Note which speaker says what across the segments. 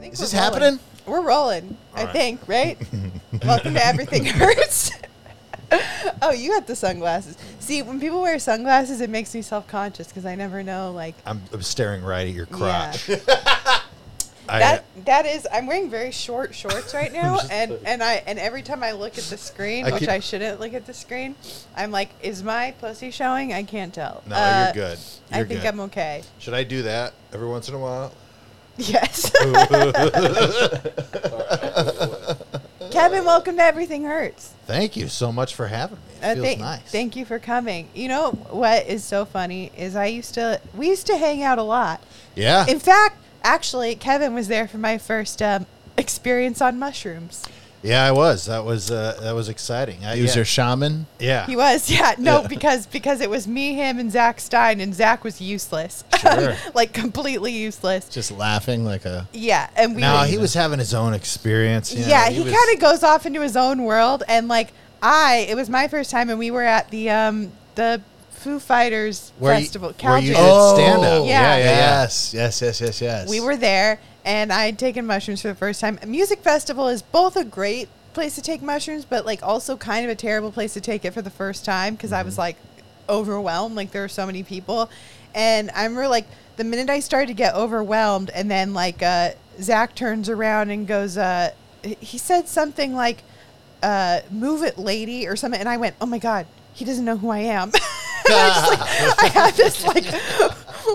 Speaker 1: this happening?
Speaker 2: We're rolling, I
Speaker 3: right.
Speaker 2: think, right? Welcome to Everything Hurts. oh, you got the sunglasses. See, when people wear sunglasses, it makes me self conscious because I never know, like,
Speaker 1: I'm, I'm staring right at your
Speaker 2: yeah.
Speaker 1: crotch. I,
Speaker 2: That that is. I'm wearing very short shorts right now, and and I and every time I look at the screen,
Speaker 1: I
Speaker 2: which
Speaker 1: keep-
Speaker 2: I shouldn't look at the screen, I'm like, is my pussy showing? I can't tell.
Speaker 1: no,
Speaker 2: Uh,
Speaker 1: you're good.
Speaker 2: I
Speaker 1: You're
Speaker 2: think
Speaker 1: good.
Speaker 2: I'm okay.
Speaker 1: Should I do that every once in a while?
Speaker 2: Yes. Kevin, welcome to Everything Hurts.
Speaker 1: Thank you so much for having me. It
Speaker 2: Uh,
Speaker 1: feels
Speaker 2: thank,
Speaker 1: nice.
Speaker 2: thank you for coming. You know what is so funny is I used to we used to hang out a lot.
Speaker 1: Yeah.
Speaker 2: In fact, actually, Kevin was there for my first um, experience on mushrooms.
Speaker 1: yeah, I was. That was uh, that was exciting. I,
Speaker 3: He was
Speaker 1: yeah.
Speaker 3: your shaman.
Speaker 1: Ah. yeah.
Speaker 2: He was, yeah, no, because because it was me, him, and Zach Stein, and Zach was useless,
Speaker 1: Sure.
Speaker 2: like completely useless.
Speaker 3: Just laughing like a.
Speaker 2: Yeah, and we
Speaker 1: No, he was having his own experience. you know,
Speaker 2: yeah, he
Speaker 1: was-
Speaker 2: kind of goes off into his own world, and like I, it was my first time, and we were at the um the Foo Fighters
Speaker 1: Where you-
Speaker 2: festival.
Speaker 1: where you
Speaker 2: Caltrans.
Speaker 1: did Oh, stand up.
Speaker 2: Yeah.
Speaker 1: yeah, yeah.
Speaker 3: Yes, yes, yes, yes, yes.
Speaker 2: we were there, and I had taken mushrooms for the first time. A music festival is both a great place to take mushrooms, but like also kind of a terrible place to take it for the first time because I was like overwhelmed. Like there were so many people, and I remember like the minute I started to get overwhelmed, and then like uh, Zach turns around and goes, uh, h- he said something like, uh, "Move it, lady," or something, and I went, "Oh my god." He doesn't know who I am. I had this like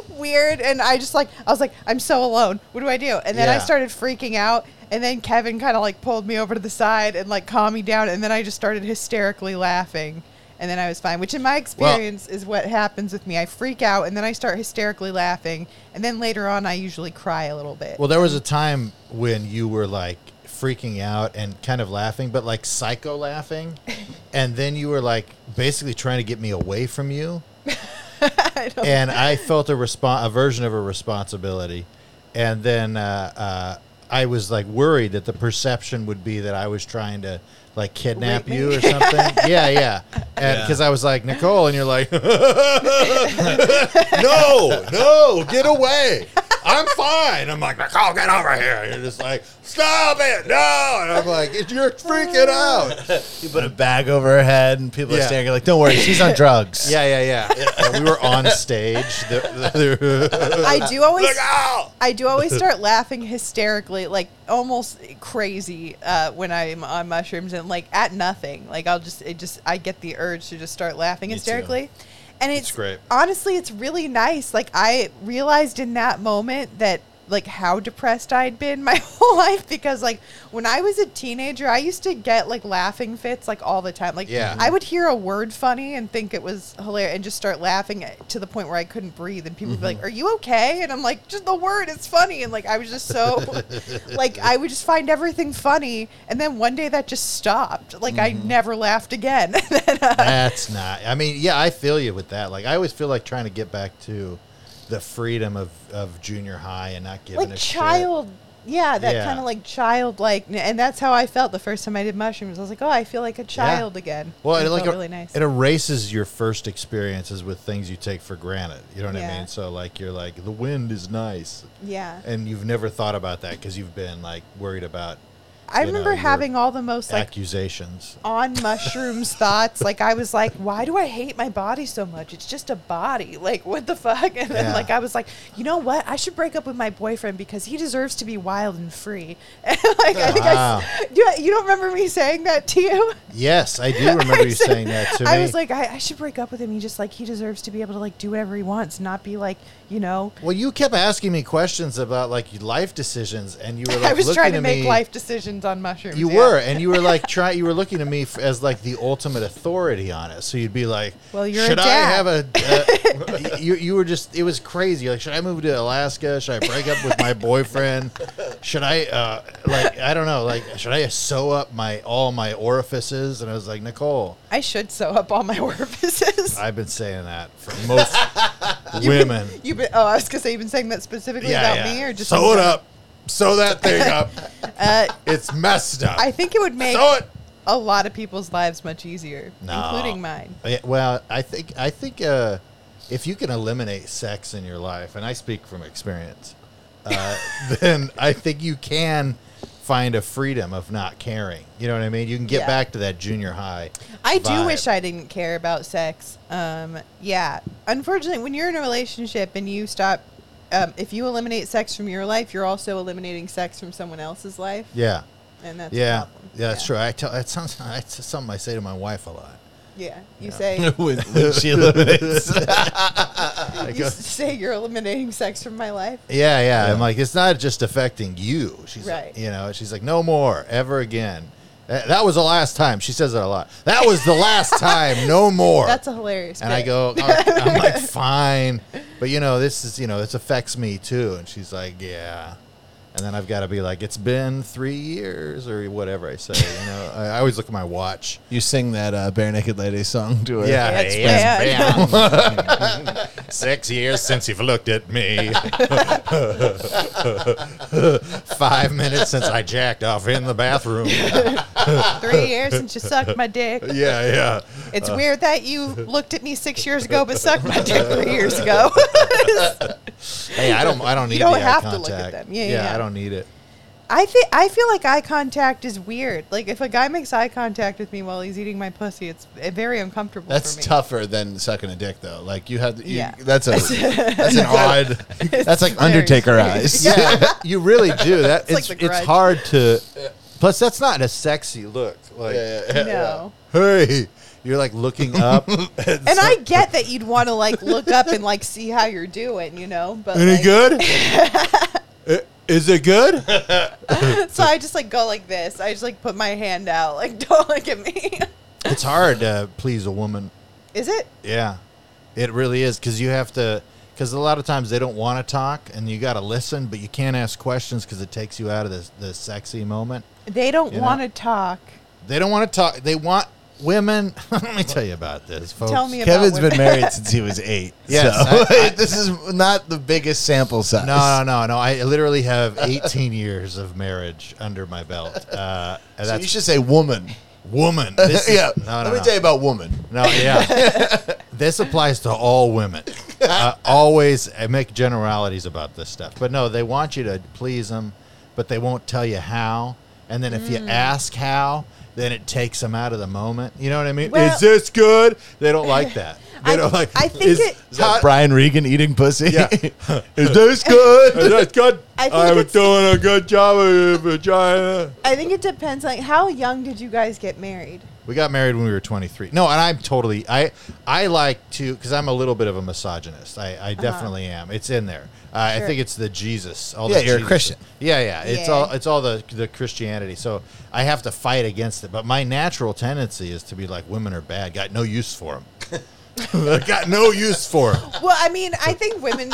Speaker 2: weird, and I just like I was like I'm so alone. What do I do? And then I
Speaker 1: Yeah.
Speaker 2: started freaking out, and then Kevin kind of like pulled me over to the side and like calmed me down, and then I just started hysterically laughing, and then I was fine. Which in my experience is what happens with me. I freak out, and then I start hysterically laughing, and then later on I usually cry a little bit.
Speaker 1: Well, there was a time when you were like freaking out and kind of laughing, but like psycho laughing, and then you were like basically trying to get me away from you,
Speaker 2: I don't-
Speaker 1: and I felt a respon a version of a responsibility, and then uh, uh, I was like worried that the perception would be that I was trying to like kidnap
Speaker 2: Rape me?
Speaker 1: you or something. yeah, yeah, and
Speaker 3: Yeah.
Speaker 1: because I was like Nicole, and you're like,
Speaker 3: no, no, get away. I'm fine. I'm like, Nicole, get over here.
Speaker 1: you're just like, stop it, no, and I'm like, you're freaking out.
Speaker 3: You put a bag over her head, and people
Speaker 1: Yeah.
Speaker 3: are staring. You're like, don't worry, she's on drugs.
Speaker 1: Yeah, yeah, yeah. And we were on stage. The- the-
Speaker 2: I do always
Speaker 3: out.
Speaker 2: I do always start laughing hysterically, like almost crazy, uh, when I'm on mushrooms and like at nothing. Like I'll just, it just, I get the urge to just start laughing
Speaker 3: Me too.
Speaker 2: hysterically, and it's,
Speaker 1: great.
Speaker 2: Honestly, it's really nice. Like I realized in that moment that like how depressed I'd been my whole life because like when I was a teenager, I used to get like laughing fits like all the time. Like
Speaker 1: Yeah.
Speaker 2: I would hear a word funny and think it was hilarious and just start laughing at- to the point where I couldn't breathe and people would be like, "Are you okay?" and I'm like, "Just the word is funny." And like I was just so like I would just find everything funny and then one day that just stopped. Like I never laughed again. And then, uh,
Speaker 1: That's not. I mean, yeah, I feel you with that. Like, I always feel like trying to get back to the freedom of, of junior high and not giving
Speaker 2: like
Speaker 1: a
Speaker 2: child yeah that
Speaker 1: Yeah.
Speaker 2: kind of like childlike and that's how i felt the first time i did mushrooms i was like oh i feel like a child again
Speaker 1: Shit. Well,
Speaker 2: And
Speaker 1: it
Speaker 2: it
Speaker 1: like
Speaker 2: felt really nice
Speaker 1: it erases your first experiences with things you take for granted. You know what I
Speaker 2: Yeah.
Speaker 1: mean? So like, you're like, the wind is nice,
Speaker 2: yeah
Speaker 1: and you've never thought about that because you've been like worried about
Speaker 2: i
Speaker 1: you know,
Speaker 2: remember
Speaker 1: your
Speaker 2: having all the most like
Speaker 1: accusations.
Speaker 2: on mushrooms thoughts like i was like why do i hate my body so much it's just a body like what the fuck and then
Speaker 1: Yeah.
Speaker 2: like i was like you know what i should break up with my boyfriend because he deserves to be wild and free and like i think
Speaker 1: Wow.
Speaker 2: i do you, you don't remember me saying that to you
Speaker 1: Yes, I do remember you
Speaker 2: said-
Speaker 1: saying that to me.
Speaker 2: I was like, I, I should break up with him. He just like he deserves to be able to like do whatever he wants, not be like you know.
Speaker 1: Well, you kept asking me questions about like life decisions, and you were like,
Speaker 2: I was
Speaker 1: looking
Speaker 2: trying to
Speaker 1: at
Speaker 2: make
Speaker 1: me-
Speaker 2: life decisions on mushrooms.
Speaker 1: You
Speaker 2: yeah.
Speaker 1: were, and you were like try. You were looking at me f- as like the ultimate authority on it. So you'd be like,
Speaker 2: Well, you're a
Speaker 1: should I
Speaker 2: dad."
Speaker 1: have a?" Uh, you you were just. It was crazy. Like, should I move to Alaska? Should I break up with my boyfriend? Should I uh, like I don't know. Like, should I sew up my all my orifices? And I was like, Nicole,
Speaker 2: I should sew up all my orifices.
Speaker 1: I've been saying that for most women.
Speaker 2: You've been, oh, I was gonna say you've been saying that specifically about me, or just
Speaker 1: sew it up, sew that thing up.
Speaker 2: Uh,
Speaker 1: It's messed up.
Speaker 2: I think it would make
Speaker 1: sew it.
Speaker 2: a lot of people's lives much easier,
Speaker 1: No.
Speaker 2: including mine.
Speaker 1: Yeah, well, I think I think uh, if you can eliminate sex in your life, and I speak from experience, uh, then I think you can find a freedom of not caring. You know what I mean? You can get
Speaker 2: Yeah.
Speaker 1: back to that junior high.
Speaker 2: I do
Speaker 1: vibe.
Speaker 2: wish I didn't care about sex. Um, yeah. Unfortunately, when you're in a relationship and you stop, um, if you eliminate sex from your life, you're also eliminating sex from someone else's life.
Speaker 1: Yeah,
Speaker 2: And that's a
Speaker 1: yeah,
Speaker 2: problem.
Speaker 1: yeah. That's true. I tell that sounds that's something I say to my wife a lot.
Speaker 2: Yeah. You say
Speaker 4: when, when she eliminates.
Speaker 1: I
Speaker 2: you
Speaker 1: go,
Speaker 2: s- say you're eliminating sex from my life.
Speaker 1: yeah, yeah, I'm like, it's not just affecting you. She's like-
Speaker 2: Right.
Speaker 1: you know, she's like, no more, ever again. That, that was the last time. She says that a lot. That was the last time. No more.
Speaker 2: That's a hilarious.
Speaker 1: And I
Speaker 2: bit.
Speaker 1: go, I'm I'm like, fine, but you know, this is, you know, this affects me too. And she's like, yeah. And then I've got to be like, it's been three years or whatever I say. You know, I, I always look at my watch.
Speaker 4: You sing that uh, bare naked lady song to her.
Speaker 1: Yeah,
Speaker 2: That's
Speaker 1: yes,
Speaker 3: Bam. Six years since you've looked at me.
Speaker 1: bam. Five minutes since I jacked off in the bathroom. Yeah,
Speaker 2: Three years since you sucked my dick.
Speaker 1: yeah.
Speaker 2: It's weird that you looked at me six years ago, but sucked my dick three years ago.
Speaker 1: Hey, I don't, I don't need
Speaker 2: You don't
Speaker 1: the eye
Speaker 2: have to
Speaker 1: contact.
Speaker 2: look at them. Yeah, yeah, yeah.
Speaker 1: I don't need it.
Speaker 2: I think I feel like eye contact is weird. Like if a guy makes eye contact with me while he's eating my pussy, it's uh, very uncomfortable.
Speaker 4: That's
Speaker 2: for me.
Speaker 4: tougher than sucking a dick, though. Like you have, you,
Speaker 2: Yeah.
Speaker 4: that's a, that's an odd, that's like
Speaker 2: very
Speaker 4: Undertaker
Speaker 2: strange.
Speaker 4: eyes.
Speaker 1: yeah, you really do. That
Speaker 2: like
Speaker 1: it's
Speaker 2: the
Speaker 1: it's
Speaker 2: grudge.
Speaker 1: hard to. Plus, that's not a sexy look. Like,
Speaker 2: No,
Speaker 1: hey, you're like looking up.
Speaker 2: and I get that you'd want to like look up and like see how you're doing, you know. But like,
Speaker 1: good? Is it good?
Speaker 2: so I just like go like this. I just like put my hand out, like don't look at me.
Speaker 1: It's hard to please a woman.
Speaker 2: is it?
Speaker 1: Yeah, it really is because you have to. Because a lot of times they don't want to talk, and you got to listen, but you can't ask questions because it takes you out of the the sexy moment.
Speaker 2: They don't
Speaker 1: You know?
Speaker 2: want to talk.
Speaker 1: They don't want to talk. They want women. Let me tell you about this, folks.
Speaker 2: Tell me about
Speaker 4: Kevin's
Speaker 2: women.
Speaker 4: been married since he was eight.
Speaker 1: Yes,
Speaker 4: so
Speaker 1: I- I-
Speaker 4: this is not the biggest sample size.
Speaker 1: No, no, no, no. I literally have 18 years of marriage under my belt. Uh, and
Speaker 4: So
Speaker 1: that's
Speaker 4: you should say woman.
Speaker 1: woman. This is-
Speaker 4: yeah.
Speaker 1: No, no,
Speaker 4: Let me
Speaker 1: no.
Speaker 4: tell you about woman.
Speaker 1: No, yeah. this applies to all women. Uh, always I make generalities about this stuff. But no, they want you to please them, but they won't tell you how. And then if you
Speaker 2: Mm.
Speaker 1: ask how, then it takes them out of the moment. You know what I mean?
Speaker 2: Well-
Speaker 1: is this good? They don't like that. They
Speaker 2: I-
Speaker 1: don't like.
Speaker 2: I think
Speaker 1: is-
Speaker 2: it-
Speaker 4: Is that Brian Regan eating pussy?
Speaker 1: Yeah.
Speaker 4: is this good?
Speaker 1: is that good?
Speaker 2: I think it's-
Speaker 1: doing a good job of your vagina.
Speaker 2: I think it depends. Like how young did you guys get married?
Speaker 1: We got married when we were 23. No, and I'm totally I I like to because I'm a little bit of a misogynist. I, I definitely am. It's in there. Uh, I
Speaker 2: Uh-huh. Sure.
Speaker 1: think it's the Jesus. All
Speaker 4: Yeah,
Speaker 1: the
Speaker 4: you're a
Speaker 1: Jesus-
Speaker 4: Christian.
Speaker 1: Yeah, yeah. It's
Speaker 2: Yeah.
Speaker 1: all it's all the the Christianity. So I have to fight against it. But my natural tendency is to be like women are bad. Got no use for them. got no use for them.
Speaker 2: Well, I mean, I think women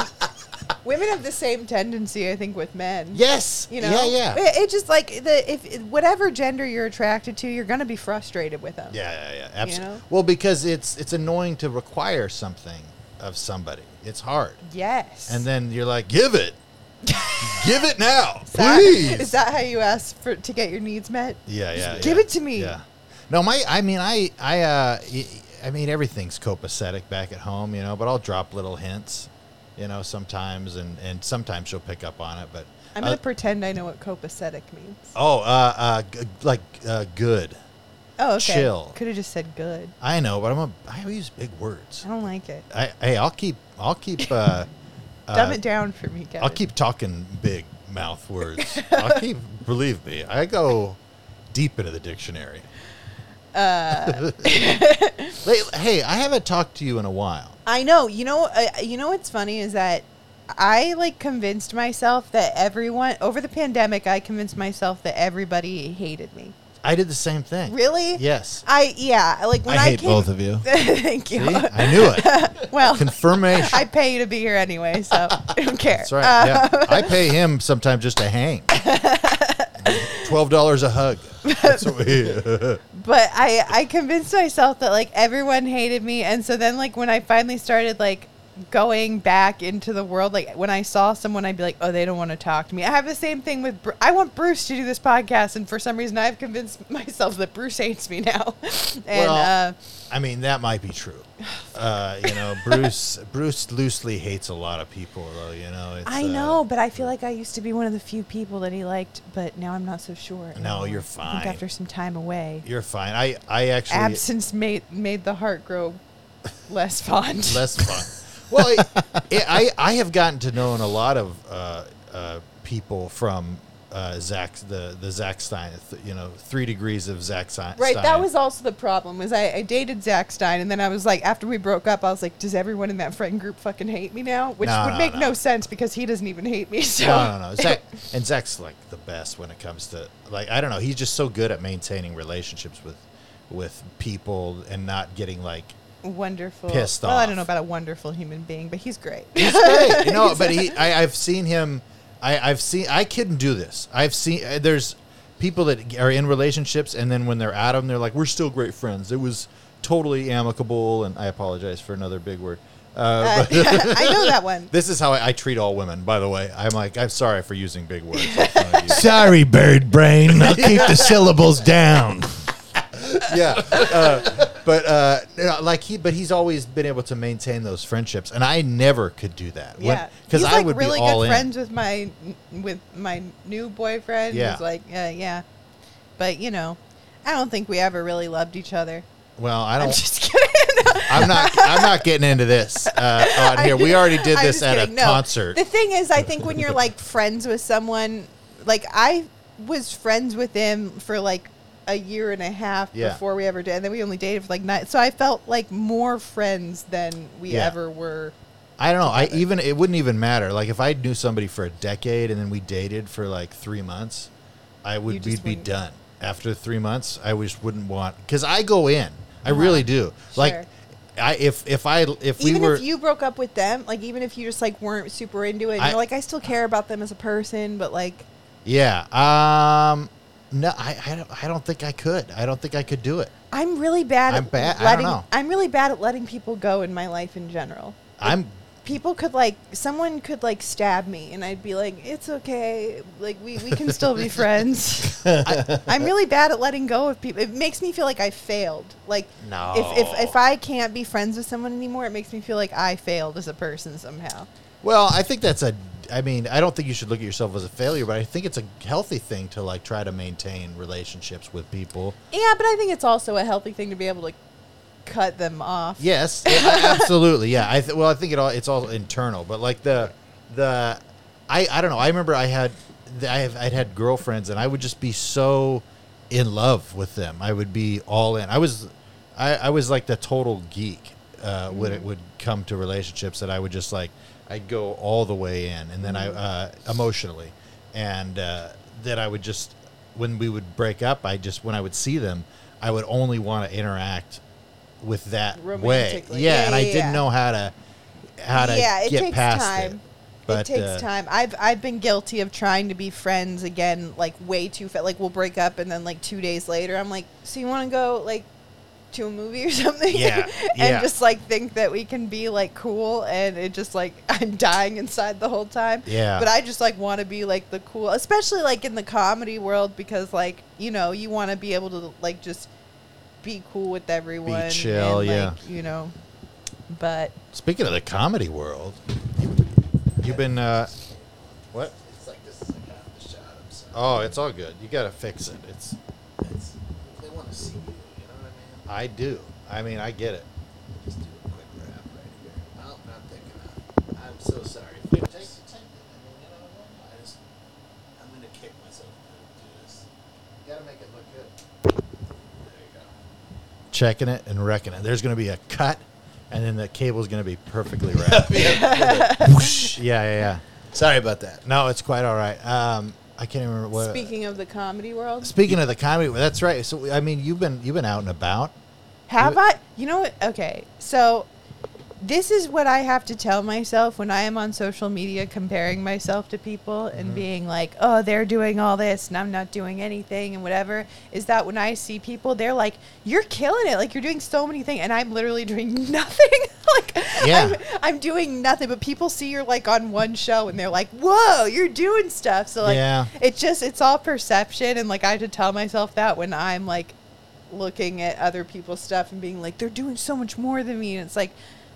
Speaker 2: women have the same tendency. I think with men.
Speaker 1: Yes.
Speaker 2: You know,
Speaker 1: Yeah, yeah.
Speaker 2: It, it just like the if whatever gender you're attracted to, you're gonna be frustrated with them.
Speaker 1: Yeah, yeah, yeah. Absolutely.
Speaker 2: know?
Speaker 1: Well, because it's it's annoying to require something of somebody. It's hard.
Speaker 2: Yes.
Speaker 1: And then you're like, give it. give it now.
Speaker 2: is that,
Speaker 1: please.
Speaker 2: is that how you ask for to get your needs met?
Speaker 1: yeah, yeah.
Speaker 2: give
Speaker 1: yeah,
Speaker 2: it to me.
Speaker 1: Yeah. No, my I mean I I uh y- I mean everything's copacetic back at home, you know, but I'll drop little hints, you know, sometimes and and sometimes she'll pick up on it, but
Speaker 2: I'm
Speaker 1: uh,
Speaker 2: gonna pretend I know what copacetic means.
Speaker 1: Oh, uh uh g- like uh good.
Speaker 2: Oh, okay.
Speaker 1: chill.
Speaker 2: Could have just said good.
Speaker 1: I know, but I'm a I use big words.
Speaker 2: I don't like it.
Speaker 1: I hey, I'll keep I'll keep uh
Speaker 2: Dumb it down for me, Kevin.
Speaker 1: I'll keep talking big mouth words. I'll keep, believe me, I go deep into the dictionary.
Speaker 2: Uh,
Speaker 1: Hey, hey, I haven't talked to you in a while.
Speaker 2: I know. You know. Uh, you know what's funny is that I like convinced myself that everyone over the pandemic. I convinced myself that everybody hated me.
Speaker 1: I did the same thing.
Speaker 2: Really?
Speaker 1: Yes.
Speaker 2: I yeah. Like when I,
Speaker 4: I hate
Speaker 2: came-
Speaker 4: both of you.
Speaker 2: Thank you.
Speaker 1: See, I knew it.
Speaker 2: Well,
Speaker 1: Confirmation.
Speaker 2: Oh, I pay you to be here anyway, so I don't care.
Speaker 1: That's right. Yeah.
Speaker 2: Uh,
Speaker 1: I pay him sometimes just to hang. Twelve dollars a hug. That's what we.
Speaker 2: But I, I convinced myself that like everyone hated me, and so then like when I finally started like going back into the world. Like when I saw someone, I'd be like, "Oh, they don't want to talk to me." I have the same thing with. Bru- I want Bruce to do this podcast, and for some reason, I've convinced myself that Bruce hates me now. and
Speaker 1: well,
Speaker 2: uh,
Speaker 1: I mean that might be true. Uh, you know, Bruce Bruce loosely hates a lot of people, though. You know, it's,
Speaker 2: I
Speaker 1: uh,
Speaker 2: know, but I feel like I used to be one of the few people that he liked, but now I'm not so sure.
Speaker 1: No, you're
Speaker 2: I
Speaker 1: fine.
Speaker 2: think after some time away,
Speaker 1: You're fine. I I actually
Speaker 2: absence made made the heart grow less fond.
Speaker 1: less fun. well, I, I I have gotten to know a lot of uh, uh, people from uh, Zach the the Zach Stein, th- you know, three degrees of Zach Stein.
Speaker 2: Right, that
Speaker 1: Stein.
Speaker 2: was also the problem. Was I, I dated Zach Stein, and then I was like, after we broke up, I was like, does everyone in that friend group fucking hate me now? Which
Speaker 1: No,
Speaker 2: would
Speaker 1: no,
Speaker 2: make
Speaker 1: no.
Speaker 2: no. sense because he doesn't even hate me. So
Speaker 1: No, no, no. Zach and Zach's like the best when it comes to like I don't know. He's just so good at maintaining relationships with with people and not getting like
Speaker 2: wonderful.
Speaker 1: Pissed
Speaker 2: well, I don't
Speaker 1: off.
Speaker 2: know about a wonderful human being, but he's great.
Speaker 1: hey, you know. But he, I, I've seen him. I, I've seen. I couldn't do this. I've seen. uh, There's people that are in relationships, and then when they're out of them, they're like, "We're still great friends. It was totally amicable." And I apologize for another big word. Uh,
Speaker 2: Uh, I know that one.
Speaker 1: this is how I, I treat all women. By the way, I'm like, I'm sorry for using big words. in front of you.
Speaker 4: Sorry, bird brain. I'll keep the syllables down.
Speaker 1: yeah. Uh, but uh, you know, like he, but he's always been able to maintain those friendships, and I never could do that.
Speaker 2: Yeah,
Speaker 1: because
Speaker 2: he's
Speaker 1: I
Speaker 2: like
Speaker 1: would
Speaker 2: really
Speaker 1: be all
Speaker 2: good
Speaker 1: in.
Speaker 2: friends with my with my new boyfriend.
Speaker 1: Yeah.
Speaker 2: who's like, uh, yeah, but you know, I don't think we ever really loved each other.
Speaker 1: Well, I
Speaker 2: I'm
Speaker 1: don't.
Speaker 2: just kidding.
Speaker 1: I'm not. I'm not getting into this uh, on here. We already did
Speaker 2: I'm
Speaker 1: this
Speaker 2: just
Speaker 1: at
Speaker 2: kidding.
Speaker 1: a
Speaker 2: No.
Speaker 1: concert.
Speaker 2: The thing is, I think when you're like friends with someone, like I was friends with him for like a year and a half
Speaker 1: Yeah.
Speaker 2: before we ever did, and then we only dated for like nine. So I felt like more friends than we
Speaker 1: Yeah.
Speaker 2: ever were.
Speaker 1: I don't know. I even it wouldn't even matter. Like if I knew somebody for a decade and then we dated for like three months, I
Speaker 2: You
Speaker 1: would
Speaker 2: just
Speaker 1: we'd be
Speaker 2: wouldn't-
Speaker 1: done after three months. I just wouldn't want because I go in. I really do. Like,
Speaker 2: Uh-huh. Sure.
Speaker 1: I if if I if we
Speaker 2: even
Speaker 1: were
Speaker 2: if you broke up with them, like even if you just like weren't super into it,
Speaker 1: I-
Speaker 2: you're like, I still care about them as a person, but like,
Speaker 1: Yeah. Um. No, I, I don't. I don't think I could. I don't think I could do it.
Speaker 2: I'm really bad.
Speaker 1: I'm
Speaker 2: at
Speaker 1: bad- I don't
Speaker 2: Letting,
Speaker 1: know.
Speaker 2: I'm really bad at letting people go in my life in general.
Speaker 1: I'm.
Speaker 2: people could like someone could like stab me and i'd be like it's okay like we, we can still be friends I, i'm really bad at letting go of people it makes me feel like i failed like
Speaker 1: No.
Speaker 2: if, if, if i can't be friends with someone anymore it makes me feel like i failed as a person somehow
Speaker 1: Well, I think that's a. I mean, I don't think you should look at yourself as a failure, but I think it's a healthy thing to like try to maintain relationships with people.
Speaker 2: yeah but i think it's also a healthy thing to be able to cut them off
Speaker 1: Yes, yeah, absolutely. Yeah. I th- well, I think it all it's all internal, but like the the I I don't know. I remember I had the- I have I'd had girlfriends and I would just be so in love with them. I would be all in. I was I I was like the total geek uh when it would come to relationships that I would just like I'd go all the way in and then I uh emotionally and uh then I would just when we would break up, I just when I would see them, I would only want to interact with that way. Yeah,
Speaker 2: Romantically. Yeah,
Speaker 1: and I
Speaker 2: yeah,
Speaker 1: didn't
Speaker 2: yeah.
Speaker 1: know how to how to
Speaker 2: Yeah, it
Speaker 1: get
Speaker 2: takes
Speaker 1: past
Speaker 2: time.
Speaker 1: it.
Speaker 2: It
Speaker 1: But,
Speaker 2: it takes
Speaker 1: uh,
Speaker 2: time. I've I've been guilty of trying to be friends again, like way too fast. Like we'll break up, and then like two days later, I'm like, "So you want to go like to a movie or something?"
Speaker 1: Yeah,
Speaker 2: and
Speaker 1: yeah.
Speaker 2: just like think that we can be like cool, and it just like I'm dying inside the whole time.
Speaker 1: Yeah.
Speaker 2: But I just like want to be like the cool, especially like in the comedy world, because like you know you want to be able to like just be cool with everyone.
Speaker 1: chill,
Speaker 2: and,
Speaker 1: yeah.
Speaker 2: Like, you know, but
Speaker 1: Speaking of the comedy world, you've been uh, what?
Speaker 4: It's like this is a guy
Speaker 3: uh,
Speaker 4: that shot himself.
Speaker 1: Oh, it's all good. You got to fix it. It's
Speaker 4: It's, they want to see you, you know what I mean?
Speaker 1: I do. I mean, I get it.
Speaker 4: Just do a quick rap right here. I'll, I'm thinking. I'm so sorry. Take, take, take, I mean, you know, I just, I'm gonna kick myself to do this. You gotta make it look good. There you go.
Speaker 1: Checking it and wrecking it. There's going to be a cut, and then the cable's going to be perfectly wrapped. yeah, yeah, yeah.
Speaker 4: Sorry about that.
Speaker 1: No, it's quite all right. Um, I can't remember what.
Speaker 2: speaking of the comedy world,
Speaker 1: Speaking of the comedy, that's right. So I mean, you've been you've been out and about.
Speaker 2: Have
Speaker 1: You-
Speaker 2: I? You know what? Okay, so this is what I have to tell myself when I am on social media comparing myself to people
Speaker 1: Mm-hmm.
Speaker 2: and being like, oh, they're doing all this and I'm not doing anything and whatever. Is that when I see people, they're like, you're killing it. Like, you're doing so many things. And I'm literally doing nothing. like,
Speaker 1: Yeah.
Speaker 2: I'm, I'm doing nothing, but people see you're like on one show and they're like, "Whoa, you're doing stuff." So like,
Speaker 1: Yeah.
Speaker 2: it just it's all perception, and like I had to tell myself that when I'm like looking at other people's stuff and being like, "They're doing so much more than me," and it's like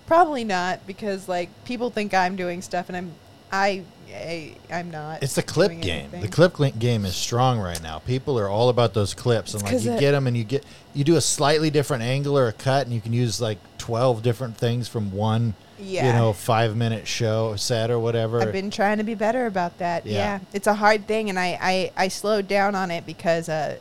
Speaker 2: probably not because like people think I'm doing stuff and I'm I, I I'm not.
Speaker 1: It's the clip
Speaker 2: doing
Speaker 1: game. The
Speaker 2: anything.
Speaker 1: clip cl- game is strong right now. People are all about those clips, and like
Speaker 2: 'cause
Speaker 1: you
Speaker 2: it-
Speaker 1: get them, and you get you do a slightly different angle or a cut, and you can use like twelve different things from one, you
Speaker 2: Yeah.
Speaker 1: know, five minute show or set or whatever.
Speaker 2: I've been trying to be better about that.
Speaker 1: Yeah.
Speaker 2: Yeah. It's a hard thing, and I, I, I slowed down on it because, uh,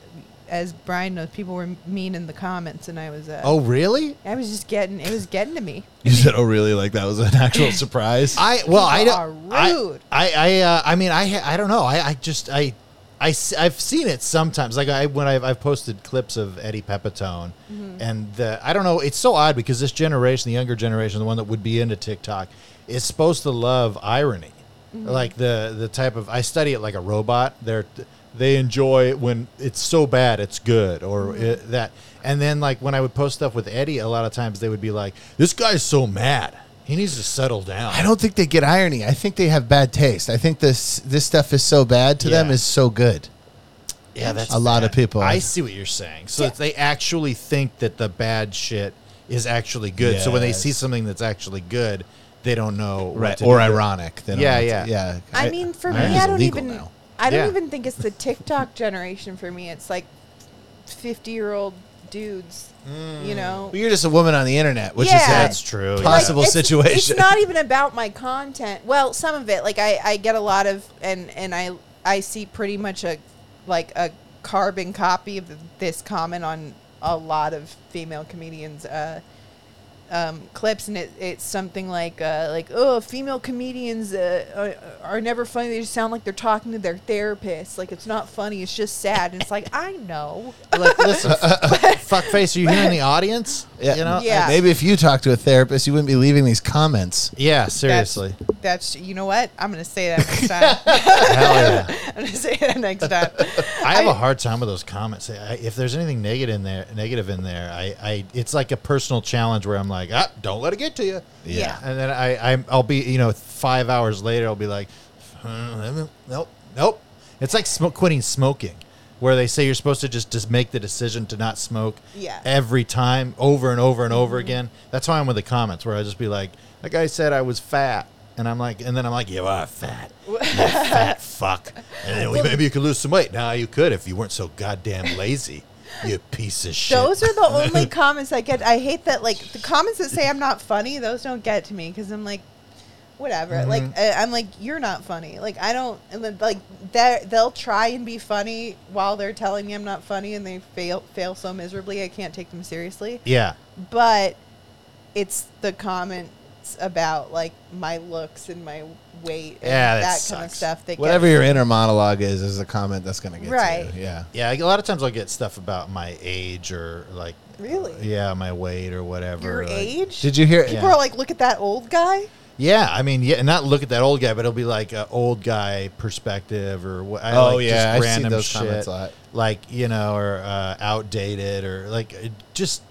Speaker 2: as Brian knows, people were mean in the comments, and I was uh,
Speaker 1: oh, really?
Speaker 2: I was just getting it was getting to me.
Speaker 5: You said, "Oh, really? Like that was an actual surprise?"
Speaker 1: I well, I
Speaker 2: People
Speaker 1: don't.
Speaker 2: are
Speaker 1: I-
Speaker 2: rude.
Speaker 1: I I uh, I mean, I ha- I don't know. I, I just I. I, have seen it sometimes. Like I when I've, I've posted clips of Eddie Pepitone,
Speaker 2: Mm-hmm.
Speaker 1: and the, I don't know. It's so odd because this generation, the younger generation, the one that would be into TikTok, is supposed to love irony,
Speaker 2: Mm-hmm.
Speaker 1: like the the type of I study it like a robot. They're they enjoy it when it's so bad it's good or
Speaker 2: Mm-hmm.
Speaker 1: it, that. And then like when I would post stuff with Eddie, a lot of times they would be like, "This guy's so mad. He needs to settle down."
Speaker 5: I don't think they get irony. I think they have bad taste. I think this this stuff is so bad to them
Speaker 1: Yeah.
Speaker 5: is so good.
Speaker 1: Yeah, that's
Speaker 5: A lot of people.
Speaker 1: I see what you're saying. So it's- they actually think that the bad shit is actually good. So when they see
Speaker 5: Yes.
Speaker 1: something that's actually good, they don't know what to
Speaker 5: or
Speaker 1: do.
Speaker 5: ironic. They don't
Speaker 1: Yeah,
Speaker 5: know
Speaker 1: yeah.
Speaker 5: what to- yeah.
Speaker 2: I, mean, for
Speaker 5: irony
Speaker 2: me,
Speaker 5: is
Speaker 2: I don't
Speaker 5: illegal
Speaker 2: even
Speaker 5: now.
Speaker 2: I don't
Speaker 1: Yeah.
Speaker 2: even think it's the TikTok generation for me. It's like fifty year old dudes, you know.
Speaker 5: Well, you're just a woman on the internet, which
Speaker 2: Yeah.
Speaker 5: is
Speaker 1: That's
Speaker 5: a
Speaker 1: true.
Speaker 2: Like,
Speaker 5: possible
Speaker 2: it's- It's,
Speaker 5: situation.
Speaker 2: not even about my content. Well, some of it, like I, I get a lot of, and and I I see pretty much a like a carbon copy of this comment on a lot of female comedians. Uh, um, clips and it, it's something like uh, like oh female comedians uh, are, are never funny they just sound like they're talking to their therapist like it's not funny it's just sad and it's like I know
Speaker 1: like, listen, fuckface, are you here in the audience?
Speaker 5: Yeah.
Speaker 1: You know?
Speaker 2: Yeah.
Speaker 5: Maybe if you talk to a therapist, you wouldn't be leaving these comments.
Speaker 1: Yeah, seriously.
Speaker 2: that's, that's you know what I'm gonna say that next time
Speaker 1: Hell yeah.
Speaker 2: I'm gonna say that next time
Speaker 1: I have
Speaker 2: I-
Speaker 1: a hard time with those comments. I, if there's anything negative in there, negative in there, I, I it's like a personal challenge where I'm like, ah, don't let it get to you.
Speaker 2: Yeah.
Speaker 1: And then I, I I'll be you know five hours later I'll be like, "Uh, nope, nope. It's like smoke, quitting smoking, where they say you're supposed to just just make the decision to not smoke.
Speaker 2: Yeah. Mm-hmm.
Speaker 1: Every time, over and over and over again. That's why I'm with the comments where I just be like, that guy said I was fat. And I'm like, and then I'm like, you are fat, you fat fuck. And then we, maybe you could lose some weight. Nah, you could if you weren't so goddamn lazy, you piece of shit.
Speaker 2: Those are the only comments I get. I hate that, like, the comments that say I'm not funny, those don't get to me because I'm like, whatever.
Speaker 1: Mm-hmm.
Speaker 2: Like, uh, I'm like, you're not funny. Like, I don't, and then, like, they're- they'll try and be funny while they're telling me I'm not funny and they fail, fail so miserably, I can't take them seriously.
Speaker 1: yeah,
Speaker 2: But it's the comments about, like, my looks and my weight and
Speaker 1: Yeah, that
Speaker 2: that, kind of
Speaker 1: sucks.
Speaker 2: stuff that
Speaker 5: Whatever
Speaker 2: get
Speaker 5: your inner monologue is, is a comment that's going to get to you.
Speaker 2: Right.
Speaker 5: Yeah.
Speaker 1: yeah. A lot of times I'll get stuff about my age or like,
Speaker 2: Really?
Speaker 1: yeah, my weight or whatever.
Speaker 2: your
Speaker 1: like-
Speaker 2: age.
Speaker 5: Did you hear?
Speaker 2: People
Speaker 1: Yeah.
Speaker 2: are like, look at that old guy.
Speaker 1: Yeah, I mean, yeah, not look at that old guy, but it'll be like an old guy perspective or what. I
Speaker 5: Oh,
Speaker 1: like
Speaker 5: yeah, I've
Speaker 1: just
Speaker 5: seen
Speaker 1: random
Speaker 5: those
Speaker 1: shit,
Speaker 5: comments a lot.
Speaker 1: like you know, or uh, outdated or like it- just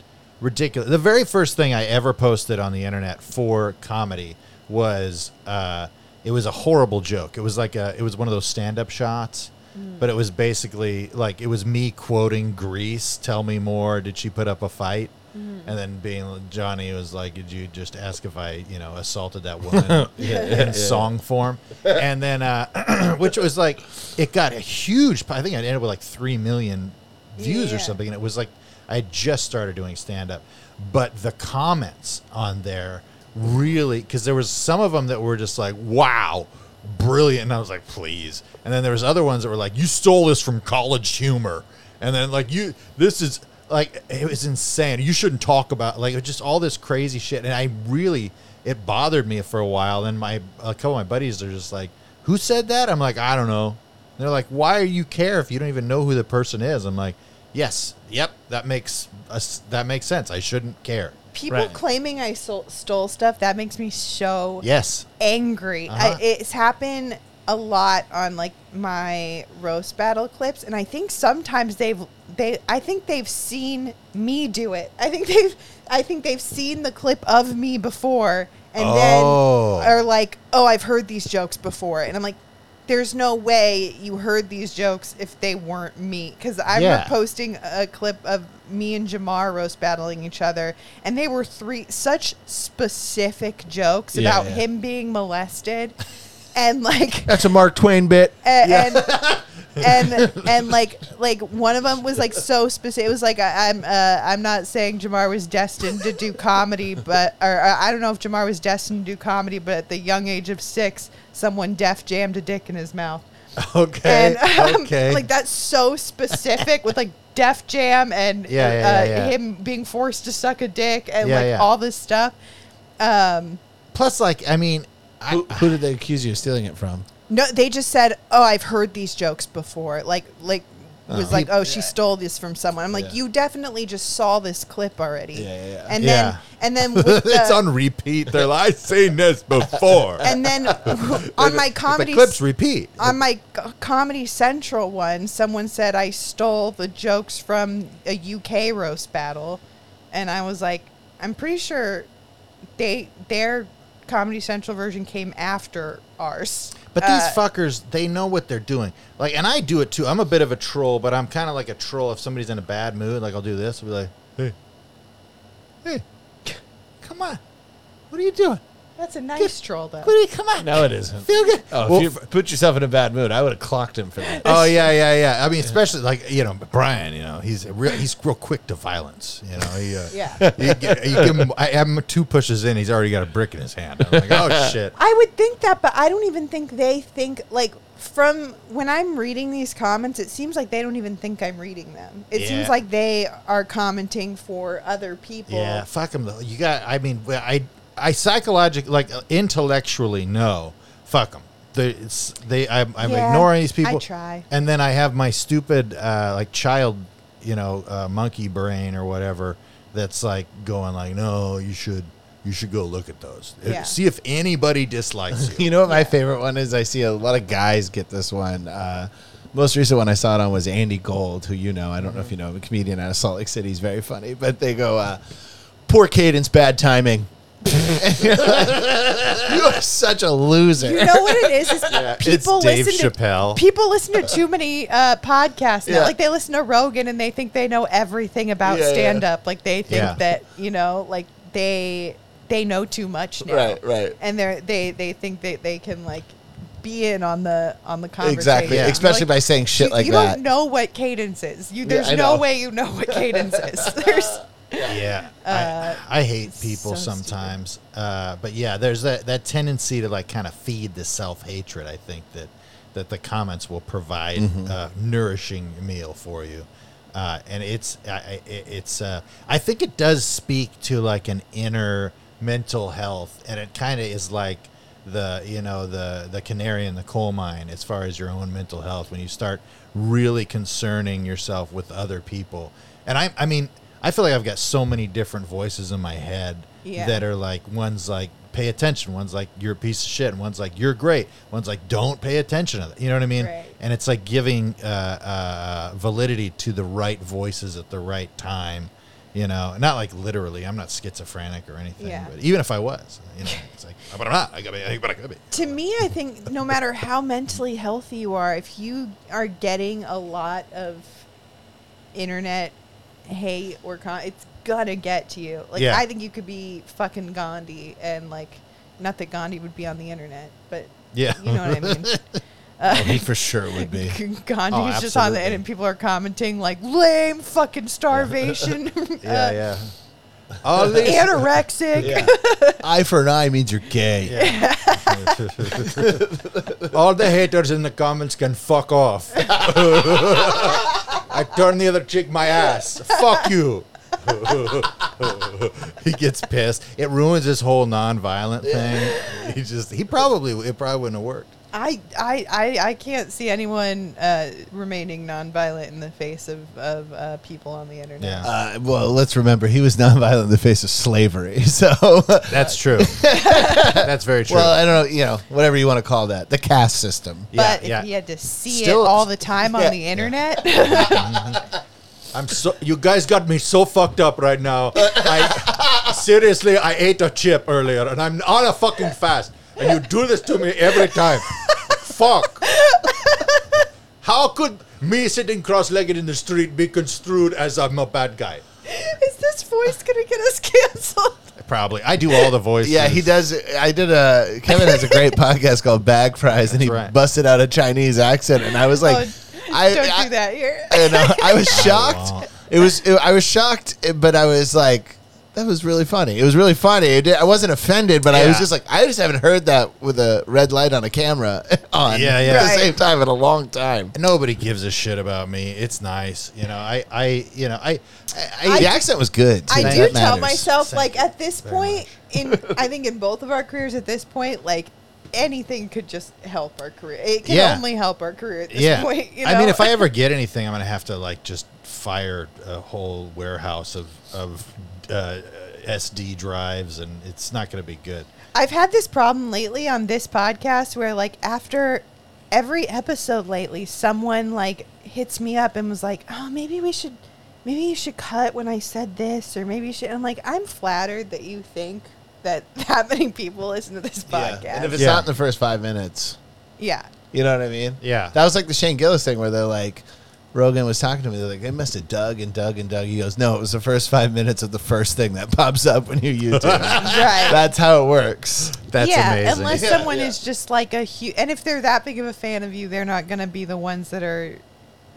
Speaker 1: ridiculous. The very first thing I ever posted on the internet for comedy was uh, it was a horrible joke. It was like a it was one of those stand up shots. But it was basically like it was me quoting Grease, tell me more, did she put up a fight? And then being Johnny was like, "Did you just ask if I, you know, assaulted that woman in song form?" And then, uh, which was like, it got a huge. I think I ended up with like three million views or
Speaker 2: Yeah.
Speaker 1: something, and it was like I had just started doing stand up, but the comments on there really because there was some of them that were just like, "Wow." Brilliant, and I was like, please. And then there was other ones that were like, you stole this from College Humor, and then like you, this is like it was insane. You shouldn't talk about like it was just all this crazy shit, and I really it bothered me for a while. And my a couple of my buddies are just like, "Who said that?" I'm like, "I don't know." And they're like, "Why do you care if you don't even know who the person is?" I'm like, "Yes, yep, that makes us that makes sense. I shouldn't care."
Speaker 2: people
Speaker 1: Right.
Speaker 2: claiming I sol- stole stuff that makes me so
Speaker 1: Yes,
Speaker 2: angry.
Speaker 1: Uh-huh.
Speaker 2: I, it's happened a lot on like my roast battle clips, and I think sometimes they've they I think they've seen me do it. I think they've I think they've seen the clip of me before and
Speaker 1: Oh.
Speaker 2: then are like, "Oh, I've heard these jokes before." And I'm like, "There's no way you heard these jokes if they weren't me." Cuz I
Speaker 1: Yeah.
Speaker 2: remember posting a clip of me and Jamar roast battling each other, and they were three such specific jokes
Speaker 1: Yeah,
Speaker 2: about
Speaker 1: yeah.
Speaker 2: him being molested. And like
Speaker 5: That's a Mark Twain bit.
Speaker 2: and and, and and like like one of them was like so specific. It was like I, I'm uh, I'm not saying Jamar was destined to do comedy, but or, or I don't know if Jamar was destined to do comedy, but at the young age of six, someone deaf jammed a dick in his mouth.
Speaker 1: Okay.
Speaker 2: and um,
Speaker 1: okay.
Speaker 2: like that's so specific with like Def Jam and
Speaker 1: Yeah, yeah,
Speaker 2: uh,
Speaker 1: yeah, yeah.
Speaker 2: him being forced to suck a dick and
Speaker 1: Yeah,
Speaker 2: like
Speaker 1: yeah.
Speaker 2: all this stuff. Um,
Speaker 1: Plus, like, I mean, I,
Speaker 5: Who, who did they accuse you of stealing it from?
Speaker 2: No, they just said, "Oh, I've heard these jokes before." Like, like was like, "Oh, she stole this from someone." I'm like,
Speaker 5: Uh-huh. Yeah.
Speaker 2: "You definitely just saw this clip already."
Speaker 5: yeah, yeah.
Speaker 2: And
Speaker 1: Yeah.
Speaker 2: then, and then, with the,
Speaker 3: it's on repeat. They're like, I've seen this before.
Speaker 2: and then on my comedy
Speaker 1: the clips repeat.
Speaker 2: on my c- Comedy Central one, someone said I stole the jokes from a UK roast battle, and I was like, I'm pretty sure they their Comedy Central version came after ours.
Speaker 1: But these
Speaker 2: Uh,
Speaker 1: fuckers, they know what they're doing. Like, and I do it too. I'm a bit of a troll, but I'm kind of like a troll. If somebody's in a bad mood, like I'll do this. I'll be like, hey, hey, come on, what are you doing?
Speaker 2: that's a nice troll though.
Speaker 1: What are you, come on,
Speaker 5: No, it isn't.
Speaker 1: feel good.
Speaker 5: Oh, if
Speaker 1: Well,
Speaker 5: you put yourself in a bad mood, I would have clocked him for that.
Speaker 1: Oh yeah, yeah, yeah. I mean, especially like you know Brian. You know, he's a real. He's real quick to violence. You know, he, uh,
Speaker 2: Yeah.
Speaker 1: You, gi- you give him. I have him two pushes in. He's already got a brick in his hand. I'm like, oh shit.
Speaker 2: I would think that, but I don't even think they think like from when I'm reading these comments, it seems like they don't even think I'm reading them. It
Speaker 1: Yeah.
Speaker 2: seems like they are commenting for other people.
Speaker 1: Yeah, fuck them though. You got. I mean, well, I I psychologically, like uh, intellectually, no, fuck them. They, it's, they I'm, I'm
Speaker 2: Yeah,
Speaker 1: ignoring these
Speaker 2: I
Speaker 1: people.
Speaker 2: try.
Speaker 1: and then I have my stupid uh, like child, you know, uh, monkey brain or whatever. That's like going like, no, you should you should go look at those. Uh,
Speaker 2: Yeah.
Speaker 1: See if anybody dislikes you.
Speaker 5: You know what my favorite one is? I see a lot of guys get this one. Uh, most recent one I saw it on was Andy Gold, who you know. I don't know if you know him, a comedian out of Salt Lake City. He's very funny, but they go, uh, "Poor cadence, bad timing." And you're like, you are such a loser.
Speaker 2: You know what it is? is people
Speaker 1: it's Dave
Speaker 2: listen
Speaker 1: Chappelle.
Speaker 2: to people listen to too many uh, podcasts now.
Speaker 5: Yeah.
Speaker 2: Like they listen to Rogan and they think they know everything about
Speaker 5: Yeah, yeah.
Speaker 2: stand up. Like they think
Speaker 1: Yeah.
Speaker 2: that you know, like they they know too much now.
Speaker 5: Right, right.
Speaker 2: And they are they they think that they can like be in on the on the conversation.
Speaker 5: Exactly,
Speaker 2: I'm
Speaker 5: especially
Speaker 2: like,
Speaker 5: by saying shit
Speaker 2: you,
Speaker 5: like
Speaker 2: you
Speaker 5: that.
Speaker 2: don't know what cadence is. You, there's
Speaker 5: I
Speaker 2: no
Speaker 5: know.
Speaker 2: way you know what cadence is. There's
Speaker 1: yeah,
Speaker 2: Uh,
Speaker 1: I, I hate people
Speaker 2: so stupid.
Speaker 1: sometimes. Uh, but yeah, there's that, that tendency to like kind of feed the self hatred. I think that that the comments will provide uh, nourishing meal for you, uh, and it's I, I- it- it's uh, I think it does speak to like an inner mental health, and it kind of is like the you know the the canary in the coal mine as far as your own mental health when you start really concerning yourself with other people and i i mean i feel like i've got so many different voices in my head
Speaker 2: Yeah.
Speaker 1: that are like one's like pay attention one's like you're a piece of shit and one's like you're great one's like don't pay attention to that. you know what i mean
Speaker 2: Right.
Speaker 1: and it's like giving uh, uh, validity to the right voices at the right time you know not like literally i'm not schizophrenic or anything
Speaker 2: Yeah.
Speaker 1: but even if i was you know it's like but i'm not i gotta be I gotta be
Speaker 2: to me, I think no matter how mentally healthy you are, if you are getting a lot of internet hate or con, it's gonna get to you. Like
Speaker 1: Yeah.
Speaker 2: I think you could be fucking Gandhi and like, not that Gandhi would be on the internet, but
Speaker 1: Yeah.
Speaker 2: you know what I mean.
Speaker 5: Oh, he for sure would be.
Speaker 2: Gandhi
Speaker 1: Oh,
Speaker 2: is just on the
Speaker 1: absolutely.
Speaker 2: internet, and people are commenting like lame fucking starvation, uh,
Speaker 1: yeah, yeah. All these-
Speaker 2: anorexic.
Speaker 5: Eye for an eye means you're gay.
Speaker 1: all the haters in the comments can fuck off. I turn the other cheek my ass. Fuck you. he gets pissed. It ruins his whole nonviolent thing. He just he probably it probably wouldn't have worked.
Speaker 2: I, I, I, I can't see anyone uh, remaining nonviolent in the face of, of uh, people on the internet.
Speaker 1: Yeah.
Speaker 5: Uh, well, let's remember he was nonviolent in the face of slavery. So
Speaker 1: That's true. That's very true.
Speaker 5: Well, I don't know, you know, whatever you want to call that, the caste system.
Speaker 1: Yeah,
Speaker 2: But
Speaker 1: yeah.
Speaker 2: if you had to see
Speaker 1: Still-
Speaker 2: it all the time on
Speaker 5: Yeah.
Speaker 2: the internet,
Speaker 1: I'm so you guys got me so fucked up right now. I seriously, I ate a chip earlier, and I'm on a fucking fast, and you do this to me every time. Fuck. How could me sitting cross-legged in the street be construed as I'm a bad guy?
Speaker 2: Is this voice gonna get us canceled?
Speaker 1: Probably. I do all the voices.
Speaker 5: Yeah, he does. I did a Kevin has a great podcast called Bag Prize, and he
Speaker 1: right.
Speaker 5: busted out a Chinese accent, and I was like,
Speaker 2: oh,
Speaker 5: I
Speaker 2: don't
Speaker 5: I-
Speaker 2: do that here.
Speaker 5: and uh, I was
Speaker 1: won't.
Speaker 5: shocked. It was it, I was shocked, but I was like, that was really funny. It was really funny. It did, I wasn't offended, but I was
Speaker 1: Yeah.
Speaker 5: just like, I just haven't heard that with a red light on a camera on.
Speaker 1: Yeah, yeah.
Speaker 5: At the
Speaker 2: Right.
Speaker 5: same time, in a long time.
Speaker 1: Nobody gives a shit about me. It's nice, you know. I, I, you know, I, I,
Speaker 5: the
Speaker 1: I
Speaker 5: accent was good. Too.
Speaker 2: I
Speaker 5: That
Speaker 2: do tell
Speaker 5: matters.
Speaker 2: myself, like at this
Speaker 1: very
Speaker 2: point in, I think in both of our careers at this point, like anything could just help our career. It can
Speaker 1: Yeah.
Speaker 2: only help our career at this
Speaker 1: yeah.
Speaker 2: point. You know?
Speaker 1: I mean, if I ever get anything, I'm gonna have to like just fire a whole warehouse of of uh, SD drives, and it's not gonna be good.
Speaker 2: I've had this problem lately on this podcast where like after every episode lately someone like hits me up and was like, "Oh, maybe we should maybe you should cut when I said this or maybe you should." I'm like, "I'm flattered that you think that that many people listen to this
Speaker 5: Yeah.
Speaker 2: podcast." Yeah.
Speaker 5: And if it's
Speaker 1: Yeah.
Speaker 5: not in the first five minutes, you know what I mean?
Speaker 1: Yeah.
Speaker 5: That was like the Shane Gillis thing where they're like, Rogan was talking to me. They're like, they must have dug and dug and dug. He goes, no, it was the first five minutes of the first thing that pops up when you YouTube.
Speaker 2: Right.
Speaker 5: That's how it works.
Speaker 1: That's
Speaker 2: yeah,
Speaker 1: amazing.
Speaker 2: unless
Speaker 5: Yeah,
Speaker 2: someone
Speaker 5: yeah.
Speaker 2: is just like a huge, and if they're that big of a fan of you, they're not going to be the ones that are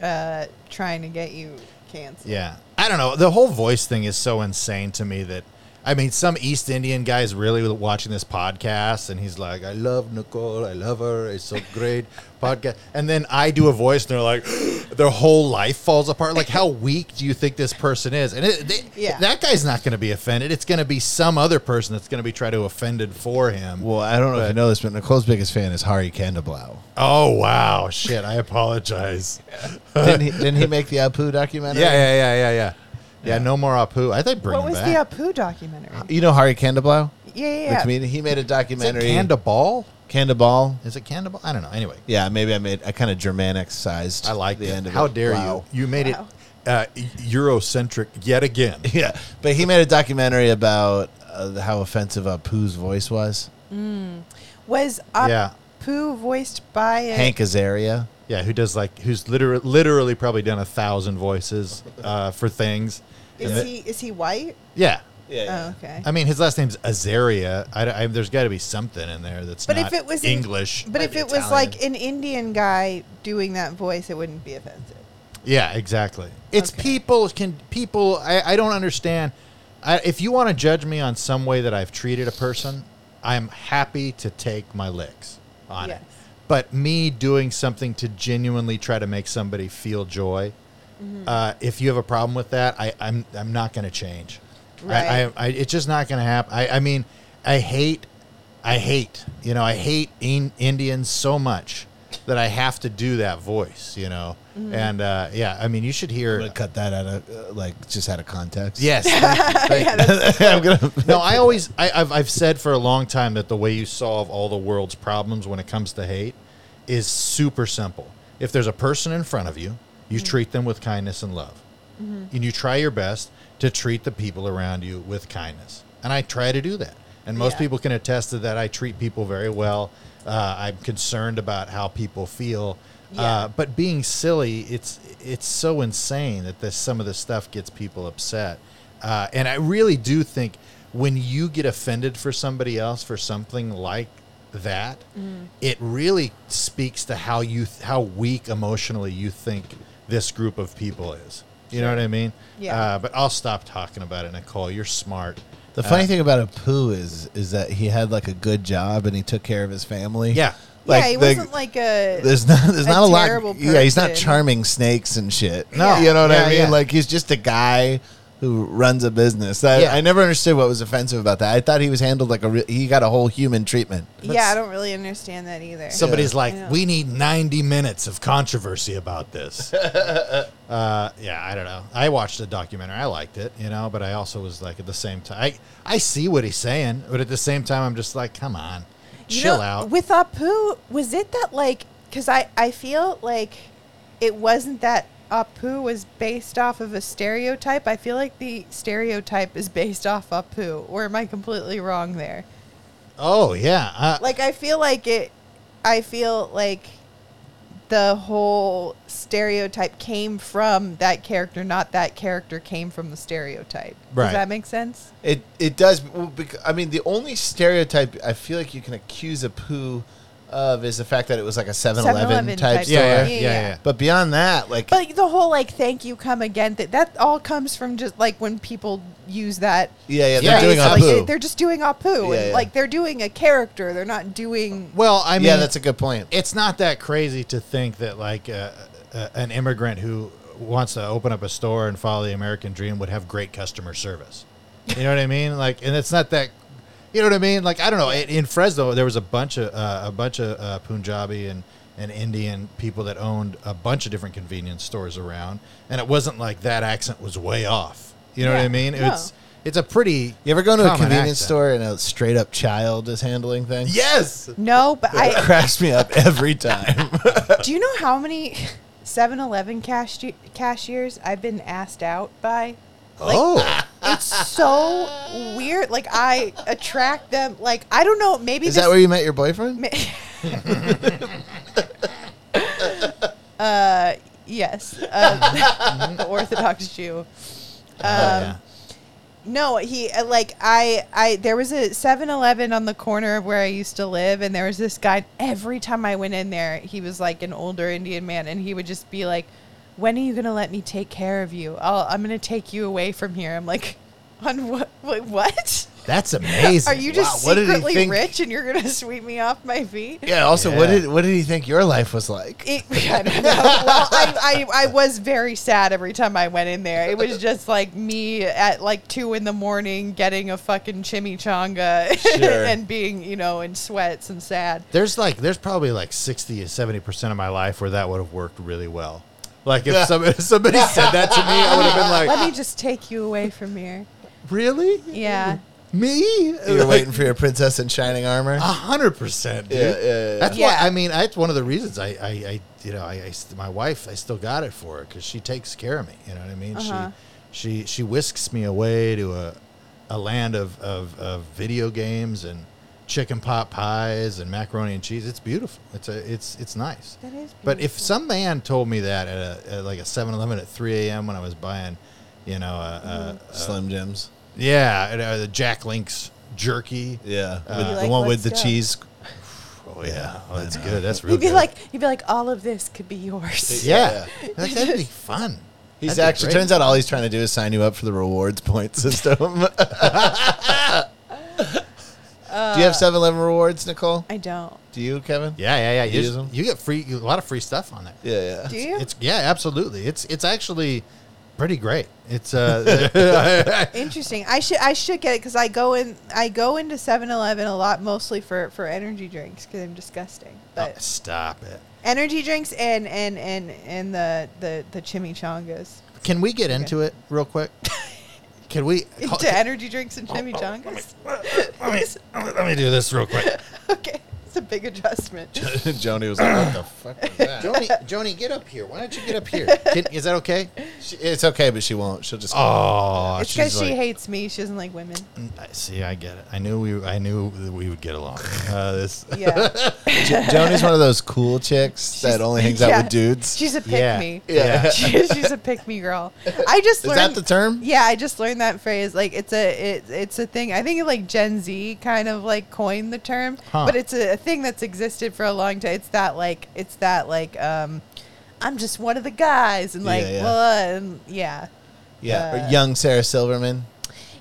Speaker 2: uh, trying to get you canceled.
Speaker 1: Yeah. I don't know. The whole voice thing is so insane to me that I mean, some East Indian guy's really watching this podcast and he's like, I love Nicole. I love her. It's so great podcast. And then I do a voice and they're like, their whole life falls apart. Like, how weak do you think this person is? And it, they,
Speaker 2: Yeah.
Speaker 1: that guy's not going to be offended. It's going to be some other person that's going to be try to offended for him.
Speaker 5: Well, I don't know if you know this, but Nicole's biggest fan is Hari Kandablau.
Speaker 1: Oh, wow. Shit. I apologize.
Speaker 5: didn't, he, didn't he make the Apu documentary?
Speaker 1: Yeah, yeah, yeah, yeah, yeah. Yeah, no more Apu. I think bring
Speaker 2: What
Speaker 1: him
Speaker 2: was
Speaker 1: back.
Speaker 2: the Apu documentary?
Speaker 5: You know Hari Kandablau,
Speaker 2: Yeah, yeah,
Speaker 5: the
Speaker 2: yeah.
Speaker 5: comedian. He made a
Speaker 1: Is it
Speaker 5: documentary.
Speaker 1: Canda Ball?
Speaker 5: Kandabal.
Speaker 1: Is it Canda Ball? I don't know. Anyway,
Speaker 5: Yeah, maybe I made I kind of Germanicized.
Speaker 1: I like
Speaker 5: the
Speaker 1: the
Speaker 5: end of
Speaker 1: How
Speaker 5: it.
Speaker 1: dare
Speaker 5: Wow.
Speaker 1: you? You made
Speaker 2: Wow.
Speaker 1: it uh, Eurocentric yet again.
Speaker 5: Yeah, but he made a documentary about uh, how offensive Apu's voice was.
Speaker 2: Was
Speaker 1: Yeah.
Speaker 2: Apu voiced by a,
Speaker 5: Hank Azaria.
Speaker 1: Yeah, who does like who's literally literally probably done a thousand voices uh, for things.
Speaker 2: Is
Speaker 1: And the-
Speaker 2: he is he white?
Speaker 1: Yeah,
Speaker 2: Oh, okay.
Speaker 1: I mean his last name's Azaria. I, I, there's got to be something in there that's
Speaker 2: But
Speaker 1: not
Speaker 2: if it was in-
Speaker 1: English.
Speaker 2: but if it was like an Indian guy doing that voice, it wouldn't be offensive.
Speaker 1: Yeah, exactly. It's
Speaker 2: Okay.
Speaker 1: people can people. I, I don't understand. I, if you want to judge me on some way that I've treated a person, I'm happy to take my licks on
Speaker 2: Yes.
Speaker 1: it. But me doing something to genuinely try to make somebody feel joy,
Speaker 2: Mm-hmm.
Speaker 1: uh, if you have a problem with that, I, I'm I'm not going to change. I, I,
Speaker 2: Right.
Speaker 1: I, it's just not going to happen. I, I mean, I hate, I hate, you know, I hate in, Indians so much that I have to do that voice, you know. And uh, yeah, I mean, you should
Speaker 5: I'm
Speaker 1: hear.
Speaker 5: gonna cut that out of uh, like just out of context.
Speaker 1: Yes. thank-
Speaker 2: yeah, that's,
Speaker 5: I'm gonna.
Speaker 1: no, I always I, I've I've said for a long time that the way you solve all the world's problems when it comes to hate is super simple. If there's a person in front of you, you treat them with kindness and love, and you try your best to treat the people around you with kindness. And I try to do that. And most
Speaker 2: Yeah.
Speaker 1: people can attest to that. I treat people very well. Uh, I'm concerned about how people feel.
Speaker 2: Yeah.
Speaker 1: Uh, but being silly, it's it's so insane that this some of this stuff gets people upset. Uh, and I really do think when you get offended for somebody else for something like that,
Speaker 2: Mm-hmm.
Speaker 1: it really speaks to how you th- how weak emotionally you think this group of people is. You know what I mean?
Speaker 2: Yeah.
Speaker 1: Uh, but I'll stop talking about it, Nicole. You're smart. Uh,
Speaker 5: The funny thing about Apu is is that he had like a good job and he took care of his family.
Speaker 1: Yeah.
Speaker 5: like
Speaker 2: yeah, he
Speaker 5: the-
Speaker 2: wasn't like a.
Speaker 5: There's not. There's
Speaker 2: a
Speaker 5: not a lot.
Speaker 2: terrible
Speaker 5: Yeah, he's not
Speaker 2: person.
Speaker 5: charming snakes and shit.
Speaker 2: No.
Speaker 5: you know what I
Speaker 1: Yeah,
Speaker 5: mean.
Speaker 1: yeah.
Speaker 5: Like he's just a guy who runs a business. I,
Speaker 1: Yeah.
Speaker 5: I never understood what was offensive about that. I thought he was handled like a. Re- he got a whole human treatment.
Speaker 2: yeah, I don't really understand that either.
Speaker 1: Somebody's
Speaker 2: I know.
Speaker 1: like, we need 90 minutes of controversy about this. uh, yeah, I don't know. I watched the documentary. I liked it, you know, but I also was like, at the same time, I, I see what he's saying, but at the same time, I'm just like, come on,
Speaker 2: You
Speaker 1: chill
Speaker 2: know,
Speaker 1: out.
Speaker 2: With Apu, was it that like? Because I I feel like it wasn't that Apu was based off of a stereotype, I feel like the stereotype is based off Apu. Or am I completely wrong there?
Speaker 1: Oh yeah, uh,
Speaker 2: Like I feel like it I feel like the whole stereotype came from that character, not that character came from the stereotype.
Speaker 1: Right.
Speaker 2: Does that make sense?
Speaker 5: It it does. well, bec- I mean, the only stereotype I feel like you can accuse a poo of is the fact that it was like a 7-Eleven
Speaker 2: 7-Eleven
Speaker 5: type
Speaker 2: type
Speaker 5: store.
Speaker 2: store. Yeah, yeah, yeah.
Speaker 5: But beyond that, like
Speaker 2: But like, the whole like thank you come again that that all comes from just like when people use that
Speaker 5: yeah, yeah, they're
Speaker 1: Yeah,
Speaker 5: doing
Speaker 1: it's
Speaker 5: a
Speaker 2: like,
Speaker 5: poo.
Speaker 2: they're just doing Apu
Speaker 5: Yeah,
Speaker 2: and
Speaker 5: yeah.
Speaker 2: like they're doing a character. They're not doing
Speaker 1: Well, I mean,
Speaker 5: yeah, that's a good point.
Speaker 1: it's not that crazy to think that like uh, uh, an immigrant who wants to open up a store and follow the American dream would have great customer service. You know what I mean? Like, and it's not that. You know what I mean? Like, I don't know. In, in Fresno, there was a bunch of uh, a bunch of uh, Punjabi and and Indian people that owned a bunch of different convenience stores around, and it wasn't like that accent was way off. You know what
Speaker 2: Yeah,
Speaker 1: I mean?
Speaker 2: no.
Speaker 1: It's it's a pretty.
Speaker 5: You ever go into a
Speaker 1: common
Speaker 5: convenience
Speaker 1: accent.
Speaker 5: store and a straight up child is handling things?
Speaker 1: Yes.
Speaker 2: no. But
Speaker 5: It
Speaker 2: I
Speaker 5: cracks me up every time.
Speaker 2: do you know how many 7-Eleven cash cashiers I've been asked out by?
Speaker 5: oh,
Speaker 2: It's so weird. Like I attract them. Like I don't know. Maybe
Speaker 5: is
Speaker 2: this,
Speaker 5: that where you met your boyfriend?
Speaker 2: Ma- uh, yes, uh, the Orthodox Jew.
Speaker 5: Oh,
Speaker 2: Um,
Speaker 1: yeah.
Speaker 2: No, he uh, like I I there was a 7-Eleven on the corner of where I used to live, and there was this guy. Every time I went in there, he was like an older Indian man, and he would just be like, "When are you gonna let me take care of you? I'll, I'm gonna take you away from here." I'm like, "On what? What?" what?
Speaker 1: That's amazing.
Speaker 2: Are you just
Speaker 5: Wow, what did he
Speaker 2: secretly
Speaker 5: think?
Speaker 2: rich and you're gonna sweep me off my feet?
Speaker 5: Yeah. Also, what
Speaker 1: Yeah.
Speaker 5: did what did he think your life was like?
Speaker 2: It, I don't know. well, I, I, I was very sad every time I went in there. It was just like me at like two in the morning getting a fucking chimichanga
Speaker 5: Sure.
Speaker 2: and being, you know, in sweats and sad.
Speaker 1: there's like there's probably like 60 to 70 percent of my life where that would have worked really well like if somebody, if somebody said that to me i would have been like
Speaker 2: Let me just take you away from here.
Speaker 1: really
Speaker 2: Yeah.
Speaker 1: me
Speaker 5: You're
Speaker 1: Like,
Speaker 5: waiting for your princess in shining armor.
Speaker 1: a hundred percent dude
Speaker 5: Yeah, yeah, yeah.
Speaker 1: that's
Speaker 2: Yeah.
Speaker 1: why i mean that's one of the reasons i i, I you know I, I st- my wife i still got it for her because she takes care of me you know what i mean
Speaker 2: Uh-huh.
Speaker 1: she she she whisks me away to a a land of, of of video games and chicken pot pies and macaroni and cheese it's beautiful it's a it's it's nice
Speaker 2: That is
Speaker 1: But if
Speaker 2: beautiful.
Speaker 1: some man told me that at, a, at like a 7-Eleven at 3 a.m. when I was buying, you know, uh, uh,
Speaker 5: Slim Jims.
Speaker 2: Mm-hmm.
Speaker 1: yeah, and, uh, the Jack Link's jerky.
Speaker 5: Yeah,
Speaker 1: Uh,
Speaker 5: with-
Speaker 1: You
Speaker 5: the
Speaker 2: like,
Speaker 5: one with
Speaker 2: let's
Speaker 5: the
Speaker 2: go.
Speaker 5: cheese.
Speaker 1: Oh yeah, oh, that's good. That's really
Speaker 2: He'd be
Speaker 1: good.
Speaker 2: like, he'd be like, all of this could be yours.
Speaker 1: yeah,
Speaker 5: Yeah.
Speaker 1: Like, that'd be fun.
Speaker 5: He's
Speaker 1: That'd be
Speaker 5: actually
Speaker 1: great.
Speaker 5: turns out all he's trying to do is sign you up for the rewards point system. do you have 7-Eleven rewards, Nicole?
Speaker 2: Uh, I don't.
Speaker 5: Do you, Kevin?
Speaker 1: Yeah, yeah, yeah. You,
Speaker 5: Use 'em?
Speaker 1: you get free, you, a lot of free stuff on there.
Speaker 5: yeah,
Speaker 2: Do
Speaker 5: yeah.
Speaker 2: you?
Speaker 1: It's yeah, absolutely. It's it's actually pretty great. It's uh,
Speaker 2: Interesting. I should I should get it because I go in I go into 7-Eleven a lot mostly for for energy drinks because I'm disgusting.
Speaker 1: oh,
Speaker 2: But
Speaker 1: stop it.
Speaker 2: energy drinks and and and and the the the chimichangas
Speaker 1: Can we get into it real quick? Can we?
Speaker 2: into energy drinks
Speaker 1: Oh,
Speaker 2: and chimichangas.
Speaker 1: let, me, let me do this real quick.
Speaker 2: okay, it's a big adjustment.
Speaker 5: Joni was like, "What the fuck was that?"
Speaker 1: Joni, Joni, get up here. Why don't you get up here? Can, is that okay?
Speaker 5: She, it's okay, but she won't. She'll just.
Speaker 1: Oh,
Speaker 2: it's because she hates me. She doesn't like women.
Speaker 1: I see. I get it. I knew we. I knew that we would get along. Uh, this.
Speaker 2: Yeah,
Speaker 5: J- Joni's one of those cool chicks that only hangs out
Speaker 2: yeah.
Speaker 5: with dudes.
Speaker 2: she's a pick
Speaker 1: yeah.
Speaker 2: me.
Speaker 1: Yeah.
Speaker 5: Yeah.
Speaker 2: She- she's a pick me girl. I just
Speaker 5: Is
Speaker 2: learned
Speaker 5: that the term?
Speaker 2: Yeah, I just learned that phrase. Like it's a it, it's a thing. I think like Gen Z kind of like coined the term,
Speaker 1: Huh.
Speaker 2: but it's a thing that's existed for a long time. It's that like it's that like um I'm just one of the guys and like
Speaker 5: Yeah, yeah.
Speaker 2: blah, and yeah.
Speaker 5: Yeah,
Speaker 2: Uh,
Speaker 5: or young Sarah Silverman.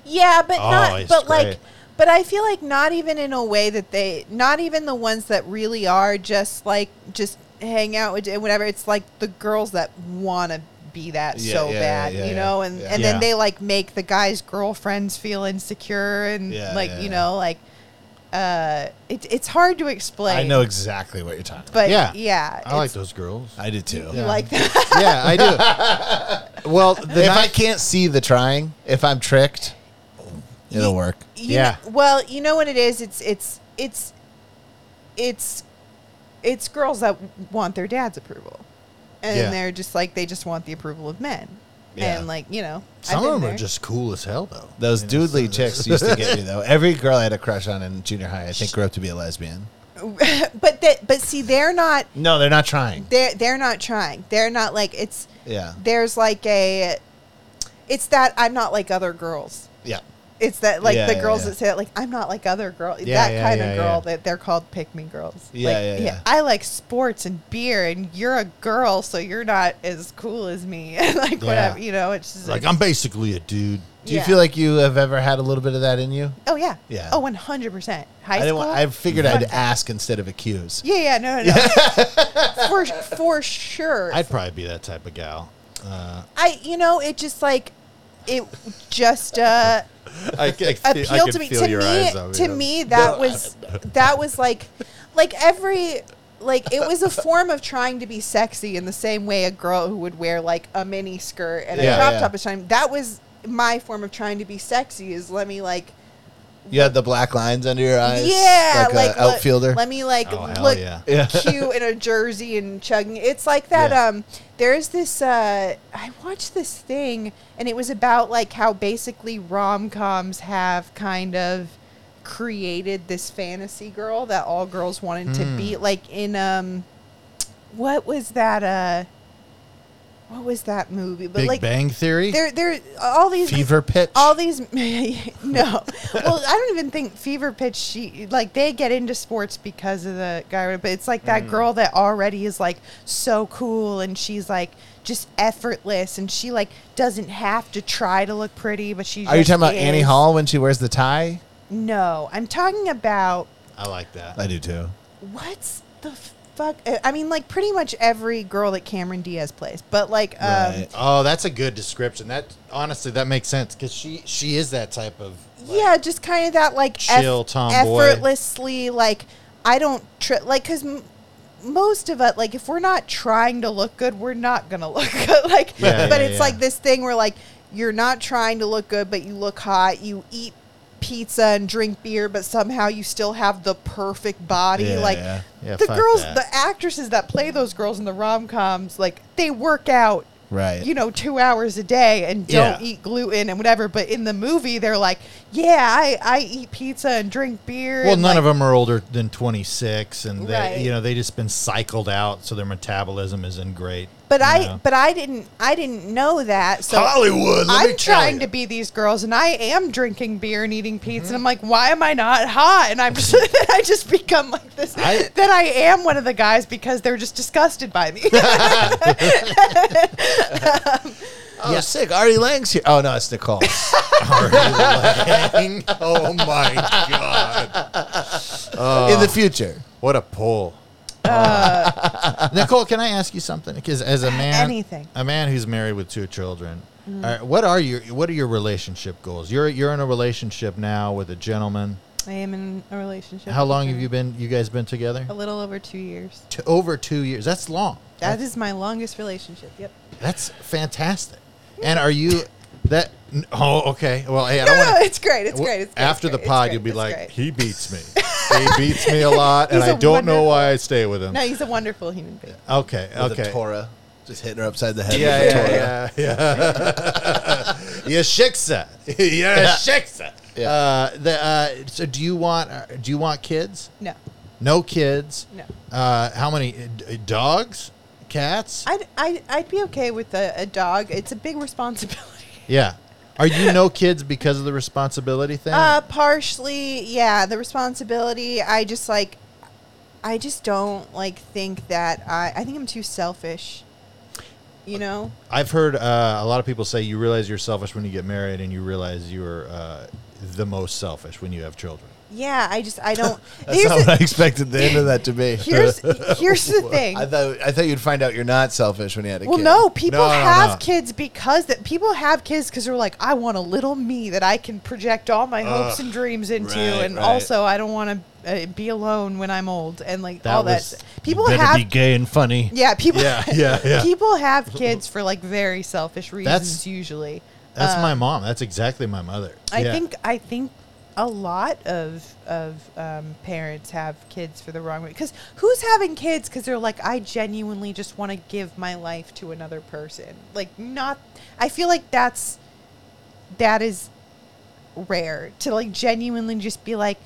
Speaker 2: Yeah, but
Speaker 1: Oh,
Speaker 2: not
Speaker 1: it's
Speaker 2: but like
Speaker 1: great.
Speaker 2: but I feel like not even in a way that they not even the ones that really are just like just hang out with and whatever. It's like the girls that want to be that
Speaker 5: Yeah,
Speaker 2: so
Speaker 5: yeah,
Speaker 2: bad,
Speaker 5: yeah,
Speaker 2: you
Speaker 5: yeah,
Speaker 2: know, and
Speaker 5: yeah.
Speaker 2: and
Speaker 1: Yeah.
Speaker 2: then they like make the guys' girlfriends feel insecure and
Speaker 5: Yeah,
Speaker 2: like
Speaker 5: yeah,
Speaker 2: you
Speaker 5: yeah.
Speaker 2: know like uh it, it's hard to explain.
Speaker 5: I know exactly what you're talking. about.
Speaker 2: but yeah,
Speaker 1: Yeah. I like
Speaker 2: it's-
Speaker 1: those girls.
Speaker 5: I do too.
Speaker 2: you like that.
Speaker 1: yeah, I do. Well, the
Speaker 5: if
Speaker 1: night-
Speaker 5: I can't see the trying, if I'm tricked, it'll work.
Speaker 2: You
Speaker 1: Yeah.
Speaker 2: kn- well, you know what it is. It's it's it's it's it's girls that want their dad's approval, and
Speaker 1: Yeah.
Speaker 2: they're just like they just want the approval of men.
Speaker 5: Yeah.
Speaker 2: And like you know,
Speaker 1: Some
Speaker 2: I've been
Speaker 1: of them are
Speaker 2: there.
Speaker 1: just cool as hell, though.
Speaker 5: Those
Speaker 1: You know, some
Speaker 5: doodly
Speaker 1: of
Speaker 5: chicks
Speaker 1: those-
Speaker 5: used to get me though. Every girl I had a crush on in junior high, I think, grew up to be a lesbian.
Speaker 2: but that but see they're not
Speaker 5: No, they're not trying.
Speaker 2: they're they're not trying. They're not like it's
Speaker 5: Yeah,
Speaker 2: there's like a it's that I'm not like other girls.
Speaker 5: yeah.
Speaker 2: It's that like
Speaker 5: Yeah,
Speaker 2: the
Speaker 5: yeah,
Speaker 2: girls
Speaker 5: yeah.
Speaker 2: that say that, like I'm not like other girls.
Speaker 5: Yeah,
Speaker 2: that
Speaker 5: yeah,
Speaker 2: kind
Speaker 5: yeah,
Speaker 2: of girl
Speaker 5: yeah.
Speaker 2: that they're called pick me girls.
Speaker 5: Yeah,
Speaker 2: like,
Speaker 5: yeah, yeah.
Speaker 2: I like sports and beer, and you're a girl, so you're not as cool as me. And like whatever, you know. It's just
Speaker 1: Like I'm basically a dude.
Speaker 5: Do you
Speaker 2: Yeah.
Speaker 5: feel like you have ever had a little bit of that in you?
Speaker 2: oh yeah,
Speaker 5: Yeah.
Speaker 2: oh one hundred percent. High
Speaker 5: I didn't.
Speaker 2: school.
Speaker 5: Want, I figured I'd
Speaker 2: Fun-
Speaker 5: ask instead of accuse.
Speaker 2: Yeah, yeah, no, no, no. for for sure.
Speaker 1: I'd probably be that type of gal. Uh,
Speaker 2: I you know it just like it just uh
Speaker 1: I, I,
Speaker 2: appealed to me to me to me that was that was like like every like it was a form of trying to be sexy in the same way a girl who would wear like a mini skirt and
Speaker 5: Yeah,
Speaker 2: a crop
Speaker 5: yeah.
Speaker 2: top is trying that was my form of trying to be sexy is let me like
Speaker 5: You had the black lines under your eyes.
Speaker 2: yeah
Speaker 5: like,
Speaker 2: like
Speaker 5: a
Speaker 2: le-
Speaker 5: outfielder.
Speaker 2: let me like
Speaker 1: Oh, hell
Speaker 2: look
Speaker 1: yeah.
Speaker 5: Yeah.
Speaker 2: cute in a jersey and chugging it's like that
Speaker 5: Yeah.
Speaker 2: um there's this uh i watched this thing and it was about like how basically rom-coms have kind of created this fantasy girl that all girls wanted to
Speaker 1: Hmm.
Speaker 2: be like in um what was that uh what was that movie but
Speaker 1: Big
Speaker 2: like
Speaker 1: Bang Theory,
Speaker 2: there there all these
Speaker 1: Fever Pitch.
Speaker 2: all these no well i don't even think fever pitch she like they get into sports because of the guy but it's like
Speaker 5: Mm.
Speaker 2: that girl that already is like so cool and she's like just effortless and she like doesn't have to try to look pretty but she
Speaker 5: Are you
Speaker 2: just
Speaker 5: talking about Annie
Speaker 2: is.
Speaker 5: Hall when she wears the tie?
Speaker 2: no i'm talking about
Speaker 1: I like that.
Speaker 5: I do too.
Speaker 2: what's the fuck i mean like pretty much every girl that cameron diaz plays but like um
Speaker 5: Right.
Speaker 1: Oh, that's a good description. That honestly, that makes sense because she she is that type of like,
Speaker 2: yeah, just kind of that like
Speaker 1: chill tomboy.
Speaker 2: effortlessly like I don't tri- like because m- most of it like if we're not trying to look good, we're not gonna look good. like,
Speaker 1: Yeah,
Speaker 2: but
Speaker 1: yeah,
Speaker 2: it's
Speaker 1: yeah.
Speaker 2: like this thing where like you're not trying to look good, but you look hot. You eat pizza and drink beer, but somehow you still have the perfect body.
Speaker 5: Yeah,
Speaker 2: like
Speaker 5: yeah.
Speaker 1: Yeah,
Speaker 2: the
Speaker 1: fuck
Speaker 2: girls,
Speaker 1: that.
Speaker 2: the actresses that play those girls in the rom coms, like they work out
Speaker 5: Right.
Speaker 2: you know, two hours a day and don't
Speaker 1: Yeah.
Speaker 2: eat gluten and whatever. But in the movie, they're like, yeah, I, I eat pizza and drink beer.
Speaker 1: Well,
Speaker 2: and,
Speaker 1: none
Speaker 2: like,
Speaker 1: of them are older than 26, and they,
Speaker 2: Right.
Speaker 1: you know they just been cycled out, so their metabolism isn't great.
Speaker 2: But
Speaker 1: you
Speaker 2: I,
Speaker 1: know?
Speaker 2: but I didn't, I didn't know that. So
Speaker 3: Hollywood. Let me tell
Speaker 2: I'm trying
Speaker 3: ya.
Speaker 2: to be these girls, and I am drinking beer and eating pizza.
Speaker 1: Mm-hmm.
Speaker 2: And I'm like, why am I not hot? And I'm just, then I just become like this.
Speaker 1: I-
Speaker 2: that I am one of the guys because they're just disgusted by me.
Speaker 5: Oh, sick. Ari Lang's here. Oh no, it's Nicole.
Speaker 3: oh my god!
Speaker 5: in the future.
Speaker 1: What a pull. Nicole, can I ask you something? Because as a man,
Speaker 2: Uh, Anything. Mm.
Speaker 1: a man who's married with two children, all right, what are your what are your relationship goals? You're you're in a relationship now with a gentleman.
Speaker 2: I am in a relationship.
Speaker 1: How long have you been? You guys been together?
Speaker 2: A little over two years.
Speaker 1: T- over two years. That's long.
Speaker 2: That is my longest relationship. Yep.
Speaker 1: That's fantastic. And are you that? n- Oh, okay. Well, hey, I don't
Speaker 2: no,
Speaker 1: want
Speaker 2: no, it's great. It's great. It's great.
Speaker 1: after
Speaker 2: it's
Speaker 1: the
Speaker 2: great,
Speaker 1: pod,
Speaker 2: it's
Speaker 1: you'll be
Speaker 2: great,
Speaker 1: like,
Speaker 2: it's great.
Speaker 1: he beats me. he beats me a lot, and
Speaker 2: He's
Speaker 1: I
Speaker 2: a
Speaker 1: don't know
Speaker 2: wonderful-
Speaker 1: why I stay with him.
Speaker 2: no, he's a wonderful human being.
Speaker 1: Okay,
Speaker 5: With
Speaker 1: okay.
Speaker 5: a Torah. Just hitting her upside the head
Speaker 1: Yeah,
Speaker 5: with a
Speaker 1: yeah,
Speaker 5: Torah.
Speaker 1: yeah, yeah. You're shiksa. You're a shiksa.
Speaker 5: Yeah.
Speaker 1: Uh, the, uh, so do you want uh, do you want kids?
Speaker 2: No,
Speaker 1: No kids.
Speaker 2: No.
Speaker 1: Uh, how many uh, d- dogs? Cats?
Speaker 2: I'd, I'd, I'd be okay with a, a dog. It's a big responsibility.
Speaker 1: yeah. Are you no kids because of the responsibility thing?
Speaker 2: Uh, partially, yeah, the responsibility. I just like, I just don't like think that I. I think I'm too selfish. You know,
Speaker 1: I've heard uh, a lot of people say you realize you're selfish when you get married, and you realize you're uh, the most selfish when you have children.
Speaker 2: yeah. I just I don't.
Speaker 5: That's not
Speaker 2: here's
Speaker 5: what
Speaker 2: the,
Speaker 5: I expected the end of that to be.
Speaker 2: here's here's the thing.
Speaker 5: I thought I thought you'd find out you're not selfish when you had a
Speaker 2: Well,
Speaker 5: kid.
Speaker 2: no, people
Speaker 1: No, no,
Speaker 2: have
Speaker 1: no.
Speaker 2: kids because that people have kids because they're like, I want a little me that I can project all my hopes and dreams into,
Speaker 5: right,
Speaker 2: and
Speaker 5: right.
Speaker 2: also I don't want to uh, be alone when I'm old, and like all
Speaker 1: was-
Speaker 2: that. People
Speaker 1: better
Speaker 2: have,
Speaker 1: be gay and funny.
Speaker 2: yeah, people,
Speaker 1: Yeah, yeah, yeah.
Speaker 2: people have kids for like very selfish reasons
Speaker 1: That's-
Speaker 2: usually.
Speaker 1: That's my mom. That's exactly my mother.
Speaker 2: Uh, I
Speaker 1: Yeah.
Speaker 2: think I think a lot of of um, parents have kids for the wrong reason. Because who's having kids? Because they're like, I genuinely just want to give my life to another person. Like, not. I feel like that's that is rare to like genuinely just be like,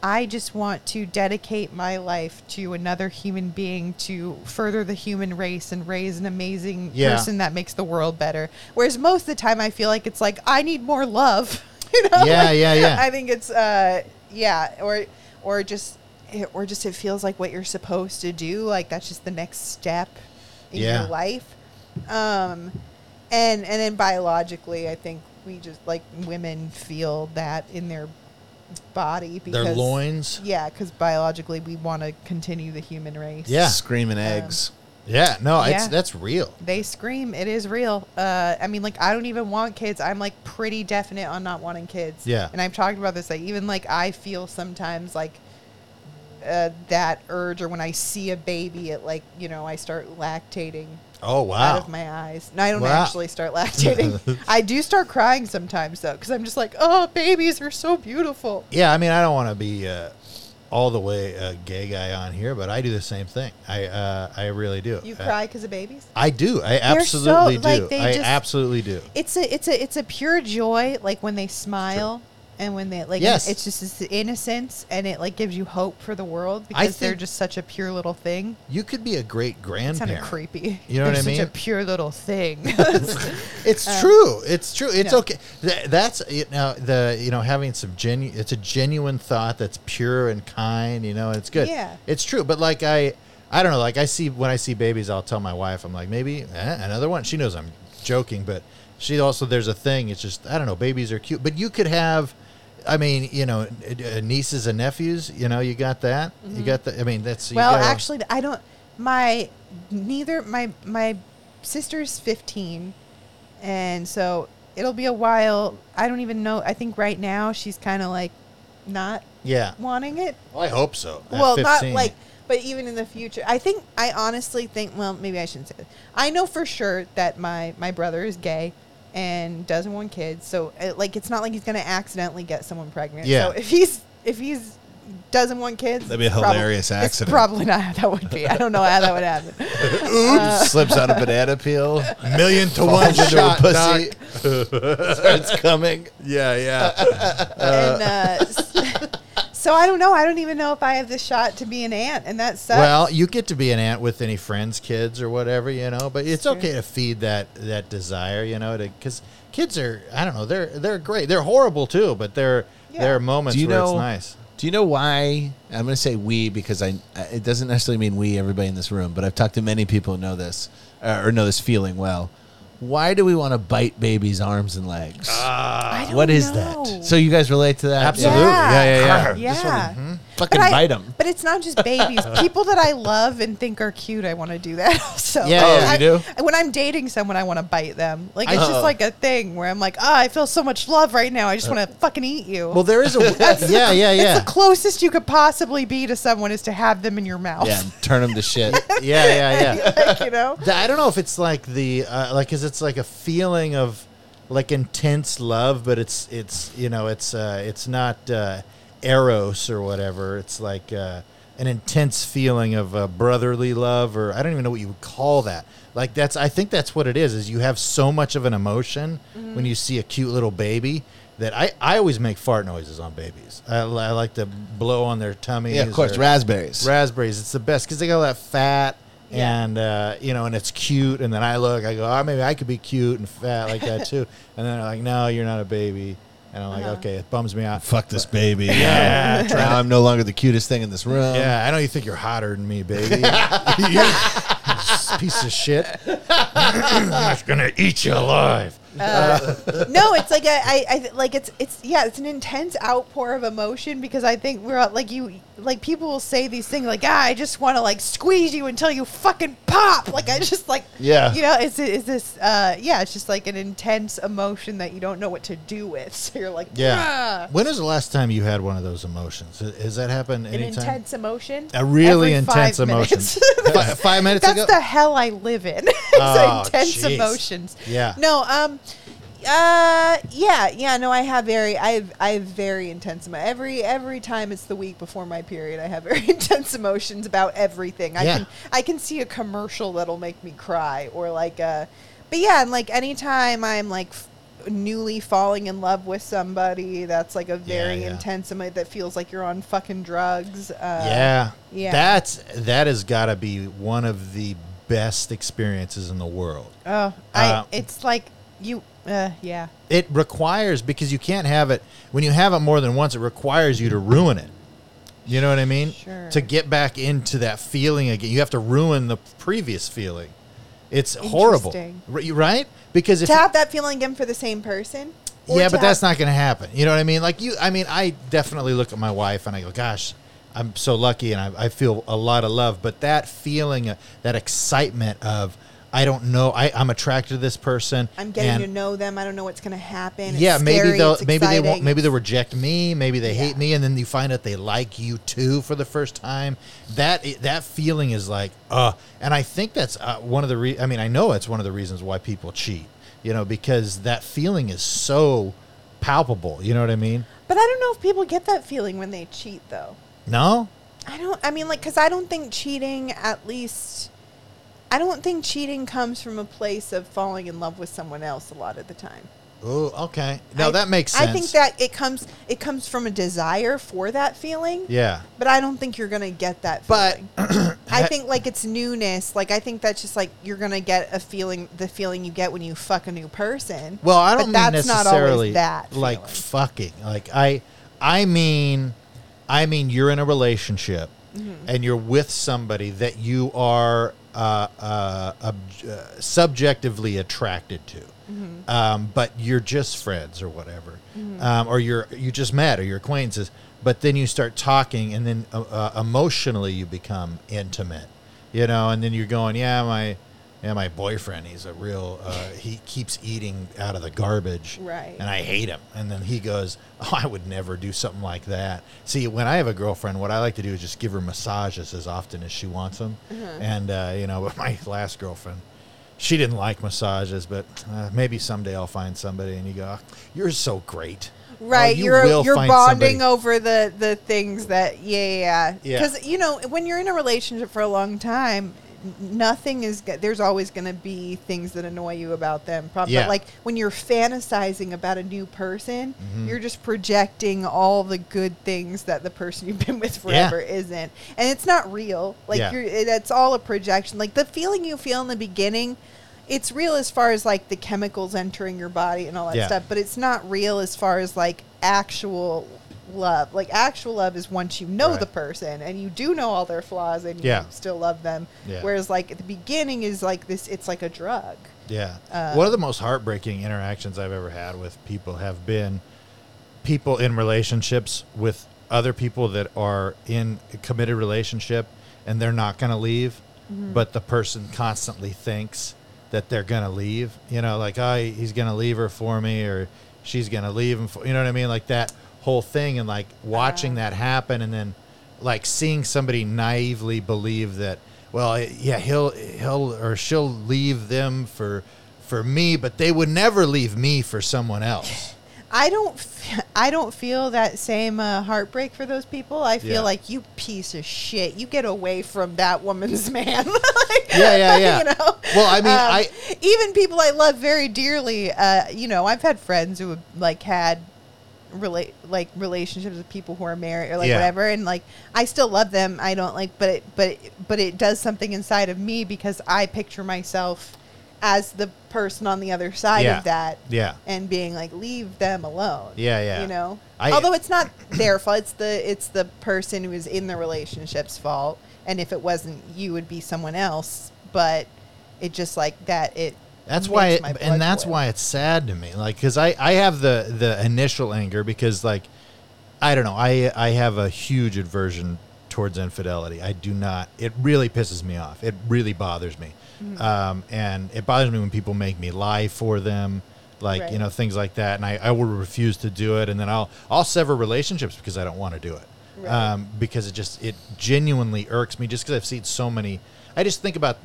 Speaker 2: I just want to dedicate my life to another human being to further the human race and raise an amazing
Speaker 1: Yeah.
Speaker 2: person that makes the world better. Whereas most of the time, I feel like it's like I need more love. You know?
Speaker 1: Yeah,
Speaker 2: Like,
Speaker 1: yeah, yeah.
Speaker 2: I think it's uh, yeah, or or just or just it feels like what you're supposed to do. Like that's just the next step in
Speaker 1: Yeah.
Speaker 2: your life. Um, and and then biologically, I think we just like women feel that in their body because
Speaker 1: Their loins.
Speaker 2: yeah, because biologically we want to continue the human race.
Speaker 1: Yeah.
Speaker 5: Screaming eggs.
Speaker 1: Yeah, no, it's
Speaker 2: Yeah.
Speaker 1: that's real.
Speaker 2: They scream. It is real. Uh, I mean, like I don't even want kids. I'm like pretty definite on not wanting kids.
Speaker 1: Yeah.
Speaker 2: And I've talked about this. Like even like I feel sometimes like uh, that urge, or when I see a baby, it like you know I start lactating
Speaker 1: Oh
Speaker 2: out
Speaker 1: wow.
Speaker 2: of my eyes. No, I don't
Speaker 1: Wow.
Speaker 2: actually start lactating. I do start crying sometimes though, because I'm just like, oh, babies are so beautiful.
Speaker 1: yeah, I mean, I don't want to be uh, all the way a gay guy on here, but I do the same thing. I uh, I really do.
Speaker 2: You
Speaker 1: Uh,
Speaker 2: cry because of babies.
Speaker 1: I do. I
Speaker 2: so-
Speaker 1: absolutely do.
Speaker 2: like, they
Speaker 1: I
Speaker 2: just-
Speaker 1: absolutely do.
Speaker 2: It's a it's a it's a pure joy, like when they smile and when they like
Speaker 1: Yes.
Speaker 2: it's just this innocence and it like gives you hope for the world because they're
Speaker 1: think-
Speaker 2: just such a pure little thing.
Speaker 1: You could be a great
Speaker 2: It's kind of
Speaker 1: grandparent.
Speaker 2: creepy.
Speaker 1: You know what
Speaker 2: They're
Speaker 1: I mean?
Speaker 2: Such a pure little thing.
Speaker 1: It's true. It's true. It's
Speaker 2: Um, yeah.
Speaker 1: okay. Th- that's you know the you know having some genu. It's a genuine thought that's pure and kind. You know, and it's good.
Speaker 2: Yeah.
Speaker 1: it's true. But like I, I don't know. Like I see when I see babies, I'll tell my wife. I'm like maybe eh, another one. She knows I'm joking, but she also there's a thing. It's just I don't know. Babies are cute, but you could have. I mean, you know, uh, nieces and nephews. You know, you got that. You got the. I mean, that's
Speaker 2: Mm-hmm.
Speaker 1: you
Speaker 2: well,
Speaker 1: gotta-
Speaker 2: actually, I don't. My neither my my sister's fifteen, and so it'll be a while. I don't even know. I think right now she's kind of like not
Speaker 1: Yeah.
Speaker 2: wanting it.
Speaker 1: Well, I hope so. at
Speaker 2: well, not
Speaker 1: 15.
Speaker 2: like, but even in the future, I think I honestly think. Well, maybe I shouldn't say this. I know for sure that my my brother is gay and doesn't want kids, so uh like it's not like he's gonna accidentally get someone pregnant.
Speaker 1: Yeah.
Speaker 2: So if he's if he's doesn't want kids,
Speaker 5: That'd be a
Speaker 2: it's probab-
Speaker 5: hilarious
Speaker 2: it's
Speaker 5: accident.
Speaker 2: probably not how that would be. I don't know how that would happen.
Speaker 5: Slips out a banana peel.
Speaker 1: million to
Speaker 5: Falls
Speaker 1: one
Speaker 5: into a
Speaker 1: shot.
Speaker 5: pussy.
Speaker 1: knock.
Speaker 5: It's coming.
Speaker 1: Yeah, yeah.
Speaker 2: and, uh, s- so I don't know. I don't even know if I have the shot to be an aunt, and that sucks.
Speaker 1: well, you get to be an aunt with any friends, kids, or whatever, you know. But it's okay to feed that that desire, you know, because kids are I don't know they're they're great. They're horrible too, but they're
Speaker 2: Yeah.
Speaker 1: there are moments
Speaker 5: Do you
Speaker 1: where
Speaker 5: know?
Speaker 1: it's nice.
Speaker 5: Do you know why? I'm going to say we because I. It doesn't necessarily mean we. Everybody in this room, but I've talked to many people who know this uh, or know this feeling well. Why do we want to bite babies' arms and legs?
Speaker 2: I don't
Speaker 5: what is
Speaker 2: know.
Speaker 5: that? So you guys relate to that?
Speaker 1: Absolutely. Yeah, yeah, yeah.
Speaker 2: Yeah.
Speaker 5: Fucking
Speaker 2: I-
Speaker 5: bite 'em.
Speaker 2: But it's not just babies. People that I love and think are cute, I want to do that also.
Speaker 1: Yeah, Oh, yeah.
Speaker 2: I,
Speaker 5: you do?
Speaker 2: and When I'm dating someone, I want to bite them. Like, it's
Speaker 1: Oh. Uh,
Speaker 2: just like a thing where I'm like, oh, I feel so much love right now. I just want to fucking eat you.
Speaker 1: Well, there is a yeah, yeah,
Speaker 2: It's
Speaker 1: yeah,
Speaker 2: the closest you could possibly be to someone is to have them in your mouth.
Speaker 5: Yeah, and turn them to shit.
Speaker 1: yeah, yeah, yeah.
Speaker 2: like, you know?
Speaker 1: Th- I don't know if it's like the uh, like because it's like a feeling of like intense love, but it's it's you know it's uh, it's not uh, eros or whatever. It's like uh, an intense feeling of uh, brotherly love, or I don't even know what you would call that. Like that's I think that's what it is. Is you have so much of an emotion when you see a cute little baby. That I, I always make fart noises on babies. I, li- I like to blow on their tummies.
Speaker 5: yeah, of course,
Speaker 1: or-
Speaker 5: raspberries.
Speaker 1: raspberries. It's the best because they got all that fat
Speaker 2: Yeah.
Speaker 1: and uh, you know, and it's cute. And then I look, I go, oh, maybe I could be cute and fat like that too. and then they're like, no, you're not a baby. And I'm like,
Speaker 2: Uh-huh.
Speaker 1: okay, it bums me out.
Speaker 5: Fuck this baby. Yeah. now I'm no longer the cutest thing in this room.
Speaker 1: Yeah, I know you think you're hotter than me, baby. You piece of shit.
Speaker 3: I'm just gonna eat you alive.
Speaker 2: no, it's like a, I, I like it's it's yeah, it's an intense outpour of emotion because I think we're all- like you like people will say these things like ah, I just want to like squeeze you until you fucking pop. Like I just like
Speaker 5: Yeah.
Speaker 2: you know, it's is this uh yeah, it's just like an intense emotion that you don't know what to do with. So you're like
Speaker 1: Yeah.
Speaker 2: "Ah."
Speaker 1: When is the last time you had one of those emotions? Has- Has that happened
Speaker 2: an
Speaker 1: anytime?
Speaker 2: intense emotion.
Speaker 1: a really
Speaker 2: every five
Speaker 1: intense emotion.
Speaker 2: minutes.
Speaker 1: Fi- five minutes
Speaker 2: That's
Speaker 1: ago.
Speaker 2: the hell I live in. it's
Speaker 1: Oh,
Speaker 2: intense
Speaker 1: jeez.
Speaker 2: emotions.
Speaker 1: Yeah.
Speaker 2: No, um, Uh, yeah, yeah. No, I have very, I have, I have very intense. emo- Every every time it's the week before my period, I have very intense emotions about everything. I
Speaker 1: Yeah.
Speaker 2: can I can see a commercial that'll make me cry, or like a, but yeah, and like anytime I'm like f- newly falling in love with somebody, that's like a very
Speaker 1: yeah.
Speaker 2: intense emo- that feels like you're on fucking drugs. Uh,
Speaker 1: yeah.
Speaker 2: yeah.
Speaker 1: That's that has got to be one of the best experiences in the world.
Speaker 2: Oh, I.
Speaker 1: Uh,
Speaker 2: it's like you. Uh, yeah.
Speaker 1: It requires because you can't have it when you have it more than once. It requires you to ruin it. You know what I mean?
Speaker 2: Sure.
Speaker 1: To get back into that feeling again, you have to ruin the previous feeling. It's horrible,
Speaker 2: Interesting.
Speaker 1: R- you- right? Because if
Speaker 2: to have that feeling again for the same person. or
Speaker 1: yeah,
Speaker 2: to
Speaker 1: but that's
Speaker 2: have-
Speaker 1: not going to happen. You know what I mean? Like you, I mean, I definitely look at my wife and I go, "Gosh, I'm so lucky," and I, I feel a lot of love. But that feeling, uh, that excitement of, I don't know, I, I'm attracted to this person.
Speaker 2: I'm getting
Speaker 1: and-
Speaker 2: to know them. I don't know what's going to happen. It's
Speaker 1: yeah, maybe
Speaker 2: scary,
Speaker 1: they'll
Speaker 2: it's
Speaker 1: maybe they won't
Speaker 2: exciting.
Speaker 1: maybe they'll reject me, maybe they
Speaker 2: Yeah.
Speaker 1: hate me, and then you find out they like you too for the first time. That i- that feeling is like, uh, and I think that's uh, one of the re- I mean, I know it's one of the reasons why people cheat, you know, because that feeling is so palpable. You know what I mean?
Speaker 2: But I don't know if people get that feeling when they cheat, though.
Speaker 1: No,
Speaker 2: I don't. I mean, like, because I don't think cheating, at least, I don't think cheating comes from a place of falling in love with someone else a lot of the time.
Speaker 1: oh, okay, no,
Speaker 2: I-
Speaker 1: that makes sense.
Speaker 2: I think that it comes it comes from a desire for that feeling.
Speaker 1: yeah,
Speaker 2: But I don't think you're gonna get that.
Speaker 1: But-
Speaker 2: Feeling. I think like it's newness. Like I think that's just like you're gonna get a feeling, the feeling you get when you fuck a new person.
Speaker 1: Well, I
Speaker 2: But
Speaker 1: don't mean
Speaker 2: that's not always
Speaker 1: necessarily
Speaker 2: that
Speaker 1: like
Speaker 2: feeling.
Speaker 1: fucking. Like I, I mean, I mean you're in a relationship and you're with somebody that you are uh, uh, ob- uh, subjectively attracted to, um, but you're just friends or whatever, um, or you're you just met or you're acquaintances. But then you start talking, and then uh, uh, emotionally you become intimate you know, and then you're going, yeah, my, yeah, my boyfriend, he's a real, uh, he keeps eating out of the garbage,
Speaker 2: Right.
Speaker 1: And I hate him. And then he goes, oh, I would never do something like that. See, when I have a girlfriend, what I like to do is just give her massages as often as she wants them,
Speaker 2: Uh-huh.
Speaker 1: and uh, you know, but my last girlfriend. She didn't like massages, but uh, maybe someday I'll find somebody. And you go, "You're so great, Oh,
Speaker 2: Right,
Speaker 1: you
Speaker 2: you are
Speaker 1: will
Speaker 2: you're
Speaker 1: find
Speaker 2: bonding
Speaker 1: somebody."
Speaker 2: over the the things that yeah yeah
Speaker 1: Yeah.
Speaker 2: because you know when you're in a relationship for a long time, n- nothing is go- there's always going to be things that annoy you about them. Probably
Speaker 1: Yeah.
Speaker 2: like when you're fantasizing about a new person,
Speaker 1: Mm-hmm.
Speaker 2: you're just projecting all the good things that the person you've been with
Speaker 1: Yeah.
Speaker 2: forever isn't, and it's not real. Like
Speaker 1: Yeah.
Speaker 2: you're it- that's all a projection. Like the feeling you feel in the beginning. It's real as far as like the chemicals entering your body and all that
Speaker 1: Yeah.
Speaker 2: stuff, but it's not real as far as like actual love. Like actual love is once you know
Speaker 1: Right.
Speaker 2: the person and you do know all their flaws and
Speaker 1: Yeah.
Speaker 2: you still love them.
Speaker 1: Yeah.
Speaker 2: Whereas like at the beginning is like this it's like a drug.
Speaker 1: Yeah.
Speaker 2: Uh,
Speaker 1: One of the most heartbreaking interactions I've ever had with people have been people in relationships with other people that are in a committed relationship and they're not going to leave, but the person constantly thinks that they're going to leave. You know, like, oh, he's going to leave her for me or she's going to leave him for, you know what I mean? Like that whole thing and like watching that happen and then like seeing somebody naively believe that well eh, yeah he'll he'll or she'll leave them for for me but they would never leave me for someone else
Speaker 2: I don't f- I don't feel that same uh, heartbreak for those people. I feel
Speaker 1: Yeah.
Speaker 2: like you piece of shit. You get away from that woman's man. Like,
Speaker 1: Yeah, yeah, yeah.
Speaker 2: you know. Um,
Speaker 1: Well, I mean, I-
Speaker 2: even people I love very dearly. Uh, you know, I've had friends who have, like had relate like relationships with people who are married or like
Speaker 1: Yeah.
Speaker 2: whatever, and like I still love them. I don't like, but it, but it, but it does something inside of me because I picture myself as the person on the other side
Speaker 1: Yeah.
Speaker 2: of that
Speaker 1: yeah
Speaker 2: and being like leave them alone
Speaker 1: Yeah, yeah.
Speaker 2: you know
Speaker 1: I-
Speaker 2: although it's not their fault it's the it's the person who is in the relationship's fault and if it wasn't you would be someone else but it just like that it
Speaker 1: That's
Speaker 2: makes
Speaker 1: why, it,
Speaker 2: my blood
Speaker 1: and that's
Speaker 2: boil.
Speaker 1: why it's sad to me. Like, because I, I have the the initial anger because, like, I don't know. I I have a huge aversion towards infidelity. I do not. It really pisses me off. It really bothers me,
Speaker 2: Mm-hmm.
Speaker 1: um, and it bothers me when people make me lie for them, like
Speaker 2: Right.
Speaker 1: you know things like that. And I, I will refuse to do it, and then I'll I'll sever relationships because I don't want to do it
Speaker 2: Right.
Speaker 1: um, because it just it genuinely irks me just because I've seen so many. I just think about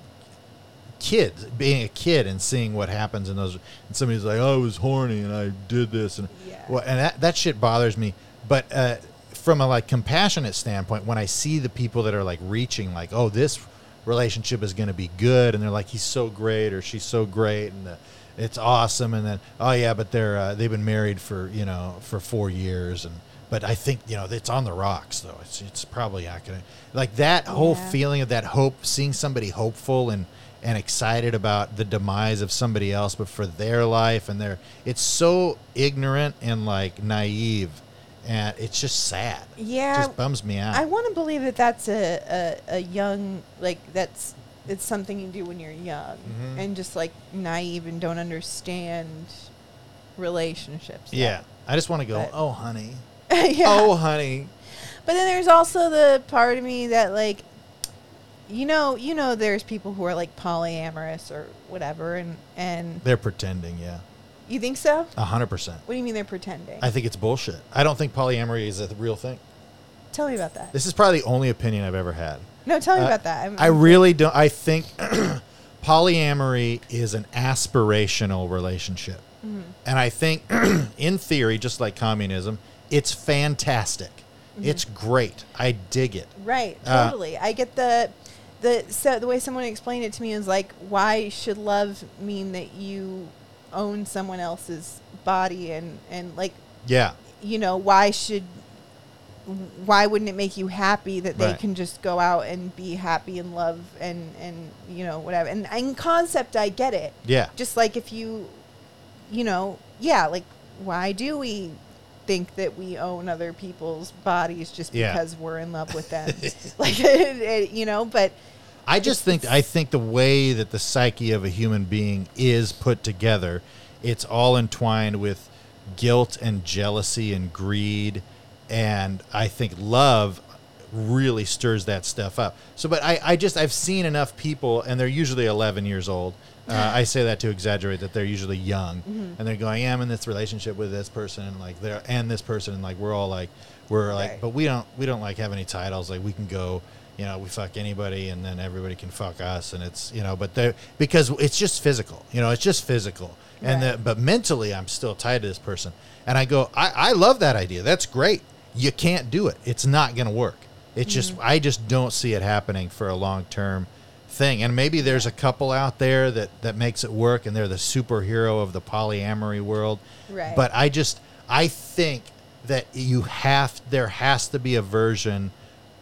Speaker 1: kids, being a kid and seeing what happens in those. And somebody's like, "Oh, I was horny and I did this," and
Speaker 2: Yeah.
Speaker 1: well, and that, that shit bothers me. But uh, from a like compassionate standpoint, when I see the people that are like reaching, like, "Oh, this relationship is going to be good," and they're like, "He's so great" or "She's so great," and the, it's awesome, and then, "Oh yeah," but they're uh, they've been married for you know for four years and. But I think you know it's on the rocks though. It's it's probably not gonna like that whole
Speaker 2: Yeah.
Speaker 1: feeling of that hope, seeing somebody hopeful and and excited about the demise of somebody else, but for their life and their it's so ignorant and like naive, and it's just sad.
Speaker 2: Yeah.
Speaker 1: it just bums me out.
Speaker 2: I want to believe that that's a, a, a young like that's it's something you do when you're young
Speaker 1: Mhm.
Speaker 2: and just like naive and don't understand relationships. yet.
Speaker 1: yeah, I just want to go.
Speaker 2: But-
Speaker 1: oh honey,
Speaker 2: yeah.
Speaker 1: oh honey,
Speaker 2: But then there's also the part of me that like you know, you know there's people who are like polyamorous or whatever and and
Speaker 1: they're pretending. Yeah,
Speaker 2: you think so?
Speaker 1: a hundred percent.
Speaker 2: What do you mean they're pretending?
Speaker 1: I think it's bullshit. I don't think polyamory is a real thing.
Speaker 2: tell me about that.
Speaker 1: This is probably the only opinion I've ever had.
Speaker 2: No, tell me
Speaker 1: Uh,
Speaker 2: about that. I'm,
Speaker 1: I really don't. I think polyamory is an aspirational relationship. And I think, in theory, just like communism, it's fantastic. It's great. I dig it.
Speaker 2: Right,
Speaker 1: Uh,
Speaker 2: totally. I get the the so the way someone explained it to me is like, why should love mean that you own someone else's body and and like
Speaker 1: Yeah.
Speaker 2: you know why should why wouldn't it make you happy that they
Speaker 1: Right.
Speaker 2: can just go out and be happy and love and and you know whatever and in concept I get it
Speaker 1: Yeah.
Speaker 2: just like if you you know yeah like why do we think that we own other people's bodies just
Speaker 1: Yeah.
Speaker 2: because we're in love with them like it, it- you know but
Speaker 1: I just think I think the way that the psyche of a human being is put together, it's all entwined with guilt and jealousy and greed, and I think love really stirs that stuff up. So, but I, I just I've seen enough people, and they're usually 11 years old. Uh, I say that to exaggerate that they're usually young, and they're going, yeah, "I'm in this relationship with this person, and like they're and this person, and like we're all like we're like,
Speaker 2: Right.
Speaker 1: but we don't we don't like have any titles. Like we can go, you know, we fuck anybody, and then everybody can fuck us, and it's you know, but they because it's just physical, you know, it's just physical, and
Speaker 2: Right.
Speaker 1: the, but mentally I'm still tied to this person, and I go, I, I love that idea. That's great. You can't do it. It's not going to work. It's just I just don't see it happening for a long term thing. And maybe there's a couple out there that that makes it work, and they're the superhero of the polyamory world.
Speaker 2: Right.
Speaker 1: But I just I think that you have there has to be a version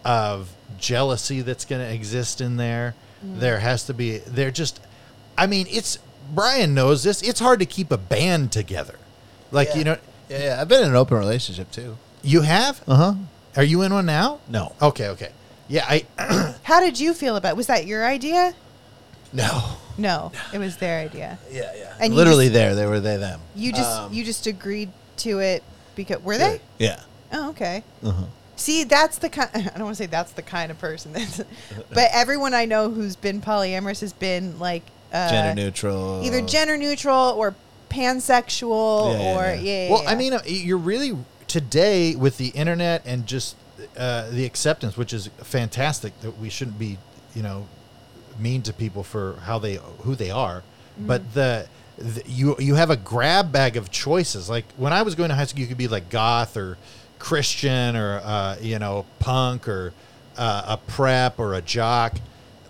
Speaker 1: of jealousy that's going to exist in there.
Speaker 2: Mm-hmm.
Speaker 1: There has to be there just I mean it's Brian knows this. It's hard to keep a band together. Like you know
Speaker 5: Yeah, yeah, I've been in an open relationship too.
Speaker 1: you have?
Speaker 5: Uh huh.
Speaker 1: Are you in one now?
Speaker 5: No.
Speaker 1: Okay, okay. Yeah, I
Speaker 2: how did you feel about was that your idea
Speaker 5: No.
Speaker 2: no it was their idea
Speaker 5: Yeah, yeah.
Speaker 2: And you
Speaker 5: literally there, they were they them.
Speaker 2: you just
Speaker 5: Um,
Speaker 2: you just agreed to it because were they
Speaker 5: Yeah.
Speaker 2: oh okay
Speaker 5: Uh huh.
Speaker 2: See, that's the kind. I don't want to say that's the kind of person that's, but everyone I know who's been polyamorous has been like uh,
Speaker 5: Gender neutral.
Speaker 2: either gender neutral or pansexual
Speaker 5: Yeah, yeah,
Speaker 2: or yeah.
Speaker 5: yeah.
Speaker 2: yeah,
Speaker 1: Well, I
Speaker 2: yeah.
Speaker 1: mean, uh, you're really today with the internet and just uh, the acceptance, which is fantastic. That we shouldn't be, you know, mean to people for how they who they are, but the, the you you have a grab bag of choices. Like when I was going to high school, you could be like goth or Christian or uh, you know punk or uh, a prep or a jock,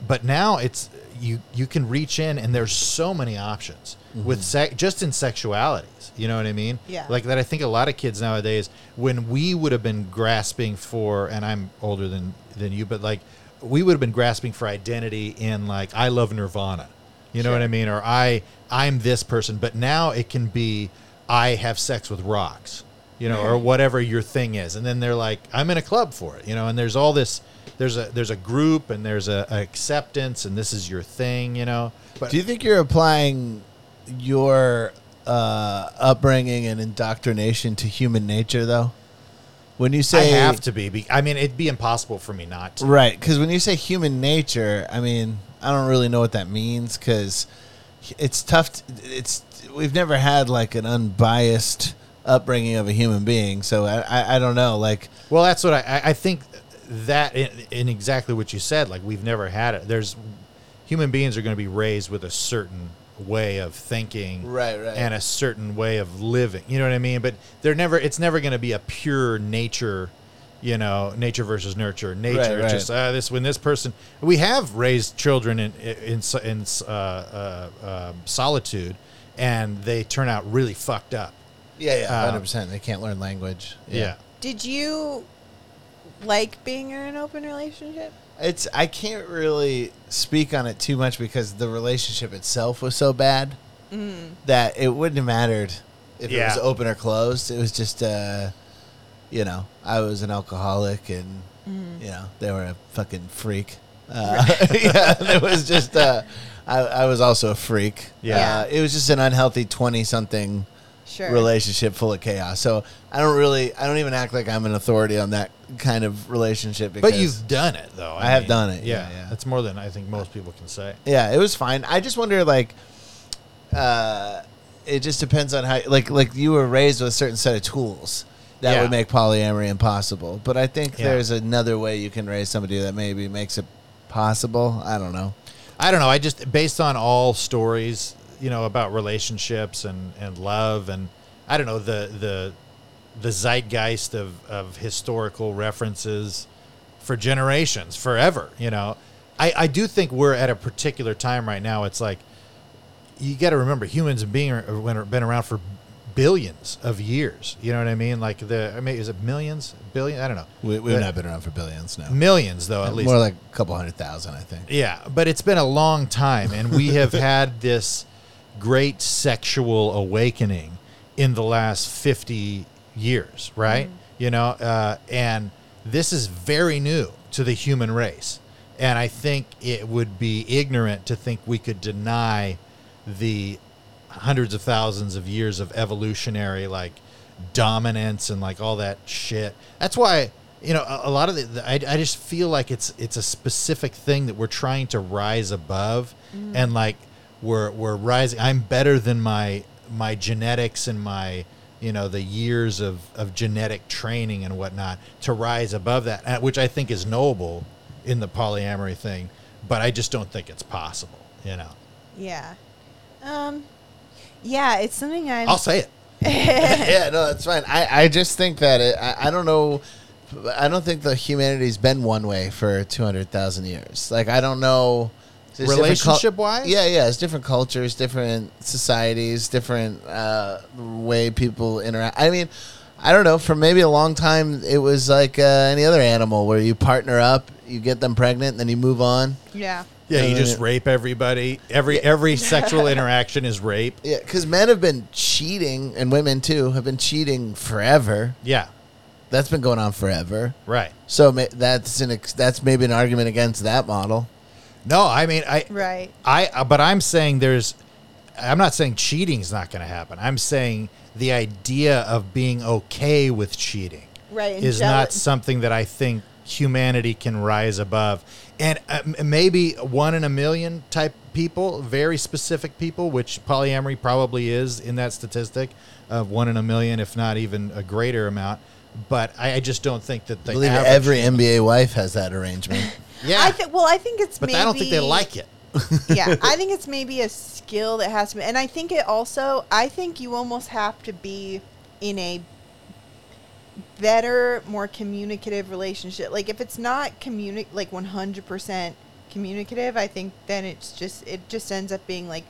Speaker 1: but now it's you you can reach in and there's so many options with sec- just in sexualities. You know what I mean?
Speaker 2: Yeah.
Speaker 1: Like that I think a lot of kids nowadays when we would have been grasping for and I'm older than than you but like we would have been grasping for identity in like I love Nirvana. You know what I mean or I I'm this person but now it can be I have sex with rocks. You know or whatever your thing is and then they're like I'm in a club for it, you know and there's all this there's a there's a group and there's a, a acceptance and this is your thing, you know. But
Speaker 5: Do you think you're applying your uh, upbringing and indoctrination to human nature, though? When you say
Speaker 1: I have to be, be. I mean, it'd be impossible for me not to.
Speaker 5: right? Because when you say human nature, I mean, I don't really know what that means because it's tough. To, it's we've never had like an unbiased upbringing of a human being, so I, I, I don't know. Like,
Speaker 1: Well, that's what I, I- I think that in, in exactly what you said. Like we've never had it. There's human beings are going to be raised with a certain way of thinking
Speaker 5: Right, right.
Speaker 1: and a certain way of living you know what i mean but they're never it's never going to be a pure nature you know nature versus nurture nature
Speaker 5: Right, right.
Speaker 1: just uh, this when this person we have raised children in in in, in uh, uh, uh, solitude and they turn out really fucked up
Speaker 5: Yeah, yeah,
Speaker 1: Um,
Speaker 5: hundred percent. They can't learn language.
Speaker 1: yeah,
Speaker 2: Did you like being in an open relationship?
Speaker 5: it's I can't really speak on it too much because the relationship itself was so bad that it wouldn't have mattered if it
Speaker 1: Yeah.
Speaker 5: was open or closed. It was just, uh, you know, I was an alcoholic and you know they were a fucking freak. Uh, yeah, it was just uh, I, I was also a freak.
Speaker 1: Yeah.
Speaker 5: uh, it was just an unhealthy twenty-something
Speaker 2: Sure.
Speaker 5: relationship full of chaos. So I don't really, I don't even act like I'm an authority on that kind of relationship. Because,
Speaker 1: but you've done it though
Speaker 5: I have done it,
Speaker 1: yeah,
Speaker 5: yeah, yeah.
Speaker 1: that's more than i think most people can say
Speaker 5: yeah, it was fine. I just wonder, like, uh, it just depends on how, like, like you were raised with a certain set of tools that
Speaker 1: Yeah.
Speaker 5: would make polyamory impossible. But I think
Speaker 1: Yeah.
Speaker 5: there's another way you can raise somebody that maybe makes it possible. I don't know.
Speaker 1: I don't know. I just based on all stories, you know, about relationships and and love and I don't know the the the zeitgeist of of historical references for generations, forever. You know, I I do think we're at a particular time right now. It's like you got to remember humans being when been around for billions of years. You know what I mean? Like the I mean, is it millions, billion? I don't know.
Speaker 5: We, we've
Speaker 1: But
Speaker 5: not been around for billions now.
Speaker 1: millions though, at least
Speaker 5: More like a couple hundred thousand, I think.
Speaker 1: yeah, but it's been a long time, and we have had this great sexual awakening in the last 50 years, right? You know, uh, and this is very new to the human race. And I think it would be ignorant to think we could deny the hundreds of thousands of years of evolutionary like dominance and like all that shit. That's why you know a, a lot of the, the I, I just feel like it's it's a specific thing that we're trying to rise above and like we're we're rising. I'm better than my my genetics and my you know the years of of genetic training and whatnot to rise above that, uh, which I think is noble in the polyamory thing, but I just don't think it's possible. You know,
Speaker 2: Yeah. Um, yeah, it's something I.
Speaker 1: I'll say it.
Speaker 5: yeah, no, that's fine. I, I just think that it, I, I don't know. I don't think the humanity's been one way for 200,000 years. Like, I don't know. There's different cul-
Speaker 1: Relationship-wise?
Speaker 5: Yeah, yeah. It's different cultures, different societies, different uh, way people interact. I mean, I don't know. For maybe a long time, it was like uh, any other animal where you partner up, you get them pregnant, then you move on.
Speaker 2: yeah.
Speaker 1: Yeah, you
Speaker 5: Uh,
Speaker 1: just rape everybody. Every every sexual interaction is rape.
Speaker 5: Yeah, because men have been cheating, and women too, have been cheating forever.
Speaker 1: Yeah,
Speaker 5: That's been going on forever.
Speaker 1: right.
Speaker 5: So ma- that's an ex- that's maybe an argument against that model.
Speaker 1: No, I mean I
Speaker 2: Right.
Speaker 1: I uh, but I'm saying there's I'm not saying cheating's not going to happen. I'm saying the idea of being okay with cheating
Speaker 2: Right, and
Speaker 1: is
Speaker 2: jealous-
Speaker 1: not something that I think humanity can rise above. And uh, m- maybe one in a million type people, very specific people, which polyamory probably is in that statistic of one in a million, if not even a greater amount. But I, I just don't think that
Speaker 5: I
Speaker 1: the
Speaker 5: believe every
Speaker 1: average-
Speaker 5: NBA wife has that arrangement.
Speaker 1: yeah,
Speaker 2: I think. Well, I think it's.
Speaker 1: but
Speaker 2: maybe,
Speaker 1: I don't think they like it.
Speaker 2: yeah, I think it's maybe a skill that has to be, and I think it also. I think you almost have to be in a better, more communicative relationship. Like if it's not communi- like one hundred percent communicative, I think then it's just it just ends up being like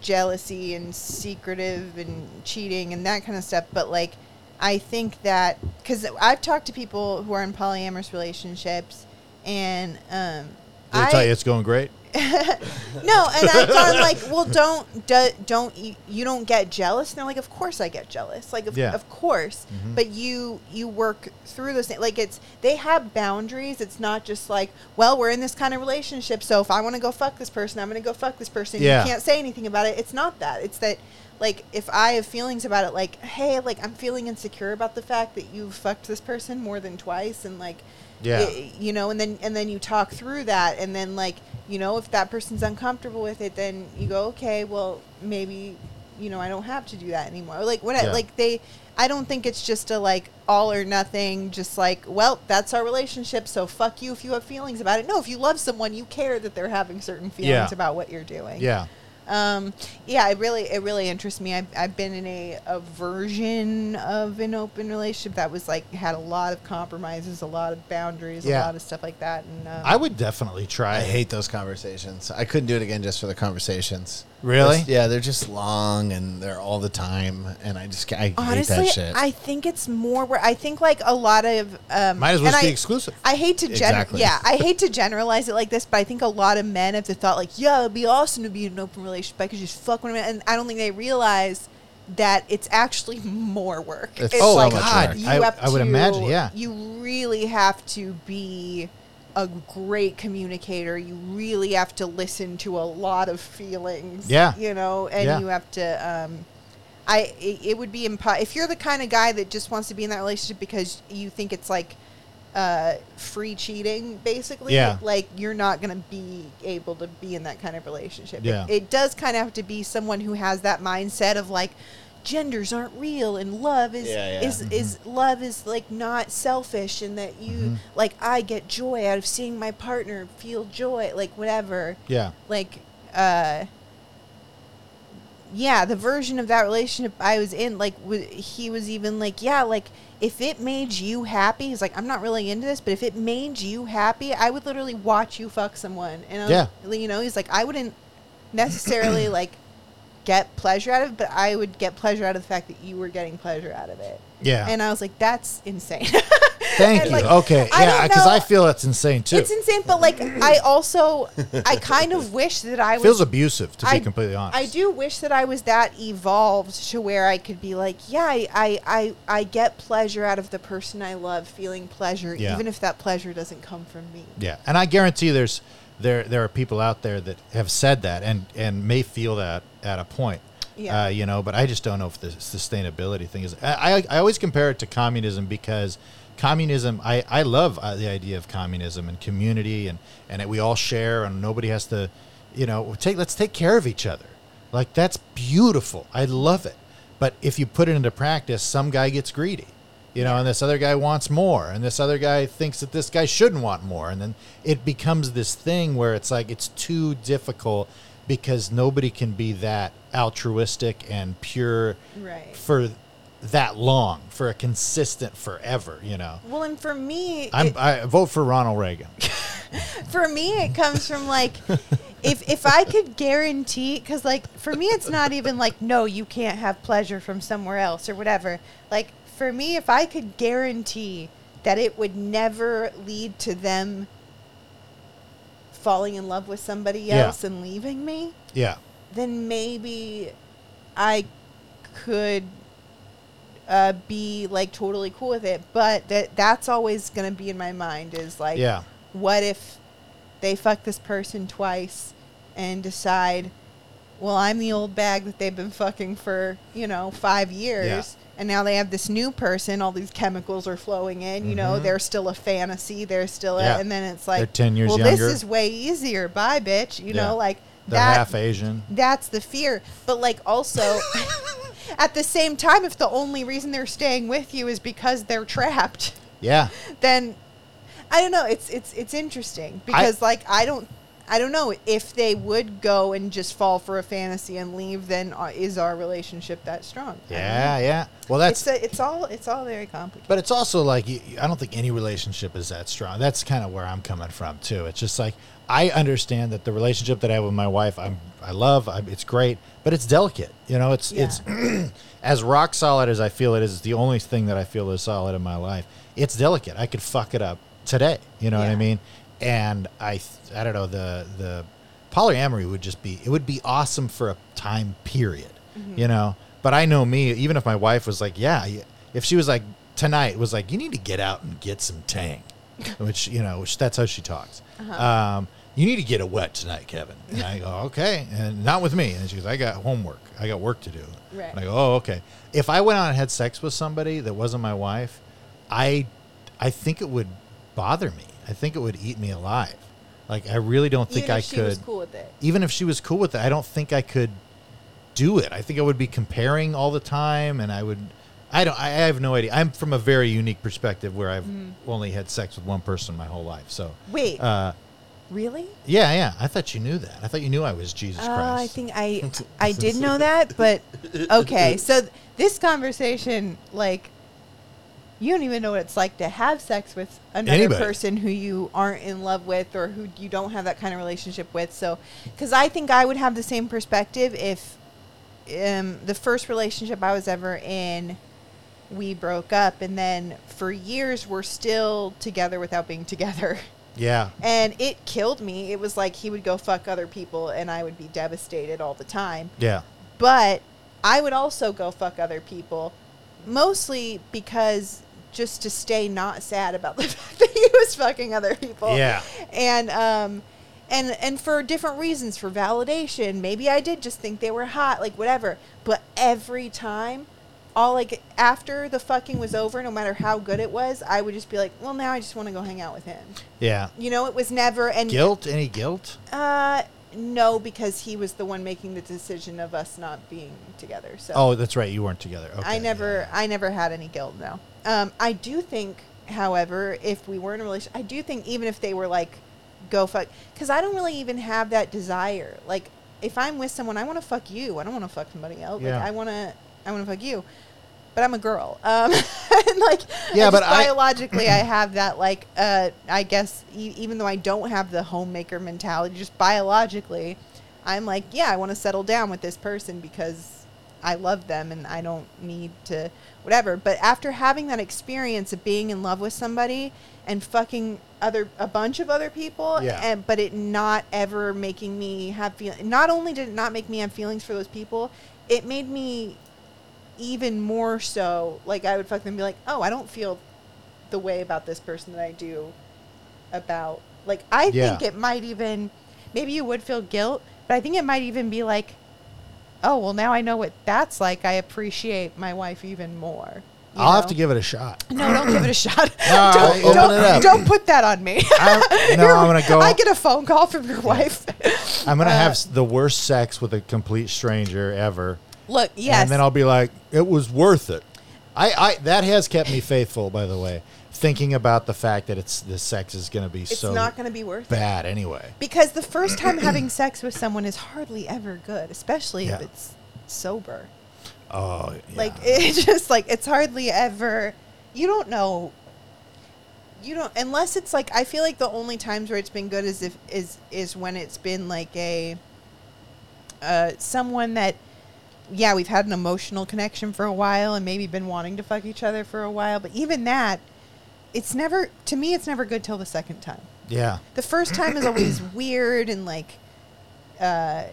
Speaker 2: jealousy and secretive and cheating and that kind of stuff. But like, I think that because I've talked to people who are in polyamorous relationships, and um,
Speaker 1: They
Speaker 2: I
Speaker 1: tell you it's going great.
Speaker 2: no, and I've gone like, well, don't do, don't you, you don't get jealous? And they're like, of course I get jealous, like of,
Speaker 1: Yeah. Mm-hmm.
Speaker 2: of course. But you you work through those things. Like it's they have boundaries. It's not just like, well, we're in this kind of relationship, so if I want to go fuck this person, I'm going to go fuck this person.
Speaker 1: Yeah.
Speaker 2: You can't say anything about it. It's not that. It's that like if I have feelings about it, like hey, like I'm feeling insecure about the fact that you fucked this person more than twice, and like
Speaker 1: Yeah.
Speaker 2: it- you know and then and then you talk through that and then like you know if that person's uncomfortable with it then you go okay well maybe you know, I don't have to do that anymore. Like what I
Speaker 5: Yeah.
Speaker 2: like they I don't think it's just a like all or nothing, just like, well, that's our relationship, so fuck you if you have feelings about it. No, if you love someone, you care that they're having certain feelings
Speaker 1: Yeah.
Speaker 2: about what you're doing.
Speaker 1: Yeah.
Speaker 2: Um, yeah, it really it really interests me. I've, I've been in a, a version of an open relationship that was like had a lot of compromises, a lot of boundaries,
Speaker 1: Yeah.
Speaker 2: a lot of stuff like that. And um,
Speaker 1: I would definitely try.
Speaker 5: I hate those conversations. I couldn't do it again just for the conversations.
Speaker 1: Really?
Speaker 5: It's- yeah, they're just long and they're all the time, and I just I
Speaker 2: honestly,
Speaker 5: hate that shit.
Speaker 2: I think it's more where I think like a lot of um,
Speaker 1: Might as well
Speaker 2: and
Speaker 1: just be
Speaker 2: I-
Speaker 1: exclusive.
Speaker 2: I hate to gen-
Speaker 5: Exactly.
Speaker 2: yeah, I hate to generalize it like this, but I think a lot of men have the thought like, yeah, it'd be awesome to be in an open relationship. I could just fuck one man, and I don't think they realize that it's actually more work.
Speaker 5: It's
Speaker 2: It's
Speaker 5: so
Speaker 2: like,
Speaker 5: much God, work.
Speaker 2: You
Speaker 1: I-
Speaker 2: have
Speaker 1: I would
Speaker 2: to-
Speaker 1: imagine, yeah.
Speaker 2: you really have to be a great communicator. You really have to listen to a lot of feelings.
Speaker 1: Yeah.
Speaker 2: you know, and
Speaker 1: Yeah.
Speaker 2: you have to. Um, I it, it would be impo- if you're the kind of guy that just wants to be in that relationship because you think it's like uh, free cheating, basically.
Speaker 1: Yeah.
Speaker 2: Like you're not gonna be able to be in that kind of relationship. It-
Speaker 1: Yeah.
Speaker 2: It, does kind of have to be someone who has that mindset of like genders aren't real and love is
Speaker 5: Yeah, yeah.
Speaker 2: is
Speaker 1: Mm-hmm.
Speaker 2: is love is like not selfish and that you
Speaker 1: Mm-hmm.
Speaker 2: like I get joy out of seeing my partner feel joy like whatever
Speaker 1: Yeah.
Speaker 2: like uh yeah the version of that relationship i was in like w- he was even like yeah like if it made you happy he's like i'm not really into this but if it made you happy i would literally watch you fuck someone and I was, you know he's like i wouldn't necessarily like get pleasure out of it but i would get pleasure out of the fact that you were getting pleasure out of it
Speaker 1: Yeah.
Speaker 2: and i was like that's insane
Speaker 1: Thank
Speaker 2: and,
Speaker 1: you.
Speaker 2: like,
Speaker 1: okay.
Speaker 2: I
Speaker 1: Yeah.
Speaker 2: don't
Speaker 1: Because I
Speaker 2: know.
Speaker 1: feel that's insane too.
Speaker 2: it's insane but like i also i kind of wish that i was
Speaker 1: feels abusive to be
Speaker 2: I-
Speaker 1: completely honest.
Speaker 2: I do wish that I was that evolved to where I could be like, yeah, I, I, I, I get pleasure out of the person I love feeling pleasure,
Speaker 1: Yeah.
Speaker 2: even if that pleasure doesn't come from me.
Speaker 1: Yeah, and I guarantee there's there there are people out there that have said that and and may feel that at a point.
Speaker 2: Yeah.
Speaker 1: Uh, you know, but I just don't know if the sustainability thing is. I, I I always compare it to communism because communism. I I love uh, the idea of communism and community and and that we all share and nobody has to, you know, take let's take care of each other. Like that's beautiful. I love it. But if you put it into practice, some guy gets greedy, you know, and this other guy wants more, and this other guy thinks that this guy shouldn't want more. And then it becomes this thing where it's like it's too difficult because nobody can be that altruistic and pure
Speaker 2: Right.
Speaker 1: for that long, for a consistent forever, you know.
Speaker 2: Well, and for me,
Speaker 1: I'm,
Speaker 2: it-
Speaker 1: I vote for Ronald Reagan.
Speaker 2: for me, it comes from like, if if I could guarantee, because like for me, it's not even like, no, you can't have pleasure from somewhere else or whatever. Like for me, if I could guarantee that it would never lead to them falling in love with somebody
Speaker 1: Yeah.
Speaker 2: else and leaving me,
Speaker 1: Yeah.
Speaker 2: then maybe I could uh, be like totally cool with it. But that that's always gonna be in my mind is like,
Speaker 1: Yeah.
Speaker 2: what if they fuck this person twice and decide, well, I'm the old bag that they've been fucking for you know five years. And now they have this new person. All these chemicals are flowing in. You know, they're still a fantasy. They're still, a,
Speaker 1: Mm-hmm. Yeah.
Speaker 2: and then it's like,
Speaker 1: 10 years
Speaker 2: well,
Speaker 1: younger.
Speaker 2: this is way easier. Bye, bitch. You
Speaker 1: Yeah.
Speaker 2: know, like
Speaker 1: They're
Speaker 2: that
Speaker 1: half Asian.
Speaker 2: that's the fear. But like also at the same time if the only reason they're staying with you is because they're trapped,
Speaker 1: Yeah.
Speaker 2: then I don't know, it's it's it's interesting because like I don't I don't know if they would go and just fall for a fantasy and leave then uh, is our relationship that strong? I don't know.
Speaker 1: Yeah. Yeah. Well, that's
Speaker 2: It's a, it's all it's all very complicated.
Speaker 1: But it's also like you, you- I don't think any relationship is that strong. That's kind of where I'm coming from too. It's just like I understand that the relationship that I have with my wife, I'm I love. i it's great, but it's delicate. You know, it's
Speaker 2: Yeah.
Speaker 1: it's as rock solid as I feel it is. It's the only thing that I feel is solid in my life. It's delicate. I could fuck it up today. You know what I
Speaker 2: Yeah.
Speaker 1: mean? And I th- I don't know the the polyamory would just be it would be awesome for a time period. You know, but I know me. Even if my wife was like, yeah, y- if she was like tonight was like, you need to get out and get some tang, which you know, which that's how she talks. Um, you need to get a wet tonight, Kevin. And I go, okay, and not with me. And she goes, I got homework. I got work to do.
Speaker 2: Right.
Speaker 1: And I go, oh, okay. If I went out and had sex with somebody that wasn't my wife, I, I think it would bother me. I think it would eat me alive. Like I really don't think
Speaker 2: Even
Speaker 1: I
Speaker 2: if she
Speaker 1: could.
Speaker 2: was cool with it.
Speaker 1: Even if she was cool with it, I don't think I could do it. I think I would be comparing all the time, and I would. I don't. I I have no idea. I'm from a very unique perspective where I've
Speaker 2: Mm-hmm.
Speaker 1: only had sex with one person my whole life. So
Speaker 2: Wait,
Speaker 1: Uh,
Speaker 2: really?
Speaker 1: yeah, yeah. I thought you knew that. I thought you knew I was Jesus
Speaker 2: Oh,
Speaker 1: Christ.
Speaker 2: I think I I did know that, but okay. So th- this conversation, like, you don't even know what it's like to have sex with another
Speaker 1: Anybody.
Speaker 2: person who you aren't in love with or who you don't have that kind of relationship with. So, because I think I would have the same perspective if um, the first relationship I was ever in, we broke up, and then for years we're still together without being together.
Speaker 1: yeah.
Speaker 2: and it killed me. It was like he would go fuck other people, and I would be devastated all the time.
Speaker 1: Yeah.
Speaker 2: But I would also go fuck other people, mostly because just to stay not sad about the fact that he was fucking other people.
Speaker 1: Yeah.
Speaker 2: and um, and and for different reasons, for validation. Maybe I did just think they were hot, like whatever. But every time. All like after the fucking was over, no matter how good it was, I would just be like, "Well, now I just want to go hang out with him."
Speaker 1: Yeah.
Speaker 2: You know, it was never and
Speaker 1: Guilt? Any guilt?
Speaker 2: Uh, no, because he was the one making the decision of us not being together. So
Speaker 1: Oh, that's right. You weren't together. Okay.
Speaker 2: I never, I never had any guilt. No. Um, I do think, however, if we were in a relationship, I do think even if they were like, go fuck, because I don't really even have that desire. Like, if I'm with someone, I want to fuck you. I don't want to fuck somebody else.
Speaker 1: Yeah.
Speaker 2: Like, I want to, I want to fuck you. But I'm a girl. Um, and like,
Speaker 1: Yeah,
Speaker 2: I just
Speaker 1: but I-
Speaker 2: biologically, I have that. Like, uh, I guess e- even though I don't have the homemaker mentality, just biologically, I'm like, yeah, I want to settle down with this person because I love them and I don't need to whatever. But after having that experience of being in love with somebody and fucking other a bunch of other people,
Speaker 1: Yeah.
Speaker 2: and but it not ever making me have feel. Not only did it not make me have feelings for those people, it made me even more so like I would fuck them and be like, oh, I don't feel the way about this person that I do about like I
Speaker 1: Yeah.
Speaker 2: think it might even maybe you would feel guilt, but I think it might even be like, oh well, now I know what that's like. I appreciate my wife even more. you
Speaker 1: I'll have
Speaker 2: know?
Speaker 1: to give it a shot.
Speaker 2: no, don't give it a shot.
Speaker 1: No,
Speaker 2: don't
Speaker 1: open
Speaker 2: don't,
Speaker 1: it up.
Speaker 2: don't put that on me.
Speaker 1: I, no,
Speaker 2: You're-
Speaker 1: I'm gonna go.
Speaker 2: I get a phone call from your wife.
Speaker 1: I'm gonna have s- the worst sex with a complete stranger ever,
Speaker 2: Look, yes,
Speaker 1: and then I'll be like, it was worth it. I, I that has kept me faithful, by the way. Thinking about the fact that it's the sex is gonna be
Speaker 2: it's
Speaker 1: so
Speaker 2: not going to be worth it.
Speaker 1: bad anyway.
Speaker 2: Because the first time having sex with someone is hardly ever good, especially if
Speaker 1: Yeah.
Speaker 2: it's sober.
Speaker 1: Oh, yeah.
Speaker 2: Like it's just like it's hardly ever you don't know you don't unless it's like I feel like the only times where it's been good is if is is when it's been like a uh someone that yeah, we've had an emotional connection for a while and maybe been wanting to fuck each other for a while, but even that it's never to me it's never good till the second time
Speaker 1: yeah,
Speaker 2: the first time is always weird and like uh,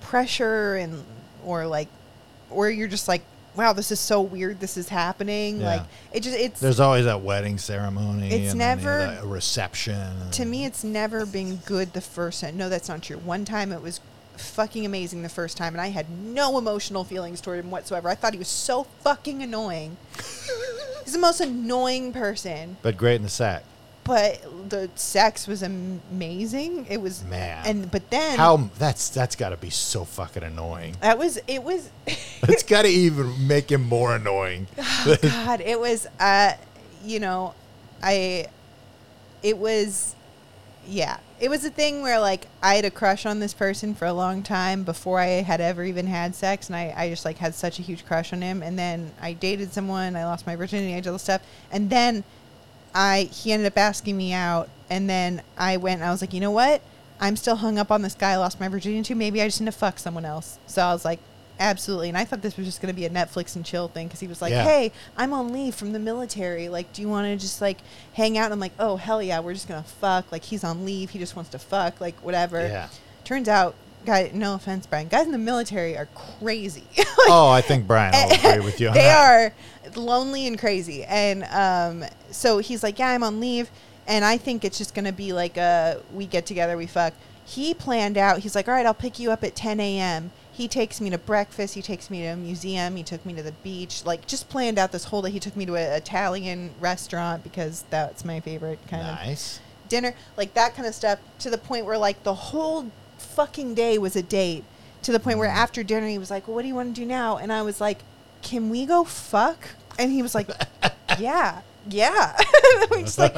Speaker 2: pressure and or like or you're just like wow this is so weird this is happening
Speaker 1: Yeah.
Speaker 2: like it just it's
Speaker 1: there's always that wedding ceremony.
Speaker 2: It's
Speaker 1: and then, you know,
Speaker 2: never-
Speaker 1: that reception.
Speaker 2: to me it's never been good the first time no that's not true one time it was fucking amazing the first time and i had no emotional feelings toward him whatsoever i thought he was so fucking annoying he's the most annoying person
Speaker 1: but great in the sack.
Speaker 2: but the sex was am- amazing it was
Speaker 1: Man.
Speaker 2: and but then
Speaker 1: How that's that's got to be so fucking annoying.
Speaker 2: that was it was
Speaker 1: It's got to even make him more annoying.
Speaker 2: Oh, God, it was, uh, you know, I, it was, yeah, it was a thing where like I had a crush on this person for a long time before I had ever even had sex, and I, I just like had such a huge crush on him, and then I dated someone, I lost my virginity, I did all this stuff, and then I he ended up asking me out, and then I went, and I was like, you know what? I'm still hung up on this guy I lost my virginity to. Maybe I just need to fuck someone else. So I was like, absolutely. And I thought this was just going to be a Netflix and chill thing because he was like,
Speaker 1: Yeah.
Speaker 2: hey, I'm on leave from the military. Like, do you want to just like hang out? And I'm like, oh, hell yeah, we're just going to fuck. Like, he's on leave. He just wants to fuck. Like, whatever.
Speaker 1: Yeah.
Speaker 2: Turns out, guy, no offense, Brian, guys in the military are crazy.
Speaker 1: oh, I think Brian will agree with you. on
Speaker 2: they
Speaker 1: that.
Speaker 2: are lonely and crazy. And um, so he's like, Yeah, I'm on leave. And I think it's just going to be like a we get together, we fuck. He planned out, he's like, All right, I'll pick you up at 10 a.m. He takes me to breakfast. He takes me to a museum. He took me to the beach. Like, just planned out this whole day. He took me to an Italian restaurant because that's my favorite kind of
Speaker 1: nice.
Speaker 2: dinner, like that kind of stuff, to the point where like the whole fucking day was a date to the point where
Speaker 1: Mm.
Speaker 2: after dinner he was like, well, "What do you want to do now?" And I was like, "Can we go fuck?" And he was like, "Yeah, yeah." I'm just like,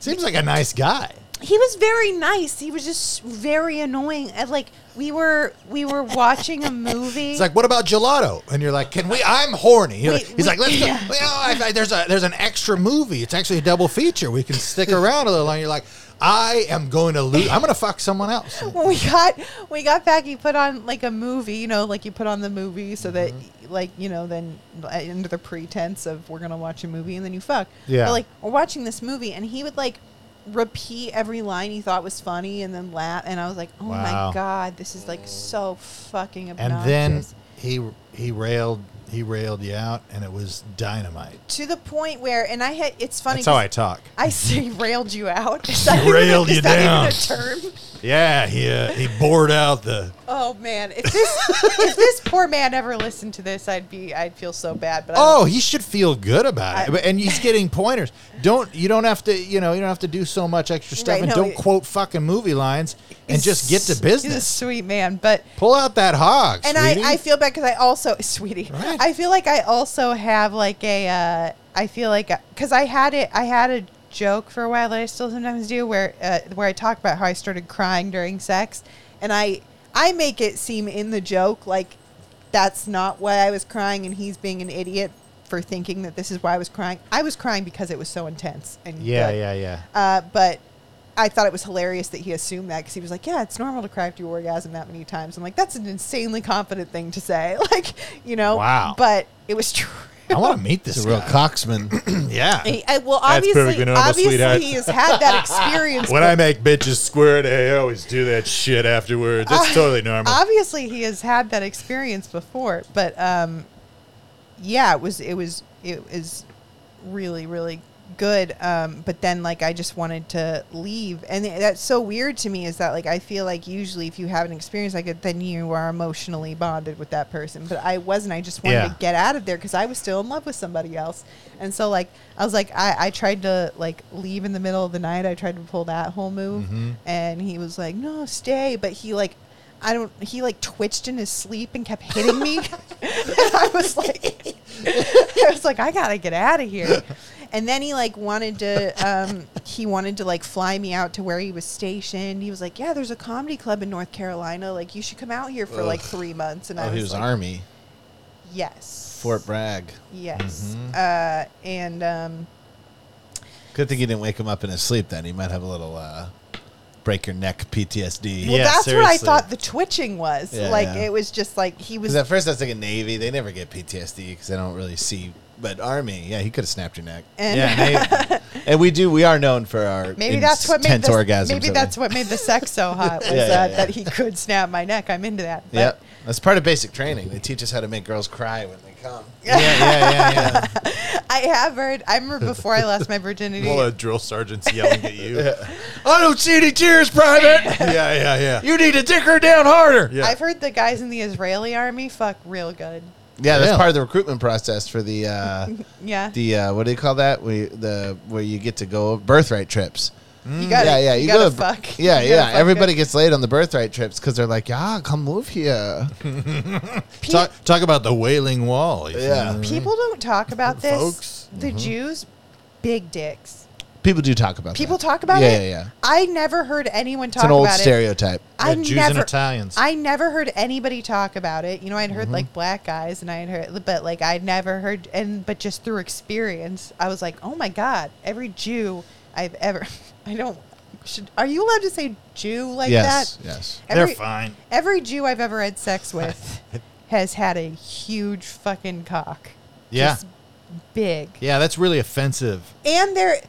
Speaker 1: Seems like a nice guy.
Speaker 2: he was very nice. He was just very annoying. And like we were we were watching a movie.
Speaker 1: It's like, what about gelato? And you're like, can we? I'm horny. You're
Speaker 2: We-
Speaker 1: like- he's
Speaker 2: we-
Speaker 1: like, let's. Go. Well, I, I- there's a there's an extra movie. It's actually a double feature. We can stick around a little longer. You're like, I am going to lose. I'm going to fuck someone else.
Speaker 2: when we got we got back, he put on like a movie, you know, like you put on the movie so that
Speaker 1: Mm-hmm.
Speaker 2: like you know then uh, under the pretense of we're gonna watch a movie and then you fuck.
Speaker 1: Yeah.
Speaker 2: But like we're watching this movie and he would like repeat every line he thought was funny and then laugh and I was like, oh
Speaker 1: Wow.
Speaker 2: my god, this is like so fucking
Speaker 1: And
Speaker 2: obnoxious.
Speaker 1: then he he railed he railed you out, and it was dynamite.
Speaker 2: to the point where and I had it's funny.
Speaker 1: That's how
Speaker 2: 'cause
Speaker 1: I talk.
Speaker 2: I say railed you out. Is that even-
Speaker 1: Railed
Speaker 2: is
Speaker 1: you
Speaker 2: that
Speaker 1: down.
Speaker 2: Even a term?
Speaker 1: Yeah, he uh, he bored out the.
Speaker 2: Oh man, if this if this poor man ever listened to this, I'd be I'd feel so bad. But I don't-
Speaker 1: Oh, he should feel good about it.
Speaker 2: I-
Speaker 1: But and he's getting pointers. Don't you don't have to you know you don't have to do so much extra stuff
Speaker 2: Right,
Speaker 1: and
Speaker 2: no,
Speaker 1: don't
Speaker 2: he-
Speaker 1: quote fucking movie lines and
Speaker 2: he's-
Speaker 1: just get to business.
Speaker 2: He's a sweet man, but
Speaker 1: Pull out that hog.
Speaker 2: and
Speaker 1: sweetie.
Speaker 2: I I feel bad because I also sweetie,
Speaker 1: Right.
Speaker 2: I feel like I also have like a uh, I feel like because I had it I had a joke for a while that I still sometimes do where uh, where I talk about how I started crying during sex, and I I make it seem in the joke like that's not why I was crying and he's being an idiot for thinking that this is why I was crying. I was crying because it was so intense and
Speaker 1: yeah,
Speaker 2: good.
Speaker 1: yeah, yeah.
Speaker 2: Uh, but I thought it was hilarious that he assumed that because he was like, "Yeah, it's normal to cry after you orgasm that many times." I'm like, "That's an insanely confident thing to say." Like, you know.
Speaker 1: Wow.
Speaker 2: But it was true.
Speaker 1: I want to meet
Speaker 5: He's
Speaker 1: this
Speaker 5: a real
Speaker 1: guy.
Speaker 5: cocksman.
Speaker 1: yeah.
Speaker 2: He- I- well,
Speaker 3: That's
Speaker 2: obviously,
Speaker 3: perfectly normal,
Speaker 2: obviously,
Speaker 3: sweetheart.
Speaker 2: he's had that experience.
Speaker 3: When I make bitches squirt, I always do that shit afterwards. That's totally normal.
Speaker 2: obviously, he has had that experience before. But um, yeah, it was it was it was really really good. Um, but then like I just wanted to leave, and that's so weird to me is that like I feel like usually if you have an experience like it, then you are emotionally bonded with that person. But I wasn't. I just wanted
Speaker 1: Yeah.
Speaker 2: to get out of there because I was still in love with somebody else, and so like I was like I, I tried to like leave in the middle of the night. I tried to pull that whole move,
Speaker 5: Mm-hmm.
Speaker 2: and he was like, "No, stay," but he like. I don't. He like twitched in his sleep and kept hitting me. and I was like, I was like, I gotta get out of here. And then he like wanted to, um, he wanted to like fly me out to where he was stationed. He was like, yeah, there's a comedy club in North Carolina. Like you should come out here for like three months. And
Speaker 5: oh,
Speaker 2: I was,
Speaker 5: he was
Speaker 2: like,
Speaker 5: Army,
Speaker 2: Yes.
Speaker 5: Fort Bragg. Mm-hmm.
Speaker 2: Yes. Uh, and um,
Speaker 5: Good thing you didn't wake him up in his sleep. Then he might have a little uh, break your neck PTSD.
Speaker 2: well,
Speaker 1: Yeah,
Speaker 2: that's what I
Speaker 1: seriously.
Speaker 2: thought the twitching was.
Speaker 5: Yeah,
Speaker 2: like
Speaker 5: yeah.
Speaker 2: it was just like he was.
Speaker 5: Because at first I was thinking Navy. They never get PTSD because they don't really see. But Army, yeah, he could have snapped your neck.
Speaker 2: And-
Speaker 5: yeah, Navy. and we do. We are known for our
Speaker 2: Maybe that's what made
Speaker 5: intense
Speaker 2: the,
Speaker 5: orgasms.
Speaker 2: maybe
Speaker 5: that
Speaker 2: that's
Speaker 5: we-
Speaker 2: what made the sex so hot was
Speaker 5: Yeah,
Speaker 2: uh,
Speaker 5: yeah,
Speaker 2: that,
Speaker 5: yeah.
Speaker 2: that he could snap my neck. I'm into that.
Speaker 5: Yeah, that's part of basic training. They teach us how to make girls cry when they come.
Speaker 1: yeah, yeah, yeah, yeah.
Speaker 2: I have heard. I remember before I lost my virginity.
Speaker 3: All
Speaker 5: uh,
Speaker 3: the drill sergeants yelling at you. yeah,
Speaker 5: I don't see any tears, Private.
Speaker 3: yeah, yeah.
Speaker 5: you need to dick her down harder.
Speaker 3: Yeah.
Speaker 2: I've heard the guys in the Israeli army fuck real good.
Speaker 5: Yeah, that's
Speaker 1: Yeah.
Speaker 5: part of the recruitment process for the uh,
Speaker 2: Yeah,
Speaker 5: the uh, what do you call that? We the where you get to go birthright trips.
Speaker 2: you got
Speaker 5: yeah, yeah,
Speaker 2: You,
Speaker 5: you,
Speaker 2: gotta
Speaker 5: go. to-
Speaker 2: fuck.
Speaker 5: Yeah,
Speaker 2: You gotta
Speaker 5: yeah.
Speaker 2: fuck
Speaker 5: Everybody
Speaker 2: good.
Speaker 5: gets laid on the birthright trips because they're like, "Yeah, come move here."
Speaker 2: Pe-
Speaker 1: Talk, talk about the Wailing Wall. you
Speaker 5: Yeah.
Speaker 1: know?
Speaker 2: people don't talk about this.
Speaker 1: Folks.
Speaker 5: Mm-hmm.
Speaker 2: The Jews, big dicks.
Speaker 5: People do talk about.
Speaker 2: People
Speaker 5: that.
Speaker 2: talk about
Speaker 5: yeah,
Speaker 2: it.
Speaker 5: Yeah, yeah.
Speaker 2: I never heard anyone talk
Speaker 5: It's an old
Speaker 2: about it.
Speaker 5: stereotype.
Speaker 2: I
Speaker 1: Yeah, Jews
Speaker 2: never,
Speaker 1: and Italians. Mm-hmm.
Speaker 2: I never heard anybody talk about it. You know, I'd heard like black guys, and I had heard, but like I'd never heard, and but just through experience, I was like, oh my god, every Jew I've ever, I don't. Should are you allowed to say Jew like
Speaker 5: yes,
Speaker 2: that?
Speaker 5: yes.
Speaker 1: They're
Speaker 2: Every-
Speaker 1: fine.
Speaker 2: Every Jew I've ever had sex with has had a huge fucking cock.
Speaker 1: Yeah.
Speaker 2: Just big.
Speaker 1: Yeah, that's really offensive.
Speaker 2: And they're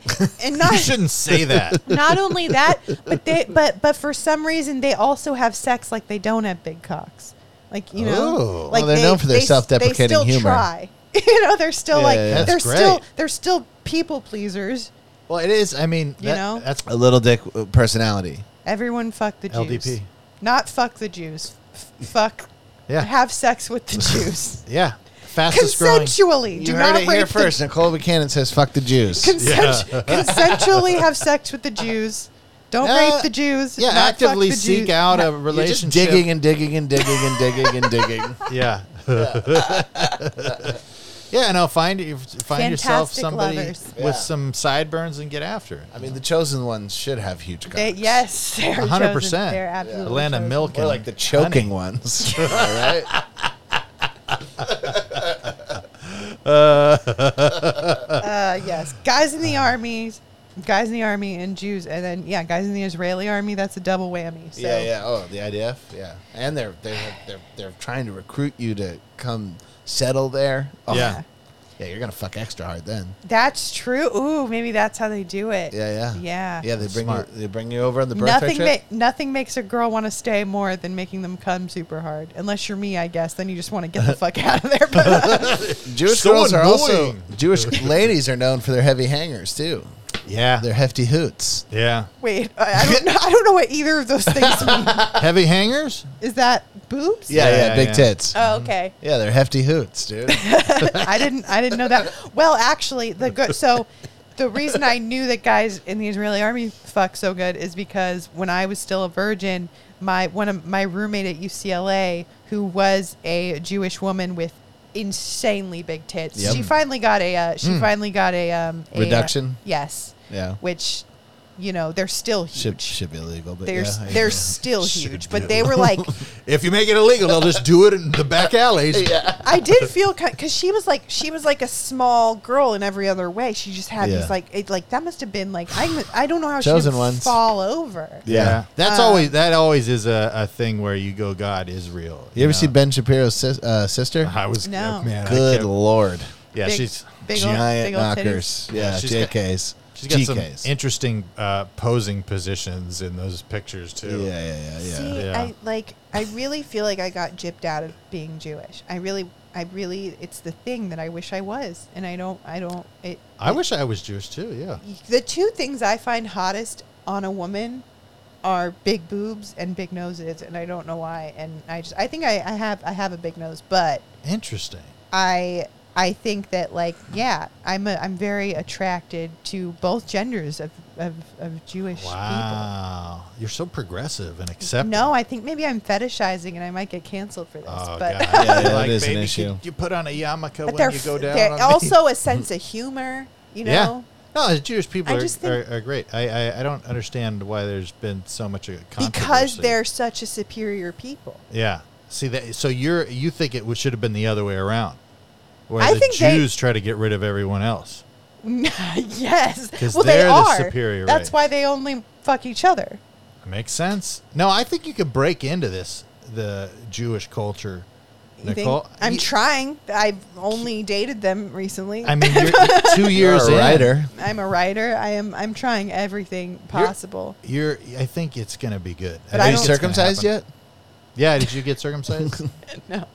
Speaker 2: and not
Speaker 1: You shouldn't say that.
Speaker 2: not only that, but they but but for some reason they also have sex like they don't have big cocks. Like you know,
Speaker 1: Oh.
Speaker 2: like
Speaker 5: Well, they're known for their
Speaker 2: they s-
Speaker 5: self-deprecating
Speaker 2: they still
Speaker 5: humor.
Speaker 2: Try. you know, they're still
Speaker 5: Yeah,
Speaker 2: like
Speaker 5: yeah, yeah.
Speaker 2: they're
Speaker 1: That's
Speaker 2: still
Speaker 1: great.
Speaker 2: they're still people pleasers.
Speaker 1: Well, it is. I mean,
Speaker 2: You
Speaker 1: that-
Speaker 2: know?
Speaker 1: that's
Speaker 5: A little dick uh, personality.
Speaker 2: Everyone fuck the Jews.
Speaker 1: LDP.
Speaker 2: Not fuck the Jews. F- fuck.
Speaker 1: Yeah.
Speaker 2: Have sex with the Jews.
Speaker 1: yeah, fastest growing.
Speaker 2: Consensually.
Speaker 5: You
Speaker 2: Do
Speaker 5: heard
Speaker 2: not
Speaker 5: it here
Speaker 2: rape the-
Speaker 5: first. Nicole Buchanan says, "Fuck the Jews."
Speaker 2: Consent- Consensually have sex with the Jews. Don't
Speaker 5: Yeah.
Speaker 2: rape the Jews.
Speaker 5: Yeah,
Speaker 2: not fuck
Speaker 5: actively
Speaker 2: the
Speaker 5: seek
Speaker 2: Jews.
Speaker 5: out a
Speaker 1: You're
Speaker 5: relationship.
Speaker 1: just
Speaker 5: digging and digging and digging and digging and digging.
Speaker 1: Yeah. yeah, no, find find yourself
Speaker 2: Fantastic
Speaker 1: somebody
Speaker 2: lovers.
Speaker 1: with
Speaker 4: Yeah.
Speaker 1: some sideburns and get after it.
Speaker 5: I mean, the chosen ones should have huge cocks.
Speaker 2: They, yes, they're
Speaker 1: 100%.
Speaker 2: chosen. They're absolutely
Speaker 1: Atlanta
Speaker 2: chosen.
Speaker 1: Milk
Speaker 5: Or
Speaker 1: and
Speaker 5: like the choking
Speaker 1: honey.
Speaker 5: ones. All right.
Speaker 2: Uh, yes, guys in the army, guys in the army, and Jews, and then yeah, guys in the Israeli army. That's a double whammy. So.
Speaker 5: Yeah, yeah. Oh, the IDF. Yeah, and they're they're they're they're trying to recruit you to come settle there. Oh,
Speaker 1: Yeah.
Speaker 5: Yeah, you're gonna fuck extra hard then.
Speaker 2: That's true. Ooh, maybe that's how they do it.
Speaker 5: Yeah, yeah.
Speaker 2: yeah,
Speaker 5: Yeah, they bring
Speaker 1: Smart.
Speaker 5: you, they bring you over on the birthday
Speaker 2: Nothing
Speaker 5: trip.
Speaker 2: ma- nothing makes a girl want to stay more than making them come super hard. Unless you're me, I guess. Then you just want to get the fuck out of there. But uh,
Speaker 5: Jewish
Speaker 1: So
Speaker 5: girls are also
Speaker 1: annoying.
Speaker 5: Jewish ladies are known for their heavy hangers too.
Speaker 1: Yeah.
Speaker 5: Their hefty hoots.
Speaker 1: Yeah.
Speaker 2: wait, I, I don't know. I don't know what either of those things mean.
Speaker 1: Heavy hangers?
Speaker 2: Is that boobs?
Speaker 5: Yeah, yeah,
Speaker 1: Yeah,
Speaker 5: big
Speaker 1: yeah.
Speaker 5: tits.
Speaker 2: Oh, okay.
Speaker 5: yeah, they're hefty hoots, dude.
Speaker 2: I didn't. I didn't know that. Well, actually, the good. So, the reason I knew that guys in the Israeli army fuck so good is because when I was still a virgin, my one of my roommate at UCLA, who was a Jewish woman with insanely big tits,
Speaker 5: Yep. Hmm.
Speaker 2: she finally got a. Uh, she finally got a, um, a, uh,
Speaker 5: Reduction?
Speaker 2: yes,
Speaker 5: yeah,
Speaker 2: which, you know, they're still
Speaker 5: should
Speaker 2: huge.
Speaker 5: should be illegal, but
Speaker 2: they're
Speaker 5: yeah,
Speaker 2: s
Speaker 5: I-
Speaker 2: they're still huge, but they were like
Speaker 1: If you make it illegal, they'll just do it in the back alleys.
Speaker 2: I did feel kind because she was like she was like a small girl in every other way. She just had
Speaker 5: Yeah.
Speaker 2: these like it like that must have been like I I don't know how she
Speaker 5: Chosen
Speaker 2: didn't
Speaker 5: ones.
Speaker 2: fall over.
Speaker 5: Yeah.
Speaker 1: That's
Speaker 2: Uh,
Speaker 1: always that always is a, a thing where you go, God is real.
Speaker 5: You ever
Speaker 1: know?
Speaker 5: see Ben Shapiro's sis, uh, sister?
Speaker 1: I was
Speaker 2: No.
Speaker 1: man. I
Speaker 5: Good
Speaker 1: kept-
Speaker 5: lord.
Speaker 1: yeah,
Speaker 2: Big-
Speaker 1: she's
Speaker 2: big old-
Speaker 5: Giant
Speaker 2: big old titties.
Speaker 5: knockers. Yeah,
Speaker 1: Yeah, she's got-
Speaker 5: JKs.
Speaker 1: she's got
Speaker 5: GKs.
Speaker 1: some interesting uh, posing positions in those pictures too.
Speaker 5: Yeah, yeah, yeah, yeah.
Speaker 2: See,
Speaker 1: Yeah.
Speaker 2: I like I really feel like I got gypped out of being Jewish. I really I really it's the thing that I wish I was, and I don't I don't it.
Speaker 1: I wish I was Jewish too. Yeah.
Speaker 2: The two things I find hottest on a woman are big boobs and big noses, and I don't know why. And I just I think I, I have I have a big nose, but.
Speaker 1: Interesting.
Speaker 2: I I think that like yeah, I'm a, I'm very attracted to both genders of of, of Jewish
Speaker 1: Wow. You're so progressive and
Speaker 2: people.
Speaker 1: accepting.
Speaker 2: No, I think maybe I'm fetishizing and I might get canceled for this,
Speaker 1: Oh,
Speaker 2: but
Speaker 1: God.
Speaker 5: Yeah,
Speaker 1: You're
Speaker 5: that is an
Speaker 1: "Baby,
Speaker 5: issue."
Speaker 1: can You put on a yarmulke
Speaker 2: but
Speaker 1: when
Speaker 2: they're,
Speaker 1: you
Speaker 2: f-
Speaker 1: go down.
Speaker 2: they're
Speaker 1: on the-
Speaker 2: also a sense of humor, you know.
Speaker 1: Yeah. No, the Jewish people
Speaker 2: I
Speaker 1: are,
Speaker 2: just think-
Speaker 1: are, are great. I, I, I don't understand why there's been so much of a controversy.
Speaker 2: Because they're such a superior people.
Speaker 1: Yeah. See that. So you're you think it should have been the other way around, where
Speaker 2: I
Speaker 1: the
Speaker 2: think they-
Speaker 1: Jews try to get rid of everyone else.
Speaker 2: yes.
Speaker 1: 'Cause
Speaker 2: Well, they
Speaker 1: they're the
Speaker 2: are.
Speaker 1: superior
Speaker 2: That's
Speaker 1: race.
Speaker 2: why they only fuck each other.
Speaker 1: Makes sense. No, I think you could break into this the Jewish culture,
Speaker 2: You think-
Speaker 1: Nicole.
Speaker 2: I'm
Speaker 1: You-
Speaker 2: trying. I've only dated them recently.
Speaker 1: I mean, you're two years
Speaker 5: You're
Speaker 1: in,
Speaker 5: a writer.
Speaker 2: I'm a writer. I am. I'm trying everything possible.
Speaker 1: You're. I think it's gonna be good.
Speaker 2: But I
Speaker 1: I
Speaker 5: Are
Speaker 1: think
Speaker 5: you
Speaker 2: don't-
Speaker 1: it's gonna
Speaker 5: circumcised
Speaker 1: happen.
Speaker 5: yet?
Speaker 1: Yeah. Did you get circumcised?
Speaker 2: No.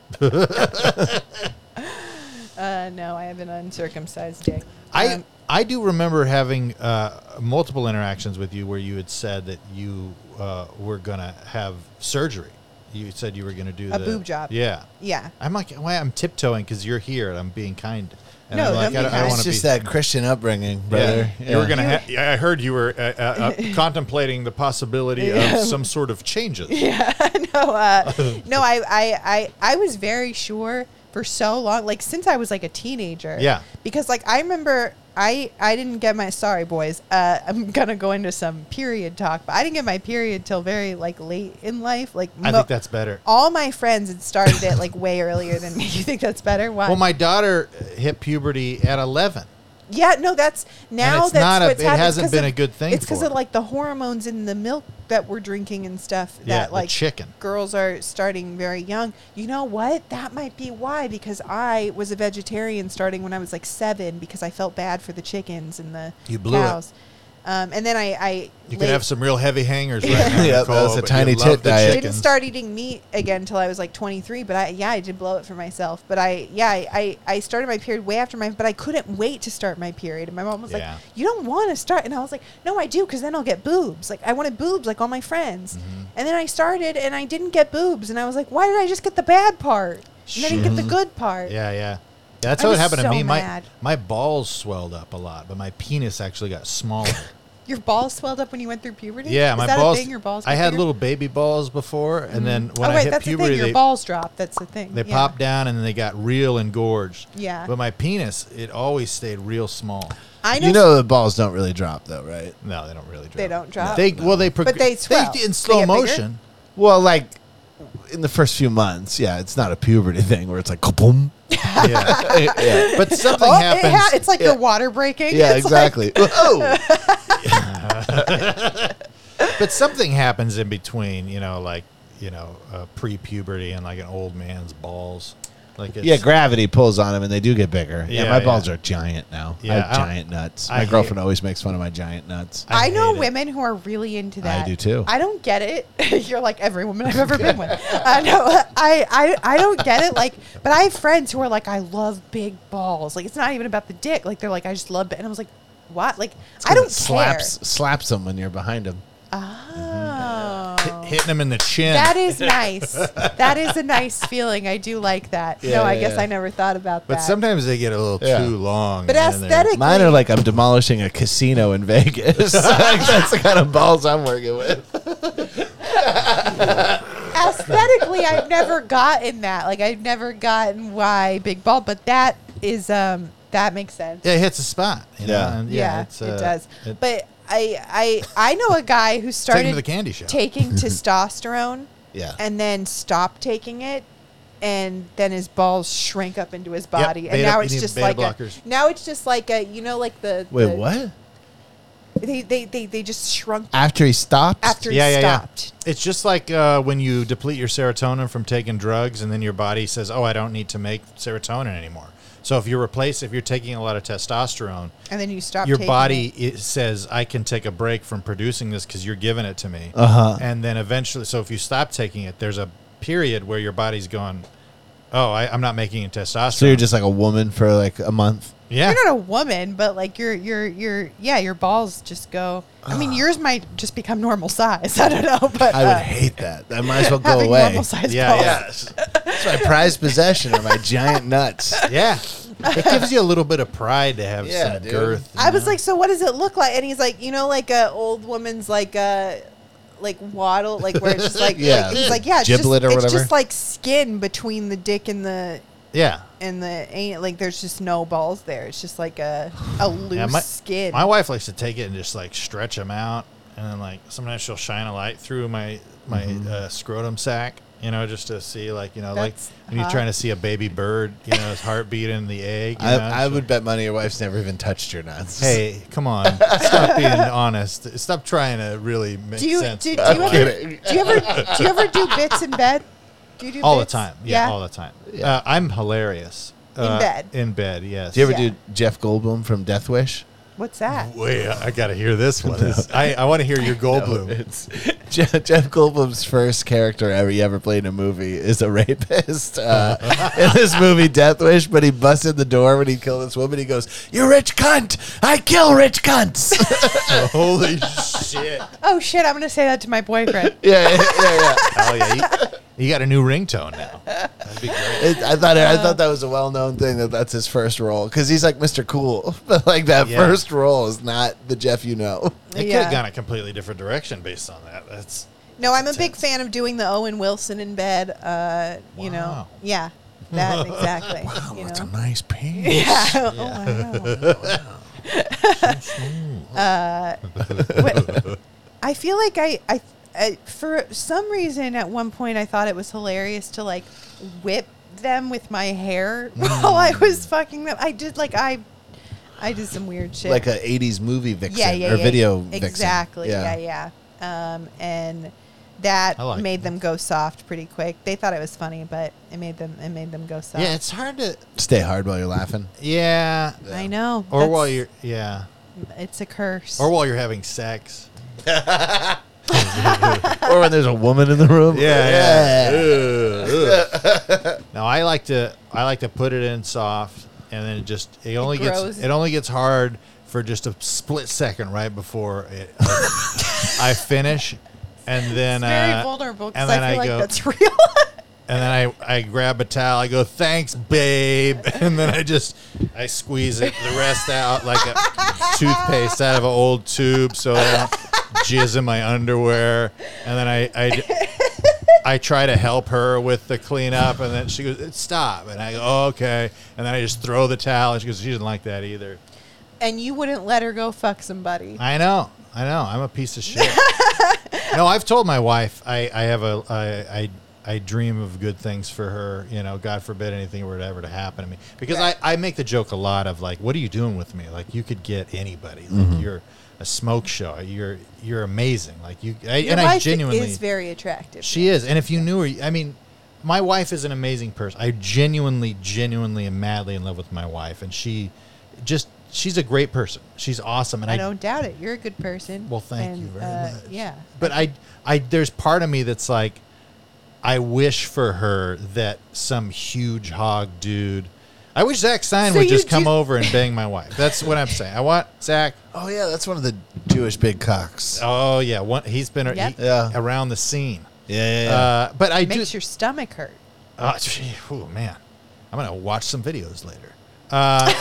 Speaker 2: uh, no, I have an uncircumcised dick.
Speaker 1: I
Speaker 2: Um,
Speaker 1: I do remember having uh, multiple interactions with you where you had said that you uh, were gonna have surgery. You said you were gonna do
Speaker 2: A
Speaker 1: the,
Speaker 2: boob job.
Speaker 1: Yeah.
Speaker 2: yeah.
Speaker 1: I'm like, why I'm tiptoeing because you're here and I'm being kind. And
Speaker 2: No,
Speaker 1: I'm
Speaker 2: don't
Speaker 1: like,
Speaker 2: be
Speaker 1: I,
Speaker 2: kind.
Speaker 1: I
Speaker 2: It's
Speaker 1: want
Speaker 5: It's
Speaker 1: to be.
Speaker 5: just that Christian upbringing, brother.
Speaker 1: Yeah. You were gonna.
Speaker 2: You-
Speaker 1: Ha- yeah, I heard you were uh, uh, uh, contemplating the possibility
Speaker 2: Yeah.
Speaker 1: of some sort of changes.
Speaker 2: no, uh, no. I, I, I, I was very sure for so long, like since I was like a teenager.
Speaker 1: Yeah.
Speaker 2: Because like I remember, I, I didn't get my sorry boys. Uh, I'm gonna go into some period talk, but I didn't get my period till very like late in life. Like
Speaker 1: I
Speaker 2: mo-
Speaker 1: think that's better.
Speaker 2: all my friends had started it like way earlier than me. You think that's better? Why?
Speaker 1: Well, my daughter hit puberty at 11.
Speaker 2: Yeah, no, that's now
Speaker 1: it's
Speaker 2: that's
Speaker 1: not a-
Speaker 2: what's happened. It's
Speaker 1: it hasn't
Speaker 2: 'cause
Speaker 1: been
Speaker 2: of-
Speaker 1: a good thing
Speaker 2: It's because
Speaker 1: for
Speaker 2: of
Speaker 1: her.
Speaker 2: like the hormones in the milk that we're drinking and stuff
Speaker 1: Yeah,
Speaker 2: that
Speaker 1: the
Speaker 2: like
Speaker 1: chicken.
Speaker 2: girls are starting very young. You know what? That might be why because I was a vegetarian starting when I was like seven because I felt bad for the chickens and the
Speaker 1: You blew it.
Speaker 2: cows. Um, and then I, I
Speaker 1: You
Speaker 2: late-
Speaker 1: could have some real heavy hangers right now.
Speaker 5: Yeah,
Speaker 1: Nicole,
Speaker 5: that was a
Speaker 1: but
Speaker 5: tiny
Speaker 1: you love
Speaker 5: tit
Speaker 1: the
Speaker 5: diet.
Speaker 2: didn't
Speaker 1: chickens.
Speaker 2: start eating meat again until I was like 23. But I, yeah, I did blow it for myself. But I, yeah, I, I, I started my period way after my, but I couldn't wait to start my period. And my mom was
Speaker 1: Yeah.
Speaker 2: like, "You don't want to start," and I was like, "No, I do, because then I'll get boobs. Like I wanted boobs, like all my friends."
Speaker 1: Mm-hmm.
Speaker 2: And then I started, and I didn't get boobs, and I was like, "Why did I just get the bad part? And I didn't get the good part."
Speaker 1: Yeah, yeah. Yeah, That's
Speaker 2: I
Speaker 1: how it
Speaker 2: was
Speaker 1: happened to
Speaker 2: so
Speaker 1: me.
Speaker 2: mad.
Speaker 1: My my balls swelled up a lot, but my penis actually got smaller.
Speaker 2: Your balls swelled up when you went through puberty.
Speaker 1: Yeah,
Speaker 2: Is
Speaker 1: my
Speaker 2: that
Speaker 1: balls.
Speaker 2: A thing? Your balls.
Speaker 1: I
Speaker 2: get
Speaker 1: had
Speaker 2: bigger?
Speaker 1: little baby balls before, and then when
Speaker 2: oh
Speaker 1: I
Speaker 2: wait,
Speaker 1: hit
Speaker 2: that's
Speaker 1: puberty,
Speaker 2: the thing. Your
Speaker 1: they,
Speaker 2: balls drop. That's the thing.
Speaker 1: they
Speaker 2: yeah.
Speaker 1: popped down and then they got real engorged.
Speaker 2: Yeah.
Speaker 1: But my penis, it always stayed real small.
Speaker 2: I know.
Speaker 5: You know the balls don't really drop though, right?
Speaker 1: No, they don't really drop.
Speaker 2: They don't drop.
Speaker 1: They well, they
Speaker 2: But they swell.
Speaker 1: in
Speaker 2: They
Speaker 1: slow
Speaker 2: get bigger.
Speaker 1: motion.
Speaker 5: Well, like in the first few months, yeah, it's not a puberty thing where it's like kaboom.
Speaker 1: yeah.
Speaker 5: yeah,
Speaker 1: But something
Speaker 2: Oh,
Speaker 1: happens.
Speaker 2: it ha- it's like
Speaker 5: Yeah.
Speaker 2: the water breaking.
Speaker 5: yeah,
Speaker 2: It's like-
Speaker 5: exactly. oh,
Speaker 1: but something happens in between. You know, like you know, uh, pre-puberty and like an old man's balls. Like it's,
Speaker 5: yeah, gravity pulls on them and they do get bigger. Yeah,
Speaker 1: Yeah,
Speaker 5: my
Speaker 1: yeah.
Speaker 5: balls are giant now.
Speaker 1: Yeah,
Speaker 5: I
Speaker 1: I
Speaker 5: have
Speaker 1: don't-
Speaker 5: giant nuts.
Speaker 1: I
Speaker 5: My
Speaker 1: hate-
Speaker 5: girlfriend always makes fun of my giant nuts.
Speaker 1: I
Speaker 2: I, know
Speaker 1: hate it.
Speaker 2: women who are really into that.
Speaker 5: do too.
Speaker 2: I don't get it. You're like every woman I've ever been with. I know. I, I I don't get it. Like, but I have friends who are like, I love big balls. Like, it's not even about the dick. Like, they're like, I just love it. And I was like, what? Like, I don't
Speaker 5: It slaps
Speaker 2: care.
Speaker 5: slaps them when you're behind them. Mm-hmm.
Speaker 2: Oh.
Speaker 1: hitting him in the chin.
Speaker 2: That is nice. that is a nice feeling. I do like that.
Speaker 5: Yeah,
Speaker 2: no, I
Speaker 5: yeah,
Speaker 2: guess
Speaker 5: yeah.
Speaker 2: I never thought about
Speaker 1: but
Speaker 2: that.
Speaker 1: sometimes they get a little
Speaker 5: Yeah.
Speaker 1: too long.
Speaker 2: But
Speaker 1: and then they're-
Speaker 2: aesthetic-
Speaker 5: Mine are like I'm demolishing a casino in Vegas. Like, that's the kind of balls I'm working with.
Speaker 2: aesthetically i've never gotten that like i've never gotten why big ball but that is um that makes sense
Speaker 1: Yeah, it hits a spot. You know,
Speaker 5: Yeah.
Speaker 1: and
Speaker 2: yeah,
Speaker 1: it's, uh,
Speaker 2: it does
Speaker 1: it-
Speaker 2: but i i i know a guy who
Speaker 1: take 'em
Speaker 2: started
Speaker 1: to the candy shop.
Speaker 2: taking testosterone
Speaker 5: Yeah.
Speaker 2: and then stopped taking it and then his balls shrink up into his
Speaker 1: Yep,
Speaker 2: body and
Speaker 1: beta-
Speaker 2: now
Speaker 1: you
Speaker 2: it's
Speaker 1: need
Speaker 2: just
Speaker 1: beta
Speaker 2: like a,
Speaker 1: blockers.
Speaker 2: now it's just like a you know like the
Speaker 5: Wait,
Speaker 2: the-
Speaker 5: what?
Speaker 2: they they they, they just shrunk
Speaker 5: After he stopped?
Speaker 2: after
Speaker 1: yeah,
Speaker 2: he
Speaker 1: yeah,
Speaker 2: stopped
Speaker 1: yeah. It's just like uh, when you deplete your serotonin from taking drugs, and then your body says, "Oh, I don't need to make serotonin anymore." So if you replace, if you're taking a lot of testosterone,
Speaker 2: and then you stopped
Speaker 1: your
Speaker 2: taking
Speaker 1: body
Speaker 2: it.
Speaker 1: it says, "I can take a break from producing this because you're giving it to me."
Speaker 5: Uh-huh.
Speaker 1: And then eventually, so if you stop taking it, there's a period where your body's going, "Oh, I, I'm not making testosterone."
Speaker 5: So you're just like a woman for like a month.
Speaker 1: yeah.
Speaker 2: you're not a woman, but like your your your yeah, your balls just go. I mean, yours might just become normal size. I don't know, but
Speaker 5: I
Speaker 2: uh,
Speaker 5: would hate that. I might as well go
Speaker 2: having
Speaker 5: away.
Speaker 2: normal size
Speaker 1: Yeah,
Speaker 2: balls.
Speaker 1: yeah.
Speaker 5: It's my prized possession are my giant nuts.
Speaker 1: Yeah. It gives you a little bit of pride to have
Speaker 5: Yeah,
Speaker 1: some
Speaker 5: dude.
Speaker 1: girth.
Speaker 2: I was like, so what does it look like? And he's like, you know, like a old woman's like a like waddle, like where it's just like,
Speaker 5: Yeah.
Speaker 2: like he's like, yeah, it's
Speaker 5: Giblet
Speaker 2: just,
Speaker 5: or
Speaker 2: It's
Speaker 5: whatever.
Speaker 2: just like skin between the dick and the
Speaker 1: Yeah.
Speaker 2: and the ain't like there's just no balls there. It's just like a a loose
Speaker 1: Yeah, my,
Speaker 2: skin.
Speaker 1: my wife likes to take it and just like stretch them out, and then like sometimes she'll shine a light through my my
Speaker 2: Mm-hmm.
Speaker 1: uh, scrotum sac, you know, just to see like you know
Speaker 2: That's
Speaker 1: like when you're
Speaker 2: hot.
Speaker 1: trying to see a baby bird, you know, his heartbeat in the egg. You
Speaker 5: I,
Speaker 1: know,
Speaker 5: I
Speaker 1: she'll-
Speaker 5: would bet money your wife's never even touched your nuts.
Speaker 1: Hey, come on! Stop being honest. Stop trying to really make
Speaker 2: do you
Speaker 1: sense.
Speaker 2: do, do you ever do you ever do you ever do bits in bed? Do you do
Speaker 1: all the
Speaker 2: bits?
Speaker 1: time, yeah, all the time. Uh, I'm hilarious
Speaker 2: In
Speaker 1: Uh,
Speaker 2: bed.
Speaker 1: In bed, yes.
Speaker 5: Do you ever
Speaker 2: Yeah.
Speaker 5: do Jeff Goldblum from Death Wish?
Speaker 2: What's that?
Speaker 1: Wait, I got to hear this one. This- I, I want to hear your Goldblum.
Speaker 5: It's Jeff, Jeff Goldblum's first character ever he ever played in a movie is a rapist uh, in this movie Death Wish. But he busted the door when he killed this woman. He goes, "You rich cunt! I kill rich cunts."
Speaker 1: Holy shit!
Speaker 2: Oh shit, I'm gonna say that to my boyfriend.
Speaker 5: yeah, yeah, yeah.
Speaker 1: Oh yeah, you, you got a new ringtone now. That'd be great.
Speaker 5: It, I thought I
Speaker 2: Uh.
Speaker 5: thought that was a well known thing that that's his first role because he's like Mr. Cool, but like that
Speaker 1: Yeah.
Speaker 5: first role is not the Jeff you know.
Speaker 1: It could
Speaker 2: Yeah.
Speaker 1: have gone a completely different direction based on that. That's
Speaker 2: No, I'm a big fan of doing the Owen Wilson in bed. Uh, you know,
Speaker 1: Wow.
Speaker 2: yeah, that exactly. you know?
Speaker 5: nice penis.
Speaker 2: yeah. Oh, wow. uh, what- I feel like I, I, I, for some reason, at one point, I thought it was hilarious to like whip them with my hair
Speaker 1: Hmm.
Speaker 2: while I was fucking them. I did like I, I did some weird shit.
Speaker 5: Like an '80s movie vixen
Speaker 2: yeah, yeah,
Speaker 5: or
Speaker 2: yeah,
Speaker 5: video vixen.
Speaker 2: Exactly. Yeah, yeah. Um, and that
Speaker 1: I like
Speaker 2: made them go soft pretty quick. They thought it was funny, but it made them it made them go soft.
Speaker 1: yeah. It's hard to
Speaker 5: Stay hard while you're laughing.
Speaker 1: yeah.
Speaker 2: I know.
Speaker 1: Or while
Speaker 2: that's-
Speaker 1: you're yeah.
Speaker 2: it's a curse.
Speaker 1: Or while you're having sex.
Speaker 5: or when there's a woman in the room.
Speaker 1: Yeah, No, I like to I like to put it in soft, and then it just it only
Speaker 2: grows.
Speaker 1: gets it only gets hard for just a split second right before it, I finish, and then
Speaker 2: it's very
Speaker 1: uh,
Speaker 2: vulnerable because
Speaker 1: and
Speaker 2: I
Speaker 1: then
Speaker 2: feel
Speaker 1: I,
Speaker 2: like
Speaker 1: go
Speaker 2: that's real.
Speaker 1: And then I, I grab a towel. I go, thanks, babe. And then I just I squeeze it the rest out like a toothpaste out of an old tube, so I don't jizz in my underwear. And then I, I I try to help her with the cleanup, and then she goes, "It's- "Stop!" And I go, oh, "Okay." And then I just throw the towel, and she goes, "She didn't like that either."
Speaker 2: And you wouldn't let her go fuck somebody.
Speaker 1: I know. I know. I'm a piece of shit. no, I've told my wife I, I have a I, I I dream of good things for her. You know, God forbid anything were to ever to happen to me. Because I, I make the joke a lot of like, what are you doing with me? Like you could get anybody. Like you're a smoke show. You're you're amazing. Like you I,
Speaker 2: Your
Speaker 1: and I
Speaker 2: wife
Speaker 1: genuinely
Speaker 2: is very attractive.
Speaker 1: she is. And if you knew her, I mean, my wife is an amazing person. I genuinely, genuinely am madly in love with my wife. And she just, she's a great person. She's awesome. And I,
Speaker 2: I don't doubt it. You're a good person.
Speaker 1: well, thank you
Speaker 2: And,
Speaker 1: very
Speaker 2: uh,
Speaker 1: much.
Speaker 2: Yeah.
Speaker 1: But I, I, there's part of me that's like, I wish for her that some huge hog dude. I wish Zach Stein
Speaker 2: So
Speaker 1: would
Speaker 2: you
Speaker 1: just come
Speaker 2: do-
Speaker 1: over and bang my wife. That's what I'm saying. I want Zach.
Speaker 5: Oh yeah, that's one of the Jewish big cocks.
Speaker 1: Oh yeah, one, he's been he-
Speaker 2: Yep.
Speaker 5: Yeah.
Speaker 1: around the scene.
Speaker 5: Yeah, yeah, yeah.
Speaker 1: Uh, but I
Speaker 2: It
Speaker 1: do,
Speaker 2: makes your stomach hurt.
Speaker 1: Uh, oh man, I'm gonna watch some videos later. Uh,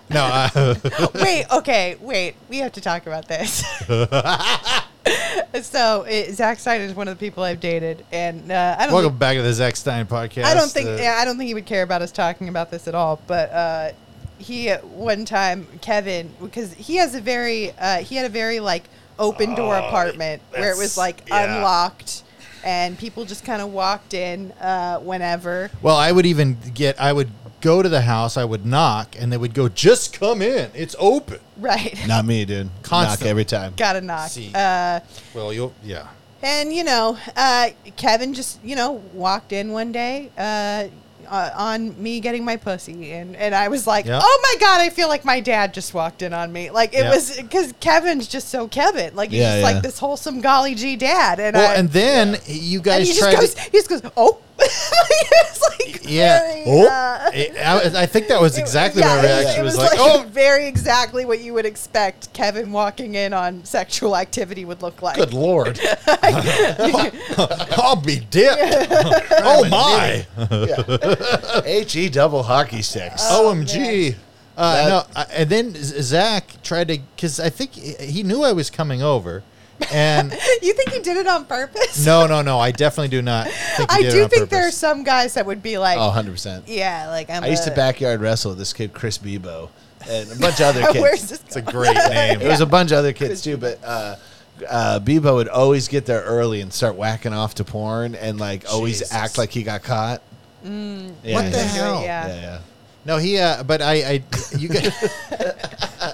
Speaker 1: no, uh,
Speaker 2: Oh, wait, okay, wait. We have to talk about this. so it, Zach Stein is one of the people I've dated, and uh, I don't.
Speaker 1: welcome
Speaker 2: think,
Speaker 1: back to the Zach Stein podcast.
Speaker 2: I don't think.
Speaker 1: Uh,
Speaker 2: yeah, I don't think he would care about us talking about this at all. But uh, he uh, one time Kevin because he has a very uh, he had a very like open door apartment where it was
Speaker 1: Oh,
Speaker 2: like
Speaker 1: that's- yeah.
Speaker 2: unlocked. And people just kind of walked in uh, whenever.
Speaker 1: Well, I would even get. I would go to the house. I would knock, and they would go, "Just come in. It's open."
Speaker 2: Right.
Speaker 5: Not me, dude.
Speaker 1: Constant.
Speaker 5: Knock every time.
Speaker 2: Gotta knock.
Speaker 1: See.
Speaker 2: Uh,
Speaker 1: Well, you'll yeah.
Speaker 2: And you know, uh, Kevin just you know walked in one day uh, uh, on me getting my pussy, and and I was like,
Speaker 1: Yeah.
Speaker 2: oh my god, I feel like my dad just walked in on me. Like it
Speaker 1: Yeah.
Speaker 2: was because Kevin's just so Kevin, like he's
Speaker 5: Yeah,
Speaker 2: just
Speaker 5: yeah.
Speaker 2: like this wholesome golly gee dad, and I,
Speaker 1: Well, and then you
Speaker 2: and
Speaker 1: guys
Speaker 2: he
Speaker 1: tried.
Speaker 2: just goes,
Speaker 1: to,
Speaker 2: he just goes, oh, it's like
Speaker 1: yeah.
Speaker 2: very,
Speaker 1: oh,
Speaker 2: uh,
Speaker 1: It- I, I think that was
Speaker 2: it-
Speaker 1: exactly
Speaker 2: yeah,
Speaker 1: my
Speaker 2: it
Speaker 1: reaction.
Speaker 2: It
Speaker 1: was, like, "Oh,
Speaker 2: very exactly what you would expect Kevin walking in on sexual activity would look like.
Speaker 1: good lord, I'll be dipped. oh my.
Speaker 5: H E double hockey sticks.
Speaker 1: OMG.
Speaker 5: That-
Speaker 2: Oh,
Speaker 1: Uh, no, I, and then Z- Zach tried to, because I think he he knew I was coming over, and
Speaker 2: you think he did it on purpose?
Speaker 1: no, no, no, I definitely do not. Think he
Speaker 2: I
Speaker 1: did
Speaker 2: do
Speaker 1: it on
Speaker 2: think there are
Speaker 1: purpose.
Speaker 2: some guys that would be like,
Speaker 5: Oh, 100 percent.
Speaker 2: yeah, like I'm.
Speaker 5: I used to
Speaker 2: a-
Speaker 5: backyard wrestle with this kid Chris Bebo and a bunch of other kids.
Speaker 2: Where's this?
Speaker 1: It's a
Speaker 2: going?
Speaker 1: great name.
Speaker 5: There was a bunch of other kids too, but uh, uh, Bebo would always get there early and start whacking off to porn and like always
Speaker 1: Jesus.
Speaker 5: act like he got caught.
Speaker 2: Mm,
Speaker 5: Yeah,
Speaker 1: What the
Speaker 5: yeah.
Speaker 1: hell?
Speaker 2: Yeah.
Speaker 5: Yeah, yeah.
Speaker 1: No, he. Uh, but I, I, you guys,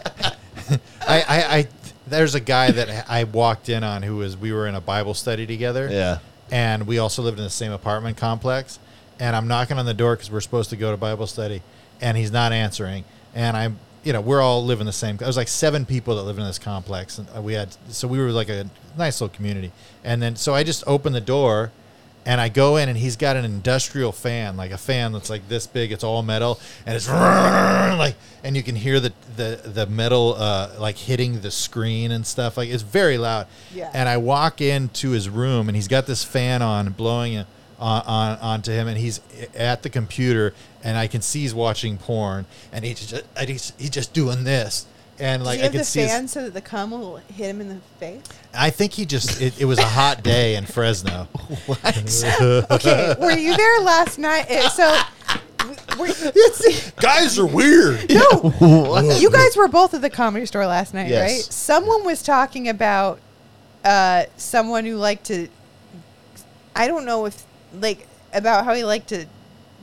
Speaker 1: I, I, I, there's a guy that I walked in on who was. We were in a Bible study together.
Speaker 5: Yeah.
Speaker 1: And we also lived in the same apartment complex. And I'm knocking on the door because we're supposed to go to Bible study, and he's not answering. And I'm, you know, we're all living the same. There's like seven people that live in this complex, and uh, we had so we were like a nice little community. And then so I just opened the door. And I go in, and he's got an industrial fan, like a fan that's like this big. It's all metal, and it's like, and you can hear the the the metal uh, like hitting the screen and stuff. Like it's very loud.
Speaker 2: Yeah.
Speaker 1: And I walk into his room, and he's got this fan on, blowing it on, on onto him, and he's at the computer, and I can see he's watching porn, and he's just and he's, he's just doing this, and
Speaker 2: Does
Speaker 1: like
Speaker 2: he
Speaker 1: I
Speaker 2: have
Speaker 1: can
Speaker 2: the
Speaker 1: see. his-
Speaker 2: fan so that the cum will hit him in the face?
Speaker 1: I think he just it, it was a hot day in Fresno.
Speaker 2: Okay, were you there last night? Uh, So, w- were you,
Speaker 3: Guys are weird.
Speaker 2: no, you guys were both at the comedy store last night,
Speaker 5: Yes.
Speaker 2: right? Someone was talking about uh, someone who liked to. I don't know if like about how he liked to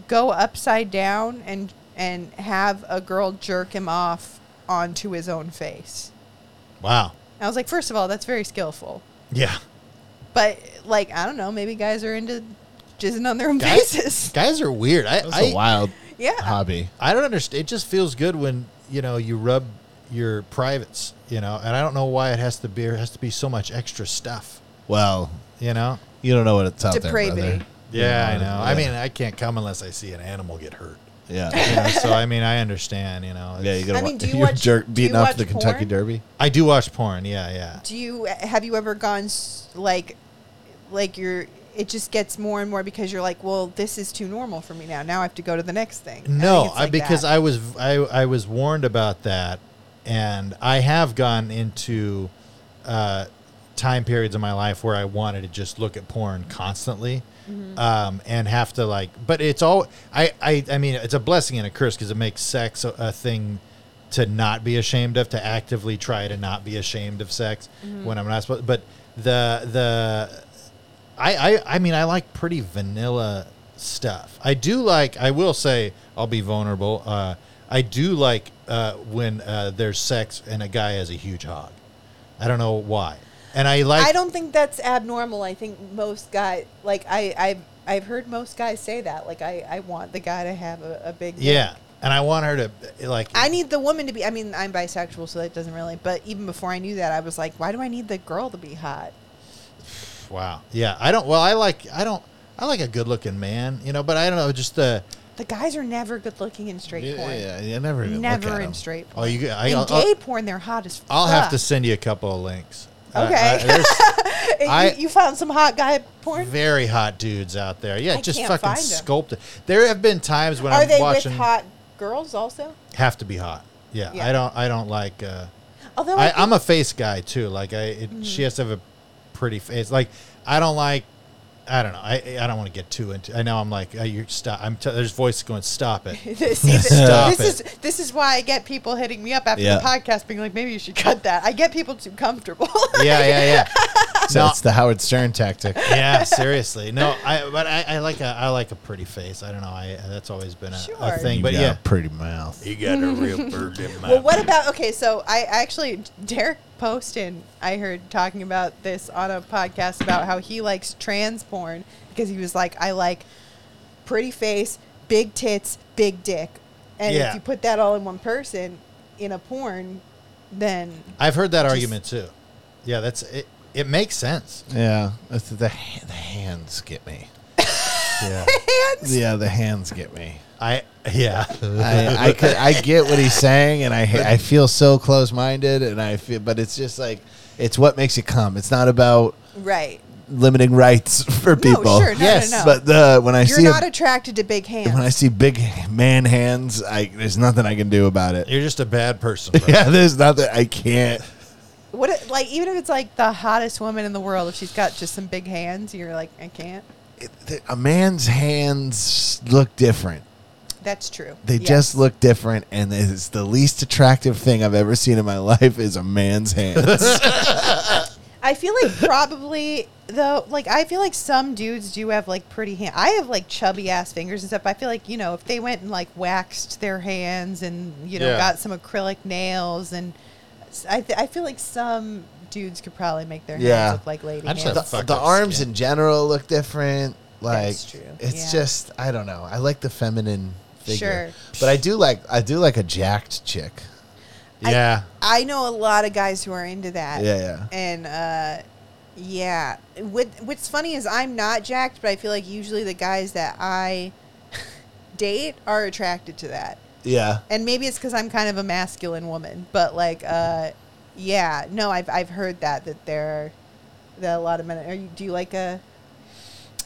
Speaker 2: go upside down and and have a girl jerk him off onto his own face.
Speaker 1: Wow.
Speaker 2: I was like, first of all, that's very skillful,
Speaker 1: Yeah.
Speaker 2: but like I don't know, maybe guys are into jizzing on their own
Speaker 1: Guys-
Speaker 2: faces.
Speaker 1: Guys are weird. I
Speaker 5: That's a
Speaker 1: I,
Speaker 5: wild
Speaker 2: Yeah,
Speaker 5: hobby.
Speaker 1: I don't understand. It just feels good when you know you rub your privates, you know, and I don't know why it has to be it has to be so much extra stuff,
Speaker 5: Well,
Speaker 1: you know.
Speaker 5: you don't know what it's out there,
Speaker 2: Depravity.
Speaker 5: brother.
Speaker 1: Yeah, I know. I
Speaker 5: Yeah.
Speaker 1: mean, I can't come unless I see an animal get hurt.
Speaker 5: Yeah.
Speaker 1: You know, so I mean, I understand. You know,
Speaker 5: Yeah, you
Speaker 1: It's-
Speaker 5: gotta
Speaker 2: I mean,
Speaker 5: wa-
Speaker 2: do you
Speaker 5: you're
Speaker 2: watch-
Speaker 5: jerk
Speaker 2: do
Speaker 5: beating
Speaker 2: you
Speaker 5: off to the
Speaker 2: watch
Speaker 5: Kentucky
Speaker 2: porn?
Speaker 5: Derby.
Speaker 1: I do watch porn. Yeah, yeah.
Speaker 2: do you have you ever gone s- like like your it just gets more and more because you're like, well, this is too normal for me now. Now I have to go to the next thing.
Speaker 1: No, I because I was I, I was warned about that, and I have gone into uh, time periods in my life where I wanted to just look at porn constantly, um, and have to like. But it's all I I, I mean it's a blessing and a curse because it makes sex a, a thing to not be ashamed of to actively try to not be ashamed of sex when I'm not supposed. But the the I, I I mean I like pretty vanilla stuff. I do like I will say I'll be vulnerable. Uh, I do like uh, when uh, there's sex and a guy has a huge hog. I don't know why, and I like
Speaker 2: I don't think that's abnormal. I think most guys, like I, I've, I've heard most guys say that. Like I, I want the guy to have a, a big. dick.
Speaker 1: yeah, and I want her to like
Speaker 2: I need the woman to be. I mean, I'm bisexual, so that doesn't really. But even before I knew that, I was like, why do I need the girl to be hot?
Speaker 1: wow yeah I don't well I like I don't I like a good looking man you know but I don't know just the
Speaker 2: The guys are never good looking in straight porn.
Speaker 5: Yeah, yeah, I never even look
Speaker 2: Never
Speaker 5: at
Speaker 2: in
Speaker 5: 'em.
Speaker 2: straight porn.
Speaker 1: oh you I,
Speaker 2: in
Speaker 1: I'll,
Speaker 2: gay porn, they're hot as fuck.
Speaker 1: I'll have to send you a couple of links. Uh,
Speaker 2: Okay.
Speaker 1: uh, there's-
Speaker 2: You-
Speaker 1: I-
Speaker 2: you, found some hot guy porn.
Speaker 1: very hot dudes out there. Yeah,
Speaker 2: I
Speaker 1: just
Speaker 2: can't
Speaker 1: fucking
Speaker 2: find 'em.
Speaker 1: sculpted. There have been times when
Speaker 2: Are
Speaker 1: I'm
Speaker 2: they
Speaker 1: watching
Speaker 2: with hot girls also?
Speaker 1: have to be hot. Yeah,
Speaker 2: Yeah.
Speaker 1: I don't. I don't like. Uh,
Speaker 2: Although I,
Speaker 1: I, I'm a face guy too. Like I, it,
Speaker 2: Mm.
Speaker 1: she has to have a pretty face. Like I don't like. I don't know. I I don't want to get too into. I know I'm like uh, you stop. I'm t- there's voice going stop it.
Speaker 2: think- this, see, this,
Speaker 1: Stop
Speaker 2: this is this is why I get people hitting me up after
Speaker 5: Yeah.
Speaker 2: the podcast, being like, maybe you should cut that. I get people too comfortable.
Speaker 1: Yeah, yeah, yeah.
Speaker 5: So
Speaker 1: No.
Speaker 5: it's the Howard Stern tactic.
Speaker 1: yeah, seriously. No, I but I, I like a I like a pretty face. I don't know. I that's always been a, a
Speaker 2: Sure.
Speaker 1: thing.
Speaker 5: You
Speaker 1: But
Speaker 5: got
Speaker 1: yeah,
Speaker 5: a pretty mouth.
Speaker 3: You got a real bird in my
Speaker 2: Well, what about okay? So I actually Derek Poston I heard talking about this on a podcast about how he likes trans porn because he was like, I like pretty face, big tits, big dick, and
Speaker 1: Yeah.
Speaker 2: if you put that all in one person in a porn, then
Speaker 1: I've heard that argument too. Yeah, that's it. It makes sense.
Speaker 5: Yeah, it's the, the hands get me.
Speaker 1: Yeah,
Speaker 2: hands.
Speaker 5: Yeah, the hands get me.
Speaker 1: I yeah.
Speaker 5: I, I, could, I get what he's saying, and I ha- I feel so close minded, and I feel, but it's just like it's what makes you come. It's not about
Speaker 2: Right.
Speaker 5: limiting rights for people.
Speaker 2: sure, no, no,
Speaker 5: yes,
Speaker 2: no.
Speaker 5: but the when I
Speaker 2: You're
Speaker 5: see a-
Speaker 2: not attracted to big hands.
Speaker 5: when I see big man hands, I there's nothing I can do about it.
Speaker 1: You're just a bad person. Bro.
Speaker 5: Yeah, there's nothing I can't.
Speaker 2: what it, like even if it's like the hottest woman in the world, if she's got just some big hands, you're like, I can't.
Speaker 5: it- th- a man's hands look different.
Speaker 2: That's true.
Speaker 5: They
Speaker 2: Yes.
Speaker 5: just look different, and it's the least attractive thing I've ever seen in my life is a man's hands.
Speaker 2: I feel like probably though, like I feel like some dudes do have like pretty hand. I have like chubby ass fingers and stuff. I feel like you know if they went and like waxed their hands and you know
Speaker 1: Yeah.
Speaker 2: got some acrylic nails and s- I th- I feel like some dudes could probably make their
Speaker 5: Yeah.
Speaker 2: hands look like lady
Speaker 1: I just have
Speaker 2: hands.
Speaker 5: the,
Speaker 1: Fuck
Speaker 5: the
Speaker 1: up
Speaker 5: arms
Speaker 1: skin.
Speaker 5: in general look different. Like
Speaker 2: That's true.
Speaker 5: it's
Speaker 2: Yeah.
Speaker 5: just I don't know. I like the feminine figure,
Speaker 2: Sure.
Speaker 5: but I do like I do like a jacked chick.
Speaker 1: yeah.
Speaker 2: I know a lot of guys who are into that.
Speaker 5: Yeah, yeah.
Speaker 2: And uh, yeah, What, what's funny is I'm not jacked, but I feel like usually the guys that I date are attracted to that.
Speaker 5: Yeah,
Speaker 2: and maybe it's because I'm kind of a masculine woman, but like, uh, yeah, no, I've I've heard that that there, are, that a lot of men. Are you, do you like a?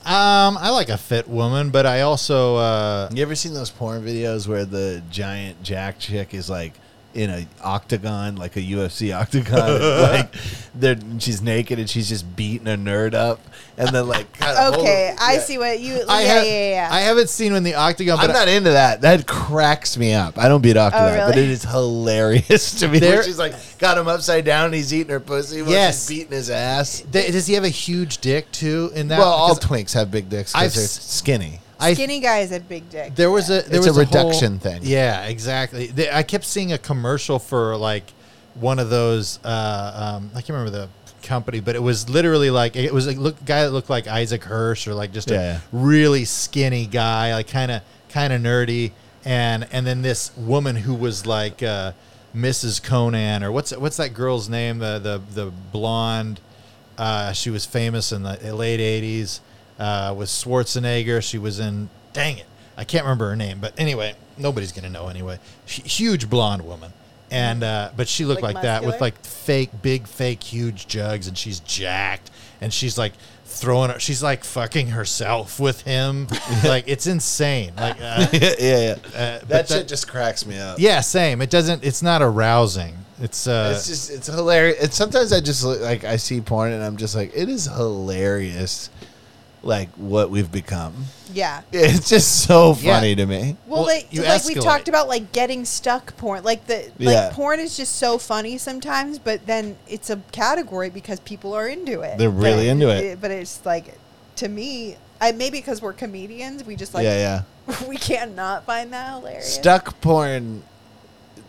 Speaker 1: Um, I like a fit woman, but I also uh,
Speaker 5: You ever seen those porn videos where the giant jack chick is like in a octagon, like a UFC octagon? and, like they're, she's naked and she's just beating a nerd up, and then like kinda hold
Speaker 2: Okay,
Speaker 5: her-
Speaker 2: I
Speaker 5: yeah.
Speaker 2: see what you.
Speaker 1: I
Speaker 2: yeah,
Speaker 1: have
Speaker 2: yeah, yeah.
Speaker 1: I haven't seen when the octagon. But
Speaker 5: I'm not into that. That cracks me up. I don't beat off to
Speaker 2: Oh,
Speaker 5: that, but
Speaker 2: really?
Speaker 5: it is hilarious to me.
Speaker 1: There-
Speaker 5: She's like got him upside down. and He's eating her pussy. While
Speaker 1: Yes.
Speaker 5: she's beating his ass.
Speaker 1: Th- does he have a huge dick too? In that,
Speaker 5: well, all
Speaker 1: because
Speaker 5: twinks have big dicks
Speaker 1: I've
Speaker 5: because they're
Speaker 1: s-
Speaker 5: skinny.
Speaker 1: I-
Speaker 2: Skinny guys have big dick.
Speaker 1: There was a there
Speaker 5: It's
Speaker 1: was
Speaker 5: a
Speaker 1: whole-
Speaker 5: reduction thing.
Speaker 1: Yeah, exactly. They- I kept seeing a commercial for like one of those. Uh, um, I can't remember the company, but it was literally like it was a look guy that looked like Isaac Hirsch or like just
Speaker 5: Yeah,
Speaker 1: a
Speaker 5: yeah.
Speaker 1: really skinny guy, like kind of kind of nerdy, and and then this woman who was like uh, Mrs. Conan or what's what's that girl's name? The the the blonde. Uh, she was famous in the late '80s. Uh, with Schwarzenegger, she was in. Dang it, I can't remember her name, but anyway, nobody's gonna know anyway. Hu- huge blonde woman, and uh, but she looked like,
Speaker 2: Like
Speaker 1: that with
Speaker 2: muscular?
Speaker 1: like fake, big, fake, huge jugs, and she's jacked, and she's like throwing her, she's like fucking herself with him, like it's insane. Like, uh,
Speaker 5: yeah, yeah.
Speaker 1: uh, but
Speaker 5: That
Speaker 1: that-
Speaker 5: shit just cracks me up.
Speaker 1: yeah, same. It doesn't. It's not arousing. It's uh,
Speaker 5: It's just it's hilarious. And sometimes I just look- like I see porn and I'm just like, it is hilarious, like what we've become.
Speaker 2: Yeah.
Speaker 5: It's just so
Speaker 1: Yeah.
Speaker 5: funny to me.
Speaker 2: Well,
Speaker 1: Well,
Speaker 2: they,
Speaker 1: you
Speaker 2: like we
Speaker 1: escalate.
Speaker 2: talked about, like getting stuck porn. Like the like
Speaker 5: Yeah.
Speaker 2: porn is just so funny sometimes, but then it's a category because people are into it.
Speaker 5: They're really
Speaker 2: But-
Speaker 5: into it.
Speaker 2: But it's like to me, I maybe because we're comedians, we just like
Speaker 5: yeah, yeah.
Speaker 2: we can't not find that hilarious.
Speaker 5: Stuck porn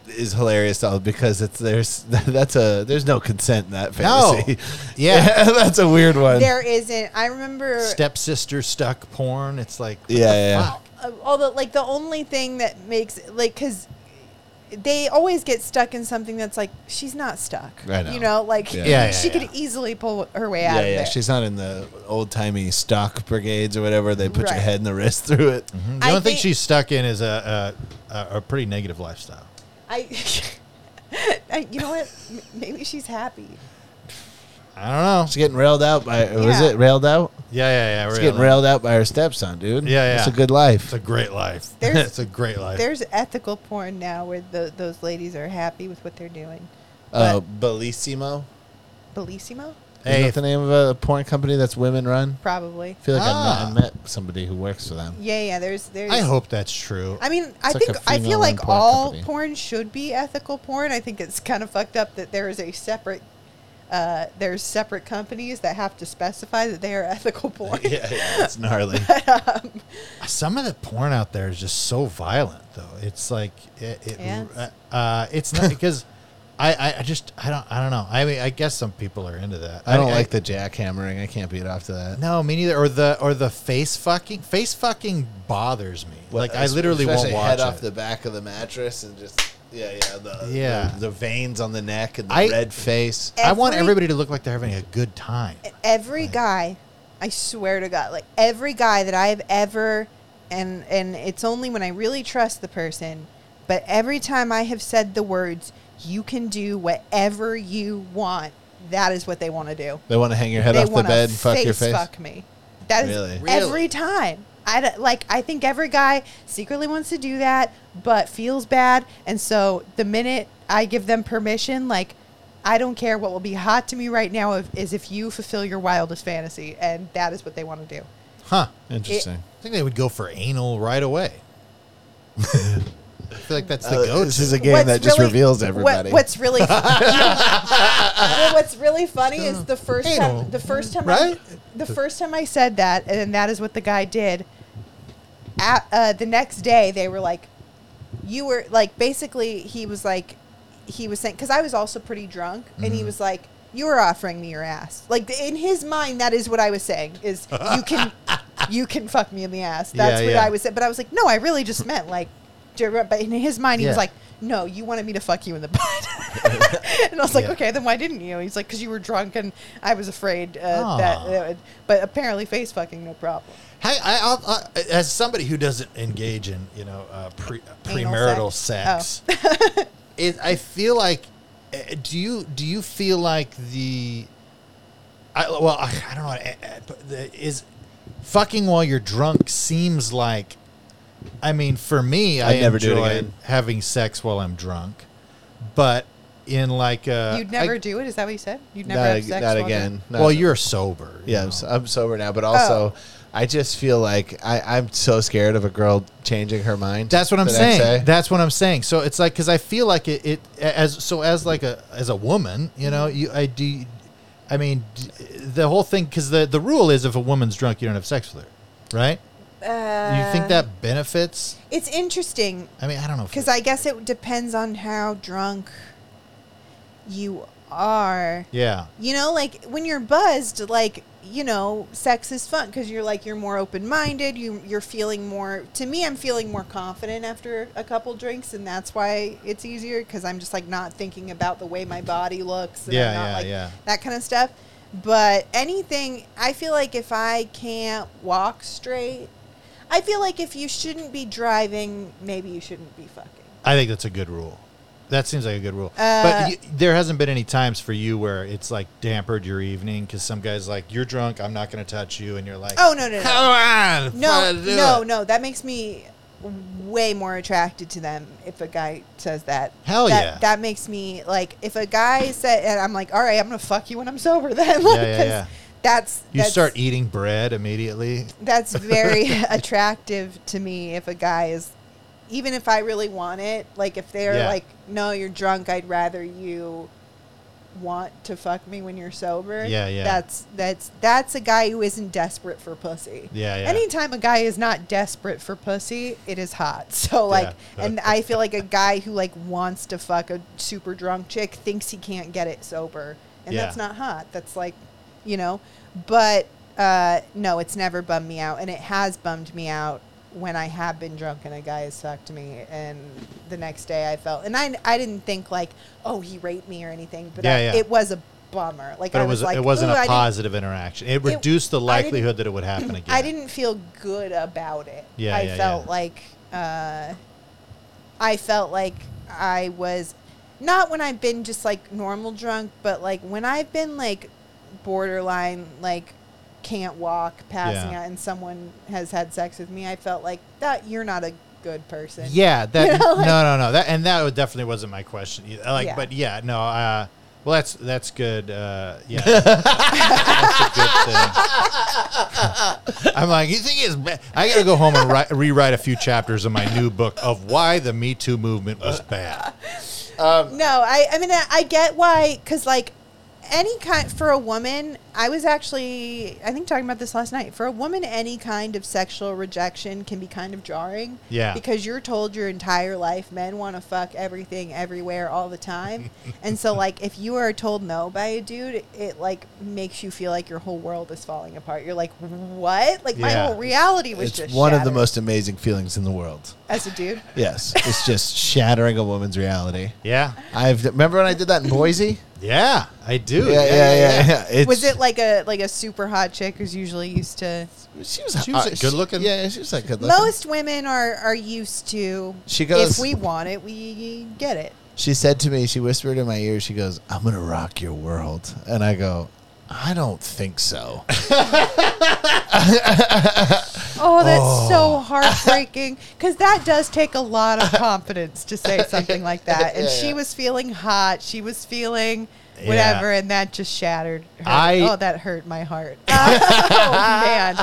Speaker 5: is hilarious though because it's there's that's a there's no consent in that
Speaker 1: No.
Speaker 5: fantasy.
Speaker 1: Yeah.
Speaker 5: that's a weird one.
Speaker 2: There isn't. I remember.
Speaker 1: stepsister stuck porn. It's like what
Speaker 5: Yeah,
Speaker 1: the
Speaker 5: yeah.
Speaker 1: fuck?
Speaker 2: uh, although like the only thing that makes like because they always get stuck in something that's like she's not stuck
Speaker 5: I know.
Speaker 2: you know like
Speaker 5: Yeah.
Speaker 1: Yeah, yeah,
Speaker 2: she
Speaker 1: yeah.
Speaker 2: could easily pull her way out
Speaker 5: yeah,
Speaker 2: of
Speaker 5: yeah.
Speaker 2: there
Speaker 5: She's not in the old timey stock brigades or whatever. They put
Speaker 2: Right.
Speaker 5: your head and the wrist through it.
Speaker 1: The
Speaker 2: I
Speaker 1: only thing
Speaker 2: think-
Speaker 1: she's stuck in is a a, a, a pretty negative lifestyle.
Speaker 2: I, I you know what M- maybe she's happy
Speaker 1: I don't know.
Speaker 5: She's getting railed out by was
Speaker 2: Yeah.
Speaker 5: it railed out?
Speaker 1: Yeah, yeah, yeah.
Speaker 5: She's
Speaker 1: really.
Speaker 5: getting railed out by her stepson, dude.
Speaker 1: Yeah, yeah.
Speaker 5: It's a good life.
Speaker 1: It's a great life.
Speaker 2: There's-
Speaker 1: it's a great life.
Speaker 2: there's ethical porn now where the, those ladies are happy with what they're doing
Speaker 5: Uh, Bellissimo.
Speaker 2: bellissimo
Speaker 5: Is
Speaker 1: Hey,
Speaker 5: that the name of a porn company that's women run?
Speaker 2: probably
Speaker 5: I feel like
Speaker 1: Ah.
Speaker 5: I've met, I met somebody who works for them.
Speaker 2: yeah yeah there's there's
Speaker 1: I hope that's true.
Speaker 2: I mean, I
Speaker 5: It's like
Speaker 2: think
Speaker 5: a
Speaker 2: I feel
Speaker 5: female-run
Speaker 2: like
Speaker 5: porn
Speaker 2: all
Speaker 5: company.
Speaker 2: porn should be ethical porn. I think it's kind of fucked up that there is a separate. Uh, there's separate companies that have to specify that they are ethical porn.
Speaker 5: yeah, it's gnarly.
Speaker 1: Some of the porn out there is just so violent, though. It's like it. it
Speaker 2: Yes.
Speaker 1: uh, it's not because I, I, I just I don't I don't know. I mean, I guess some people are into that.
Speaker 5: I don't like the jackhammering. I can't beat off to that.
Speaker 1: No, me neither. Or the or the face fucking face fucking bothers me.
Speaker 5: Well,
Speaker 1: like I literally won't
Speaker 5: especially
Speaker 1: watch
Speaker 5: head
Speaker 1: it.
Speaker 5: off the back of the mattress and just yeah, yeah, the
Speaker 1: Yeah.
Speaker 5: the, the veins on the neck and the
Speaker 1: I-
Speaker 5: red face.
Speaker 1: I want
Speaker 2: Every-
Speaker 1: everybody to look like they're having a good time.
Speaker 2: Every guy, I swear to God, like every guy that I've ever, and and it's only when I really trust the person, but every time I have said the words, "You can do whatever you want," that is what they want to do.
Speaker 5: They want to hang your head
Speaker 2: they
Speaker 5: off the
Speaker 2: wanna
Speaker 5: bed and fuck your face.
Speaker 2: Fuck me. That is
Speaker 5: Really?
Speaker 2: every time. I d- like. I think every guy secretly wants to do that, but feels bad, and so the minute I give them permission, like. I don't care what will be hot to me right now if, is if you fulfill your wildest fantasy, and that is what they want to do.
Speaker 1: Huh.
Speaker 5: Interesting.
Speaker 1: I think they would go for anal right away. I feel like that's the
Speaker 5: Uh,
Speaker 1: go-to.
Speaker 5: this is a game that just
Speaker 2: really-
Speaker 5: reveals
Speaker 2: what-
Speaker 5: everybody.
Speaker 2: what's really Well, what's really funny is the first
Speaker 1: Hey, no.
Speaker 2: time the first time
Speaker 1: Right?
Speaker 2: I, the first time I said that, and that is what the guy did. At, uh, the next day, they were like, "You were like basically." He was like, he was saying because I was also pretty drunk, and
Speaker 1: Mm-hmm.
Speaker 2: he was like, "You were offering me your ass." Like in his mind, that is what I was saying is you can you can fuck me in the ass. That's
Speaker 1: Yeah,
Speaker 2: what
Speaker 1: yeah.
Speaker 2: I was saying, but I was like, no, I really just meant like. do you remember- But in his mind, he was
Speaker 1: Yeah.
Speaker 2: like, "No, you wanted me to fuck you in the butt." and I was like,
Speaker 1: Yeah.
Speaker 2: okay, then why didn't you? He's like, because you were drunk and I was afraid uh,
Speaker 1: Aw.
Speaker 2: that, that would- But apparently, face fucking, no problem.
Speaker 1: Hey, I, I'll, I, as somebody who doesn't engage in you know uh, pre,
Speaker 2: Anal
Speaker 1: premarital
Speaker 2: sex. Oh.
Speaker 1: sex, it, I feel like eh, do you do you feel like the I well I, I don't know eh, eh, but the- is fucking while you're drunk seems like I mean for me I,
Speaker 5: I'd never do it
Speaker 1: enjoy
Speaker 5: again.
Speaker 1: having sex while I'm drunk, but in like uh,
Speaker 2: You'd never
Speaker 1: I-
Speaker 2: do it? Is that what you said? You'd never
Speaker 5: not
Speaker 2: have
Speaker 5: ag-
Speaker 2: sex?
Speaker 5: not
Speaker 2: while
Speaker 5: again. Not-
Speaker 1: well you're sober. you
Speaker 5: Yeah,
Speaker 1: know.
Speaker 5: I'm, so, I'm sober now, but also
Speaker 2: Oh.
Speaker 5: I just feel like I, I'm so scared of a girl changing her mind.
Speaker 1: That's what I'm
Speaker 5: the next
Speaker 1: saying.
Speaker 5: day.
Speaker 1: That's what I'm saying. So it's like because I feel like it, it as so as like a as a woman, you know, you I do, I mean, d- the whole thing because the the rule is if a woman's drunk, you don't have sex with her, right?
Speaker 2: doing-
Speaker 1: you think that benefits?
Speaker 2: It's interesting
Speaker 1: I mean, I don't know if
Speaker 2: because
Speaker 1: it-
Speaker 2: I guess it depends on how drunk you are.
Speaker 1: yeah,
Speaker 2: You know, like when you're buzzed, like you know, sex is fun because you're like you're more open minded. You you're feeling more. To me, I'm feeling more confident after a couple drinks, and that's why it's easier because I'm just like not thinking about the way my body looks. And
Speaker 1: Yeah,
Speaker 2: I'm not,
Speaker 1: yeah,
Speaker 2: like,
Speaker 1: yeah.
Speaker 2: That kind of stuff. But anything, I feel like if I can't walk straight, I feel like if you shouldn't be driving, maybe you shouldn't be fucking.
Speaker 1: I think that's a good rule. That seems like a good rule.
Speaker 2: Uh,
Speaker 1: but y there hasn't been any times for you where it's like dampered your evening because some guy's like, "You're drunk. I'm not going to touch you," and you're like,
Speaker 2: Oh no no no.
Speaker 1: come on,
Speaker 2: No,
Speaker 1: fuck, do
Speaker 2: no,
Speaker 1: it."
Speaker 2: no. That makes me way more attracted to them if a guy says that.
Speaker 1: Hell
Speaker 2: that,
Speaker 1: yeah.
Speaker 2: That makes me like if a guy said and I'm like, all right, I'm gonna fuck you when I'm sober then.
Speaker 1: Yeah,
Speaker 2: like,
Speaker 1: yeah,
Speaker 2: 'cause
Speaker 1: yeah.
Speaker 2: That's
Speaker 1: You
Speaker 2: that's,
Speaker 1: start eating bread immediately.
Speaker 2: That's very attractive to me if a guy is, even if I really want it. Like if they're
Speaker 1: Yeah.
Speaker 2: like, no, you're drunk. I'd rather you want to fuck me when you're sober.
Speaker 1: Yeah, yeah.
Speaker 2: That's that's that's a guy who isn't desperate for pussy.
Speaker 1: Yeah, yeah.
Speaker 2: Anytime a guy is not desperate for pussy, it is hot. So like,
Speaker 1: Yeah.
Speaker 2: and I feel like a guy who like wants to fuck a super drunk chick thinks he can't get it sober, and
Speaker 1: Yeah.
Speaker 2: that's not hot. That's like, you know, but uh, no, it's never bummed me out, and it has bummed me out when I have been drunk and a guy has fucked me, and the next day I felt, and I I didn't think like, oh, he raped me or anything, but
Speaker 1: Yeah,
Speaker 2: I-
Speaker 1: yeah.
Speaker 2: it was a bummer. Like
Speaker 1: But
Speaker 2: I
Speaker 1: it was,
Speaker 2: was, like,
Speaker 1: it wasn't
Speaker 2: "Ooh, I
Speaker 1: a
Speaker 2: didn't-
Speaker 1: positive interaction. It reduced the
Speaker 2: I didn't-
Speaker 1: likelihood that it would happen again.
Speaker 2: I didn't feel good about it.
Speaker 1: Yeah,
Speaker 2: I
Speaker 1: yeah,
Speaker 2: felt
Speaker 1: yeah.
Speaker 2: like uh, I felt like I was not when I've been just like normal drunk, but like when I've been like borderline like can't walk, passing
Speaker 1: Yeah.
Speaker 2: out, and someone has had sex with me. I felt like that you're not a good person.
Speaker 1: Yeah, that
Speaker 2: You know, like-
Speaker 1: no, no, no. That and that would- definitely wasn't my question. either. Like,
Speaker 2: Yeah.
Speaker 1: but yeah, no. Uh, well, that's that's good. Uh, yeah, that's a good thing. I'm like, you think it's? Bad? I got to go home and write, rewrite a few chapters of my new book of why the Me Too movement was bad.
Speaker 2: No, I I mean I, I get why cuz like any kind for a woman, I was actually I think talking about this last night. For a woman any kind of sexual rejection can be kind of jarring.
Speaker 1: Yeah.
Speaker 2: Because you're told your entire life men want to fuck everything everywhere all the time. and so like if you are told no by a dude, it, like makes you feel like your whole world is falling apart. You're like, "What?" Like my
Speaker 1: Yeah.
Speaker 2: whole reality was
Speaker 5: It's
Speaker 2: just
Speaker 5: one of the
Speaker 2: shattered
Speaker 5: most amazing feelings in the world.
Speaker 2: as a dude.
Speaker 5: Yes, it's just shattering a woman's reality.
Speaker 1: Yeah,
Speaker 5: I've remember when I did that in Boise.
Speaker 1: yeah, I do.
Speaker 5: yeah, yeah, yeah. yeah. It's,
Speaker 2: Was it like a like a super hot chick who's usually used to
Speaker 5: She was,
Speaker 1: She was
Speaker 5: hot.
Speaker 1: good looking?
Speaker 5: Yeah, she was like good looking.
Speaker 2: Most women are are used to.
Speaker 5: She goes-
Speaker 2: If we want it, we get it.
Speaker 5: She said to me, she whispered in my ear, she goes, "I'm gonna rock your world," and I go. I don't think so.
Speaker 2: Oh, that's so heartbreaking because that does take a lot of confidence to say something like that. And she was feeling hot. She was feeling whatever, and that just shattered. Her.
Speaker 1: I-
Speaker 2: oh, that hurt my heart. oh man.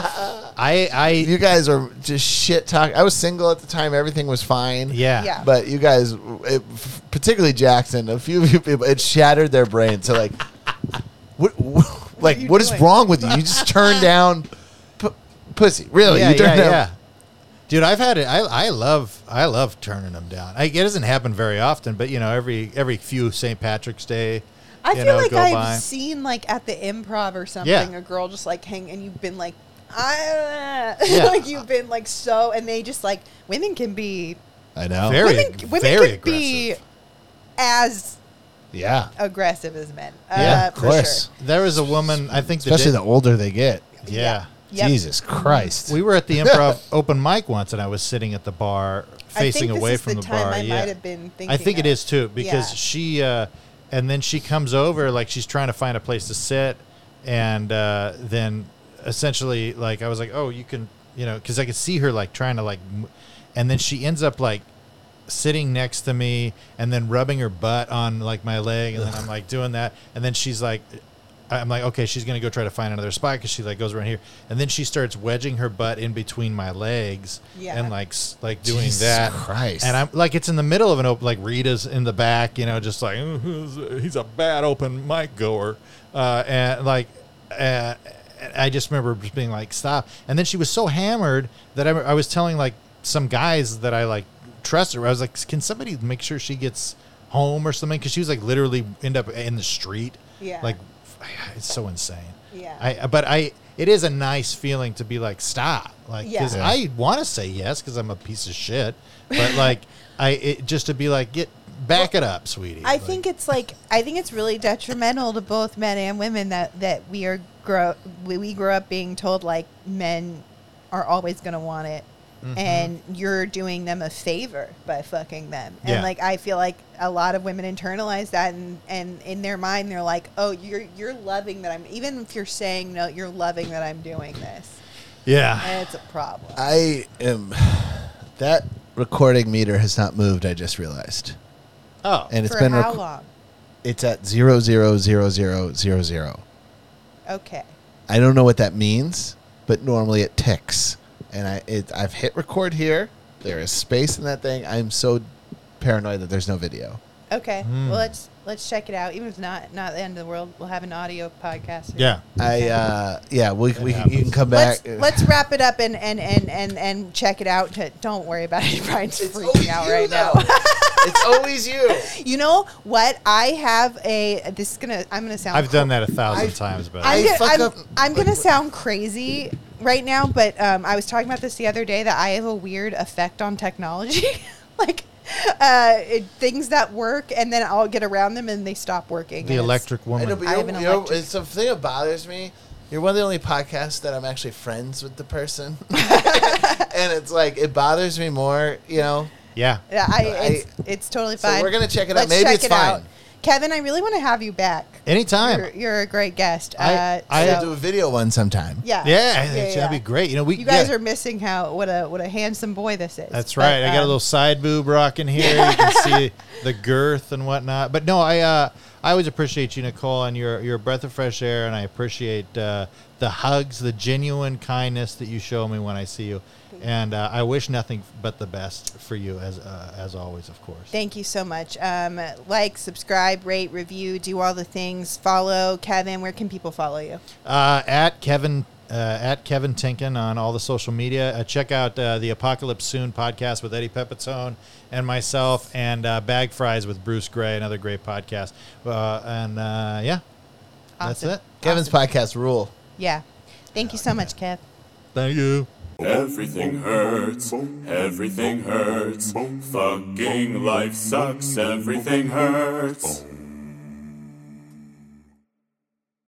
Speaker 1: I, I,
Speaker 5: you guys are just shit talk. I was single at the time; everything was fine.
Speaker 1: yeah,
Speaker 2: Yeah.
Speaker 5: but you guys, it, particularly Jackson, a few of you people, it shattered their brain. So like, what, what like
Speaker 2: you
Speaker 5: what is
Speaker 2: doing?
Speaker 5: wrong with you? You just turn down p- pussy. Really,
Speaker 1: yeah,
Speaker 5: you turn
Speaker 1: yeah,
Speaker 5: down.
Speaker 1: yeah. Dude, I've had it. I, I love I love turning them down. I, it doesn't happen very often, but you know, every every few St. Patrick's Day,
Speaker 2: I
Speaker 1: you
Speaker 2: feel
Speaker 1: know,
Speaker 2: like
Speaker 1: go
Speaker 2: I've
Speaker 1: by.
Speaker 2: seen like at the improv or something
Speaker 1: Yeah.
Speaker 2: a girl just like hang and you've been like ah,
Speaker 1: Yeah.
Speaker 2: like you've been like so and they just like women can be
Speaker 5: I know.
Speaker 1: Very-
Speaker 2: women, women
Speaker 1: very
Speaker 2: can be
Speaker 1: aggressive.
Speaker 2: as
Speaker 5: yeah,
Speaker 2: aggressive as men. Uh,
Speaker 1: Yeah,
Speaker 5: of
Speaker 2: for
Speaker 5: course.
Speaker 2: Sure.
Speaker 1: There was a woman. I think
Speaker 5: Especially
Speaker 1: the,
Speaker 5: the
Speaker 1: day-
Speaker 5: older they get.
Speaker 1: yeah.
Speaker 2: Yep.
Speaker 5: Jesus Christ.
Speaker 1: We were at the improv open mic once, and I was sitting at the bar,
Speaker 2: I
Speaker 1: facing
Speaker 2: think this
Speaker 1: away
Speaker 2: is
Speaker 1: from
Speaker 2: the,
Speaker 1: the,
Speaker 2: time
Speaker 1: bar.
Speaker 2: I
Speaker 1: yeah,
Speaker 2: might have been thinking.
Speaker 1: I think it
Speaker 2: of.
Speaker 1: is too because
Speaker 2: Yeah.
Speaker 1: she. Uh, and then she comes over, like she's trying to find a place to sit, and uh, then essentially, like I was like, "Oh, you can," you know, because I could see her like trying to like, m- and then she ends up like sitting next to me and then rubbing her butt on like my leg and then I'm like doing that and then she's like I'm like okay she's gonna go try to find another spot because she like goes around here and then she starts wedging her butt in between my legs
Speaker 2: Yeah.
Speaker 1: and like s- like doing
Speaker 5: Jesus
Speaker 1: that
Speaker 5: Christ.
Speaker 1: and I'm like it's in the middle of an open like Rita's in the back you know just like he's a bad open mic goer uh, and like uh, I just remember just being like stop and then she was so hammered that I, I was telling like some guys that I like trust her I was like can somebody make sure she gets home or something because she was like literally end up in the street
Speaker 2: Yeah.
Speaker 1: like it's so insane
Speaker 2: Yeah.
Speaker 1: I but I it is a nice feeling to be like stop like
Speaker 2: Yeah.
Speaker 1: because
Speaker 2: Yeah.
Speaker 1: I want to say yes because I'm a piece of shit, but like I it, just to be like get back it up, sweetie.
Speaker 2: I think it's like I think it's really detrimental to both men and women that that we are grow we, we grow up being told like men are always going to want it
Speaker 5: Mm-hmm.
Speaker 2: and you're doing them a favor by fucking them. And
Speaker 1: Yeah.
Speaker 2: like I feel like a lot of women internalize that and and in their mind they're like, "Oh, you're you're loving that I'm even if you're saying no, you're loving that I'm doing this."
Speaker 1: Yeah.
Speaker 2: And it's a problem.
Speaker 5: I am. That recording meter has not moved. I just realized,
Speaker 1: Oh.
Speaker 5: and it's
Speaker 2: For
Speaker 5: been.
Speaker 2: how
Speaker 5: rec-
Speaker 2: long?
Speaker 5: It's at zero zero zero zero zero zero.
Speaker 2: Okay.
Speaker 5: I don't know what that means, but normally it ticks. And I, it, I've hit record here. There is space in that thing. I'm so paranoid that there's no video.
Speaker 2: Okay.
Speaker 1: Hmm.
Speaker 2: Well, let's let's check it out. Even if not not the end of the world, we'll have an audio podcast.
Speaker 1: yeah.
Speaker 5: I, uh, yeah, we, we can, you can come back.
Speaker 2: Let's, let's wrap it up and, and, and, and, and check it out. To, don't worry about it. Brian's freaking out right now.
Speaker 5: it's always you.
Speaker 2: You know what? I have a. This is gonna. I'm gonna sound.
Speaker 1: I've done that a thousand
Speaker 5: I-
Speaker 1: times, but
Speaker 5: I
Speaker 2: I'm gonna,
Speaker 5: fuck
Speaker 2: I'm,
Speaker 5: up-
Speaker 2: I'm gonna sound crazy right now, but um, I was talking about this the other day that I have a weird effect on technology, like uh, it, things that work, and then I'll get around them and they stop working.
Speaker 1: the
Speaker 2: and it's-
Speaker 1: electric
Speaker 5: I
Speaker 1: woman.
Speaker 5: know, but
Speaker 2: I
Speaker 5: you
Speaker 2: have
Speaker 5: know,
Speaker 2: an
Speaker 5: you know,
Speaker 2: electric-
Speaker 5: it's the thing that bothers me. You're one of the only podcasts that I'm actually friends with the person, and it's like it bothers me more. You know,
Speaker 1: yeah.
Speaker 2: Yeah, I, it's, it's totally
Speaker 5: So
Speaker 2: fine.
Speaker 5: we're gonna check it out. Maybe it's fine.
Speaker 2: Kevin, I really want to have you back. You're,
Speaker 1: Anytime.
Speaker 2: you're a great guest.
Speaker 1: I-
Speaker 2: uh,
Speaker 5: I
Speaker 2: so-
Speaker 5: will do a video one sometime.
Speaker 2: yeah,
Speaker 1: Yeah, I think that'd be great. You know, we
Speaker 2: You guys
Speaker 1: yeah,
Speaker 2: are missing how what a what a handsome boy this is.
Speaker 1: That's
Speaker 2: But,
Speaker 1: right. I got a
Speaker 2: um,
Speaker 1: little side boob rocking here. you can see the girth and whatnot. But no, I uh, I always appreciate you, Nicole, and your your breath of fresh air, and I appreciate uh, the hugs, the genuine kindness that you show me when I see you, and uh, I wish nothing but the best for you as uh, as always, of course.
Speaker 2: Thank you so much. Um, like, subscribe, rate, review, do all the things. Follow Kevin. Where can people follow you?
Speaker 1: uh, at Kevin uh, at Kevin Tinkin on all the social media. Uh, check out uh, the Apocalypse Soon podcast with Eddie Pepitone and myself, and uh, Bag Fries with Bruce Gray, another great podcast. Uh, and uh, yeah,
Speaker 2: Awesome.
Speaker 1: that's it.
Speaker 5: Kevin's podcast rule.
Speaker 2: Yeah. Thank you so much, Kev.
Speaker 1: Thank you.
Speaker 6: Everything hurts, everything hurts. Fucking life sucks, everything hurts.